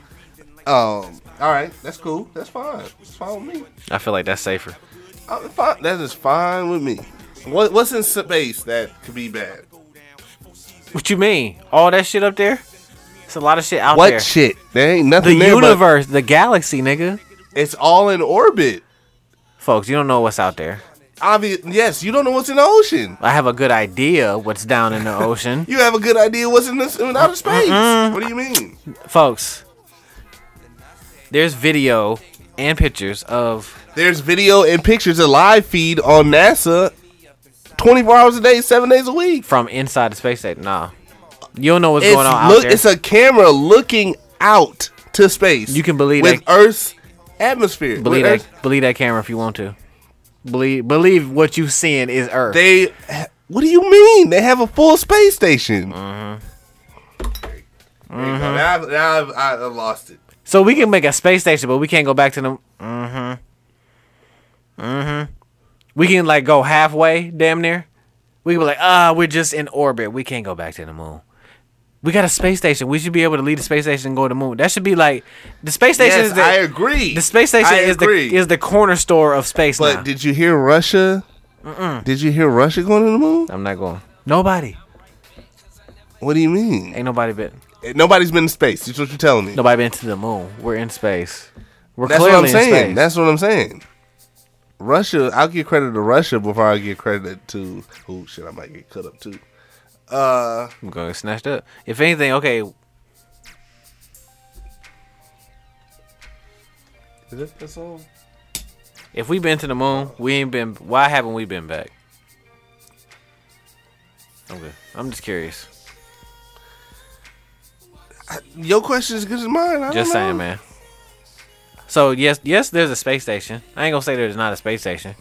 B: Um. All right. That's cool. That's fine. That's fine with me.
E: I feel like that's safer.
B: I'm fine. That is fine with me. What What's in space that could be bad?
E: What you mean? All that shit up there? It's a lot of shit out
B: What
E: there.
B: shit? There ain't
E: the
B: nothing. there but-
E: universe, the galaxy, nigga.
B: It's all in orbit.
E: Folks, you don't know what's out there.
B: Obvious. Yes. You don't know what's in the ocean.
E: I have a good idea what's down in the ocean.
B: You have a good idea what's in this in outer space. What do you mean?
E: Folks, there's video and pictures of
B: There's video and pictures, a live feed on NASA, 24 hours a day, seven days a week.
E: from inside the space station. Nah. You don't know what's
B: It's,
E: going on out
B: look,
E: there.
B: it's a camera looking out to space.
E: You can believe
B: with
E: that-
B: Earth's atmosphere. with
E: believe that
B: Earth's-
E: believe that camera if you want to. Believe believe what you seeing is Earth.
B: They. What do you mean? They have a full space station. Mm-hmm. Now, I've, now I've, I've lost it.
E: so we can make a space station, but we can't go back to them. Mm-hmm. Mm-hmm. We can like go halfway, damn near. We can be like, ah, we're just in orbit. We can't go back to the moon. We got a space station. We should be able to leave the space station and go to the moon. That should be like the space station
B: Yes,
E: is the
B: I agree.
E: The space station
B: I
E: is
B: agree.
E: the is the corner store of space
B: But
E: now.
B: did you hear Russia? Did you hear Russia going to the moon?
E: I'm not going. Nobody.
B: What do you mean?
E: Ain't nobody been
B: Nobody's been in space. That's what you're telling me.
E: nobody been to the moon. We're in space. We're
B: That's what
E: clearly
B: I'm saying.
E: in space.
B: That's what I'm saying. Russia, I'll give credit to Russia before I give credit to. Oh shit, I might get cut up too. Uh,
E: I'm going to snatched up. If anything, okay,
B: is that the song?
E: if we been to the moon, we ain't been why haven't we been back? I'm good. I'm just curious.
B: Your question is good as mine. I
E: Just
B: don't know.
E: saying, man. So yes, yes, there's a space station. I ain't gonna say there's not a space station.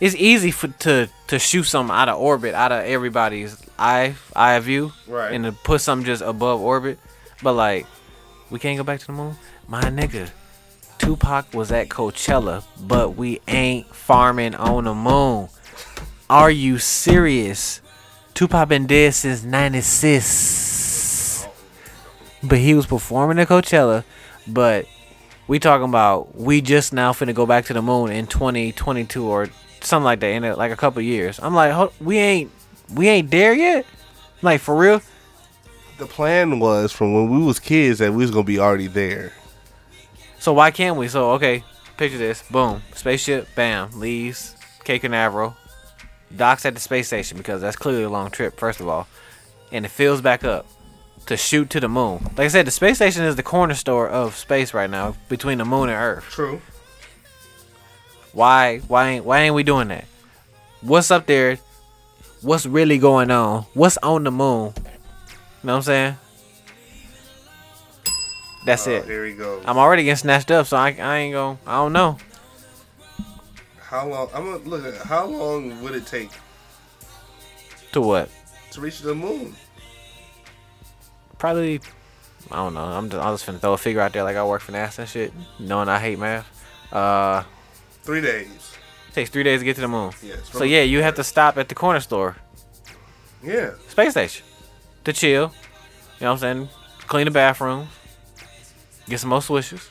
E: It's easy for, to to shoot something out of orbit, out of everybody's eye eye view,
B: Right.
E: and to put something just above orbit. But like, we can't go back to the moon, my nigga. Tupac was at Coachella, but we ain't farming on the moon. Are you serious? Tupac been dead since '96 but he was performing at Coachella. But we talking about we just now finna go back to the moon in 2022 or something like that in uh, like a couple years. I'm like, hold, we ain't we ain't there yet. Like for real,
B: The plan was from when we was kids that we was gonna be already there.
E: So why can't we? So okay, picture this: boom, spaceship, bam, leaves Cape Canaveral, docks at the space station because that's clearly a long trip, first of all, and it fills back up to shoot to the moon. Like I said, the space station is the corner store of space right now between the moon and Earth.
B: True.
E: Why? Why ain't? Why ain't we doing that? What's up there? What's really going on? What's on the moon? You know what I'm saying? That's it.
B: Here Uh, we go.
E: I'm already getting snatched up, so I, I ain't going. I don't know.
B: How long? I'm gonna look at how long would it take
E: To what?
B: to reach the moon?
E: Probably. I don't know. I'm just, I'm just finna throw a figure out there like I work for NASA and shit, knowing I hate math. Uh,
B: Three days.
E: takes three days to get to the moon.
B: Yes.
E: So yeah, you have to stop at the corner store,
B: Yeah.
E: space station, to chill. You know what I'm saying? Clean the bathroom, get some more swishes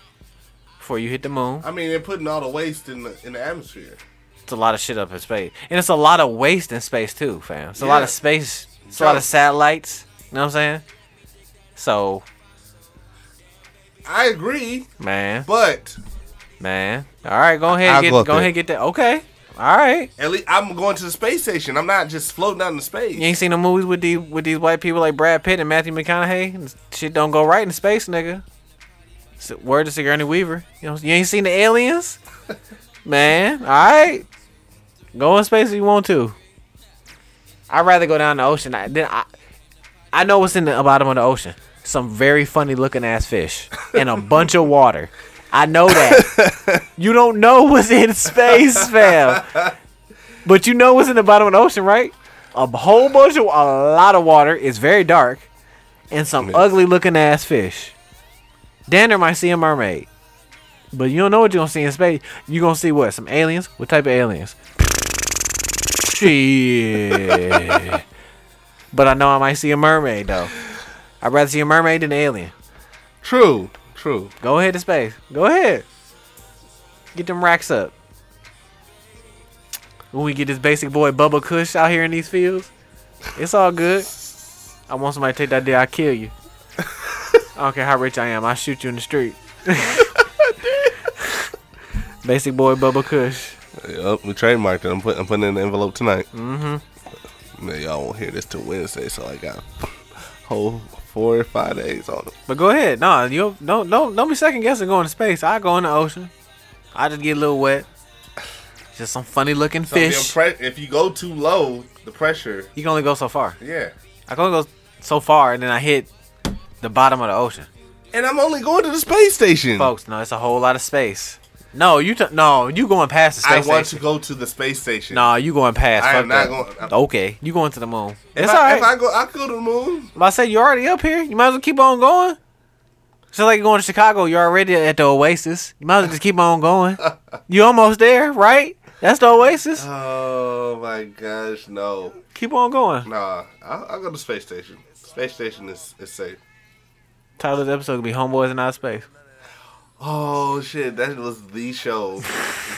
E: before you hit the moon.
B: I mean, they're putting all the waste in the in the atmosphere.
E: It's a lot of shit up in space, and it's a lot of waste in space too, fam. It's a lot
B: Yeah.
E: of space. It's a lot of
B: Junk.
E: satellites. You know what I'm saying? So,
B: I agree,
E: man,
B: but
E: man. All right, go ahead.
B: I'll
E: get,
B: go
E: go
B: up there.
E: ahead. Get that. Okay. All right.
B: At least I'm going to the space station. I'm not just floating out in space.
E: You ain't seen no movies with these with these white people like Brad Pitt and Matthew McConaughey. And shit don't go right in space, nigga. S- Word to Sigourney Weaver. You know, you ain't seen the aliens, man. All right, go in space if you want to. I'd rather go down the ocean. I, then I, I know what's in the bottom of the ocean. Some very funny looking ass fish and a bunch of water. I know that. you don't know what's in space, fam. But you know what's in the bottom of the ocean, right? A whole bunch of a lot of water. It's very dark, and some ugly looking ass fish. Danner might see a mermaid. But you don't know what you're gonna see in space. You gonna see what? Some aliens? What type of aliens? Shit. but I know I might see a mermaid though. I'd rather see a mermaid than an alien.
B: True. True.
E: Go ahead to space. Go ahead. Get them racks up. When we get this basic boy Bubba Kush out here in these fields, it's all good. I want somebody to take that day. I kill you. I don't care how rich I am. I shoot you in the street. basic boy Bubba Kush.
B: Yup, we trademarked it. I'm, put, I'm putting it in the envelope tonight. Mm-hmm. Man, y'all won't hear this till Wednesday, so I got whole four or five days on it.
E: But go ahead. No, you don't don't don't be second guessing going to space. I go in the ocean. I just get a little wet. Just some funny looking fish.
B: if you go too low, the pressure.
E: You can only go so far.
B: Yeah.
E: I can only go so far, and then I hit the bottom of the ocean.
B: And I'm only going to the space station.
E: Folks, no, it's a whole lot of space. No, you t- no, you going past the
B: I
E: space
B: want to
E: station.
B: go to the space station.
E: No, you going past.
B: I
E: Fuck
B: am not
E: that.
B: going-
E: okay, you going to the moon.
B: If
E: It's
B: I,
E: alright.
B: If I go, I go to the moon.
E: But I said you're already up here. You might as well keep on going. So like you're going to Chicago, you're already at the Oasis. You might as well just keep on going. You almost there, right? That's the Oasis.
B: Oh my gosh, no,
E: Keep on going.
B: nah. I'll, I'll go to the space station. Space station is, is safe.
E: Tyler's episode could be Homeboys in Outer Space.
B: Oh shit, that was the show,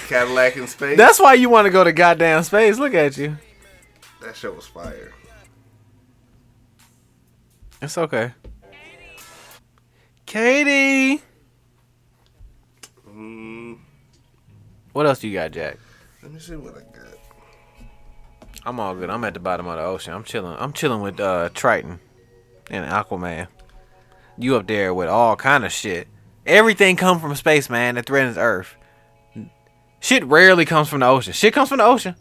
B: Cadillac in space.
E: That's why you want to go to goddamn space. Look at you.
B: that show was fire.
E: It's okay. Katie.
B: Mm-hmm.
E: What else you got, Jack?
B: Let me see what I got.
E: I'm all good. I'm at the bottom of the ocean. I'm chilling. I'm chilling with uh Triton and Aquaman. You up there with all kind of shit. Everything come from space, man. That threatens Earth. Shit rarely comes from the ocean. Shit comes from the ocean.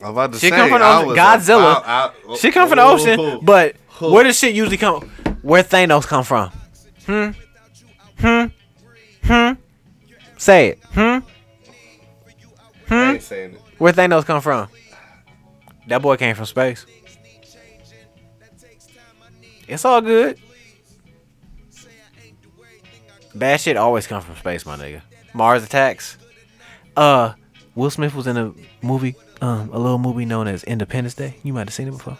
B: I'm about to
E: Shit
B: say,
E: come from the
B: I
E: ocean.
B: was
E: Godzilla.
B: about- I- oh,
E: shit come from the
B: oh,
E: ocean.
B: oh,
E: But
B: oh.
E: where does shit usually come? Where Thanos come from? Hmm. Hmm. Hmm. Say it. Hmm.
B: I ain't saying it.
E: Where Thanos come from? That boy came from space. It's all good. Bad shit always come from space, my nigga. Mars attacks. Uh, Will Smith was in a movie, um, a little movie known as Independence Day. You might have seen it before.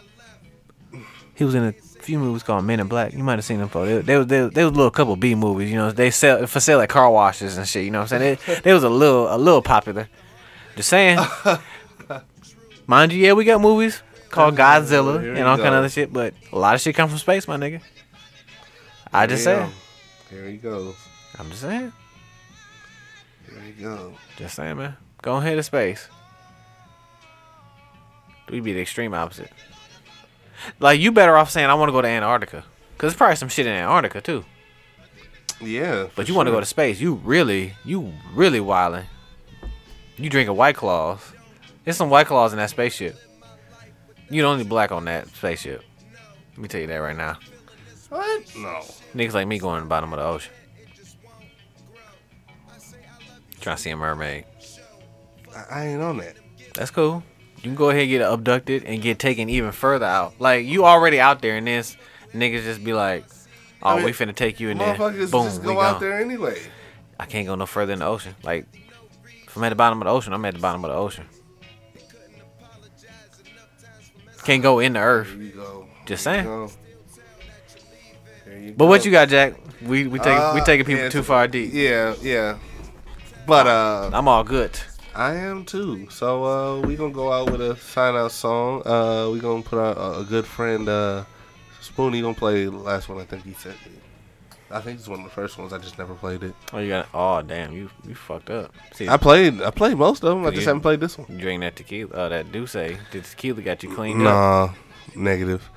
E: He was in a few movies called Men in Black. You might have seen them before. They, they, was- they, they was a little couple B movies. You know, they sell for sale at car washes and shit. You know what I'm saying? They, they was a little a little popular. Just saying. Mind you, yeah, we got movies called Godzilla
B: here
E: and
B: we
E: all kind
B: go.
E: of other shit, but a lot of shit come from space, my nigga. I just
B: Damn.
E: saying.
B: Here he goes.
E: I'm just saying.
B: Here he goes.
E: Just saying, man. Go ahead to space. We'd be the extreme opposite. Like you better off saying I want to go to Antarctica, cause there's probably some shit in Antarctica too.
B: Yeah,
E: But you want to go to space? You really, you really wildin'. You drinking White Claws? There's some White Claws in that spaceship. You the only black on that spaceship. Let me tell you that right now.
B: what? No.
E: Niggas like me going to the bottom of the ocean. Trying to see a mermaid.
B: I, I ain't on that.
E: That's cool. You can go ahead and get abducted and get taken even further out. Like you already out there, and this niggas just be like, "Oh,
B: mean,
E: we finna take you," and then boom,
B: Motherfuckers just
E: we
B: go
E: gone.
B: out there anyway.
E: I can't go no further in the ocean. Like if I'm at the bottom of the ocean, I'm at the bottom of the ocean. Can't go in the earth.
B: Here you go.
E: Just
B: Here you
E: saying.
B: go. Here
E: But what
B: go.
E: you got, Jack? We we take we
B: Uh,
E: taking people
B: yeah,
E: too
B: it's-
E: far deep.
B: Yeah, yeah. But uh
E: I'm all good.
B: I am too. So uh we gonna go out with a sign out song. Uh we gonna put out a, a good friend uh Spoonie gonna play the last one I think he sent me. I think it's one of the first ones. I just never played it.
E: Oh, you got? Oh, damn, you you fucked up. See,
B: I played. I played most of them. I just
E: You-
B: haven't played this one.
E: you drink that tequila. Uh, that Duce. The tequila got you cleaned
B: Nah,
E: up.
B: negative.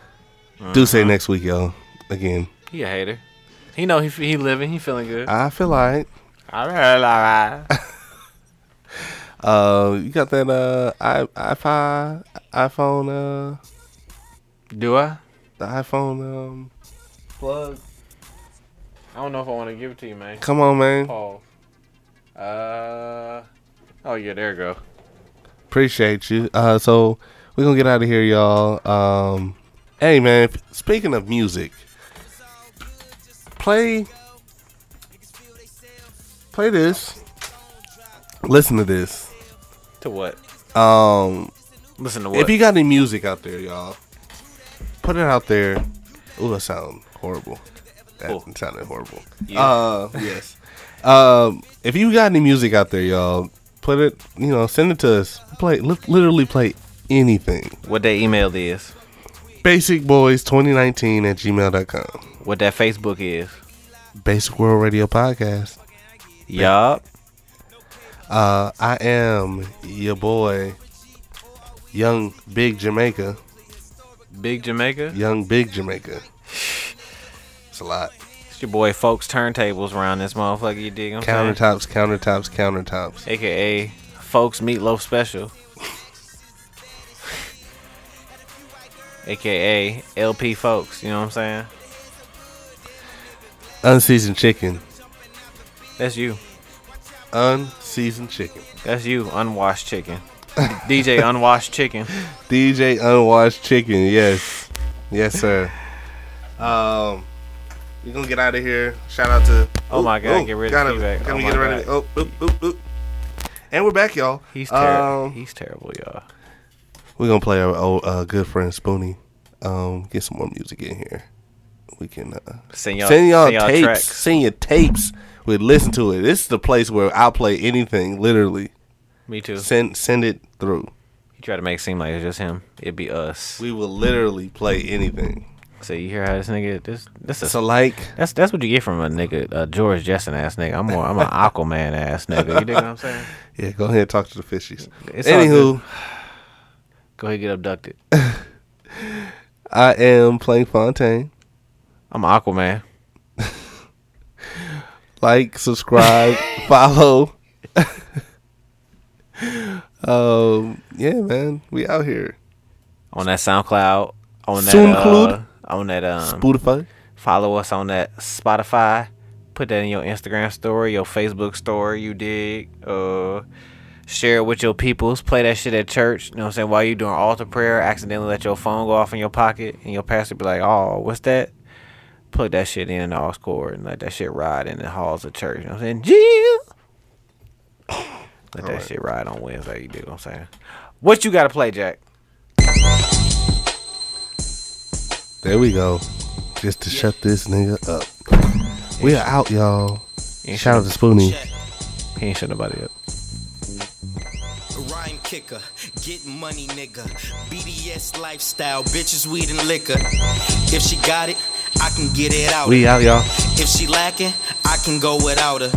B: Do say next week, y'all. Again,
E: He a hater. He know he f- he living. He feeling good.
B: I feel like
E: All right, all right.
B: uh you got that uh i iPhone iPhone uh
E: Do I?
B: the iPhone um plug.
E: I don't know if I want to give it to you, man.
B: Come on, man.
E: Pause. Uh. Oh yeah, there you go.
B: Appreciate you. Uh, so we're gonna get out of here, y'all. Um, hey, man. f- Speaking of music, play, play this. Listen to this.
E: To what?
B: Um,
E: Listen to what?
B: If you got any music out there, y'all, put it out there. Ooh, that sound horrible. That
E: Cool.
B: sounded horrible.
E: Yeah.
B: Uh, yes. Um, if you got any music out there, y'all, put it. You know, send it to us. Play, li- literally play anything.
E: what that email is?
B: Basicboys2019 at gmail.com.
E: What that Facebook is?
B: Basic World Radio Podcast.
E: Yup.
B: Uh, I am your boy, Young Big Jamaica.
E: Big Jamaica.
B: Young Big Jamaica. It's a lot.
E: It's your boy, folks. Turntables around this motherfucker. You dig? What I'm saying?
B: Countertops, countertops, countertops.
E: aka folks meatloaf special aka lp folks you know what i'm saying
B: Unseasoned chicken.
E: that's you
B: Unseasoned chicken.
E: that's you unwashed chicken dj unwashed chicken
B: DJ Unwashed Chicken. Yes. Yes, sir. Um, we're going to get out of here. Shout out to.
E: Oh my God, get rid of
B: gotta,
E: feedback.
B: Gotta
E: Oh
B: get
E: my
B: rid of Oh, oop, oop, oop. And we're back, y'all.
E: he's terrible
B: um,
E: he's terrible y'all
B: We're going to play our old uh, good friend Spoonie. Um, get some more music in here. We can. Uh,
E: send y'all,
B: send y'all
E: send y'all
B: tapes.
E: tracks
B: Send your tapes. We listen to it. This is the place where I'll play anything, literally.
E: me too
B: Send send it through.
E: you try to make it seem like it's just him it'd be us
B: We will literally play anything.
E: so you hear how this nigga this this is
B: So like
E: that's that's what you get from a nigga, a George Jetson ass nigga. I'm more, I'm an Aquaman ass nigga. You dig what I'm saying?
B: Yeah, go ahead and talk to the fishies.
E: It's all
B: Anywho,
E: Go ahead, get abducted.
B: I am playing Fontaine.
E: I'm Aquaman.
B: Like, subscribe, follow. um yeah, man. We out here.
E: on that SoundCloud, on that
B: SoundCloud?
E: uh, on that um,
B: Spotify.
E: follow us on that Spotify. Put that in your Instagram story, your Facebook story. You dig? Uh, share it with your peoples. Play that shit at church. You know what I'm saying? While you doing altar prayer, accidentally let your phone go off in your pocket, and your pastor be like, "Oh, what's that?" Plug that shit in the aux cord and let that shit ride in the halls of church. You know what I'm saying? Jill. Let that shit ride on Wednesday. You dig what I'm saying? What you got to play, Jack?
B: There we go. Just to shut this nigga up. We are out, y'all.
E: Yeah,
B: Shout out to Spoonie.
E: He ain't shut nobody up.
D: Rhyme kicker, get money nigga. BDS lifestyle, bitches, weed, and liquor. If she got it, I can get it out.
B: We out, y'all.
D: If she lacking, I can go without her.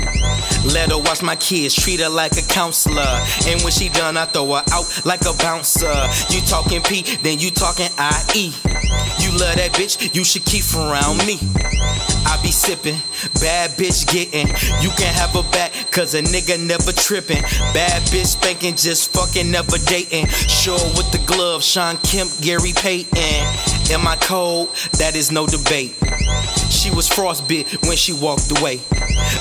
D: Let her watch my kids, treat her like a counselor. And when she done, I throw her out like a bouncer. You talking P, then you talking IE. You love that bitch, you should keep from around me. I be sipping, bad bitch getting. You can have her back, cause a nigga never tripping. Bad bitch spanking, just fucking never dating. Sure with the glove, Sean Kemp, Gary Payton. Am I cold? That is no debate. She was frostbit when she walked away.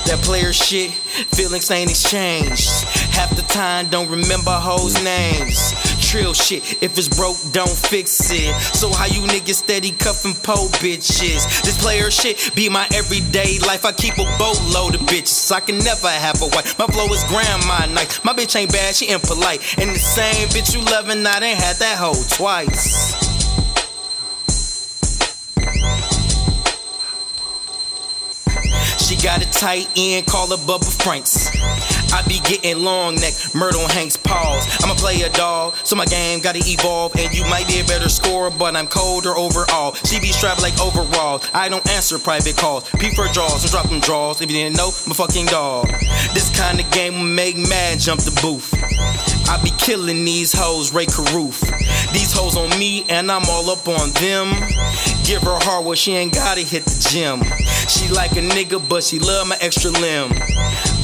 D: That player shit, feelings ain't exchanged. Half the time, don't remember hoes' names. Trill shit, if it's broke, don't fix it. So, how you niggas steady cuffing po bitches? This player shit be my everyday life. I keep a boatload of bitches. I can never have a wife. My flow is grandma night. My bitch ain't bad, she impolite. And the same bitch you loving, I done had that hoe twice. She got a tight end, call her Bubba Franks. I be getting long neck, Myrtle Hanks paws. I'm a player dog, so my game gotta evolve. And you might be a better scorer, but I'm colder overall. She be strapped like overalls. I don't answer private calls. Prefer draws and drop them draws. If you didn't know, I'm a fucking dog. This kind of game will make mad jump the booth. I be killing these hoes, Ray Carruth. These hoes on me, and I'm all up on them. Give her hard what she ain't gotta hit the gym. She like a nigga, but she love my extra limb.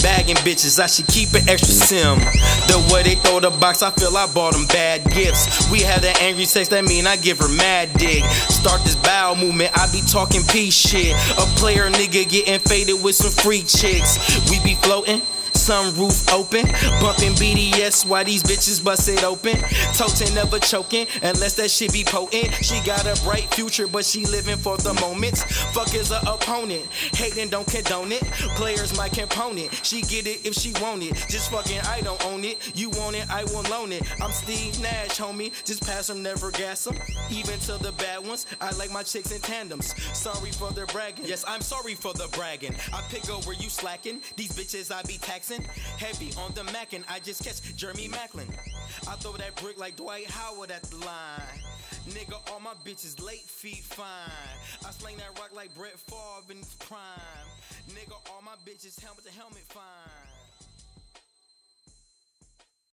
D: Bagging bitches, I should keep an extra sim. The way they throw the box, I feel I bought them bad gifts. We have that angry sex, that mean I give her mad dig. Start this bow movement, I be talking peace shit. A player nigga getting faded with some free chicks. We be floating. sunroof open. Bumping BDS while these bitches bust it open. Totin' never choking, unless that shit be potent. She got a bright future, but she living for the moments. Fuck is a opponent. Hating don't condone it. Players my component. She get it if she want it. Just fucking I don't own it. You want it, I will loan it. I'm Steve Nash, homie. Just pass 'em, never gas 'em. Even to the bad ones, I like my chicks in tandems. Sorry for the bragging. Yes, I'm sorry for the bragging. I pick up where you slacking. These bitches I be taxing. Heavy on the Mac and I just catch Jeremy Macklin. I throw that brick like Dwight Howard at the line. Nigga, all my bitches late feet fine. I sling that rock like Brett Favre in his prime. Nigga, all my bitches helmet to helmet fine.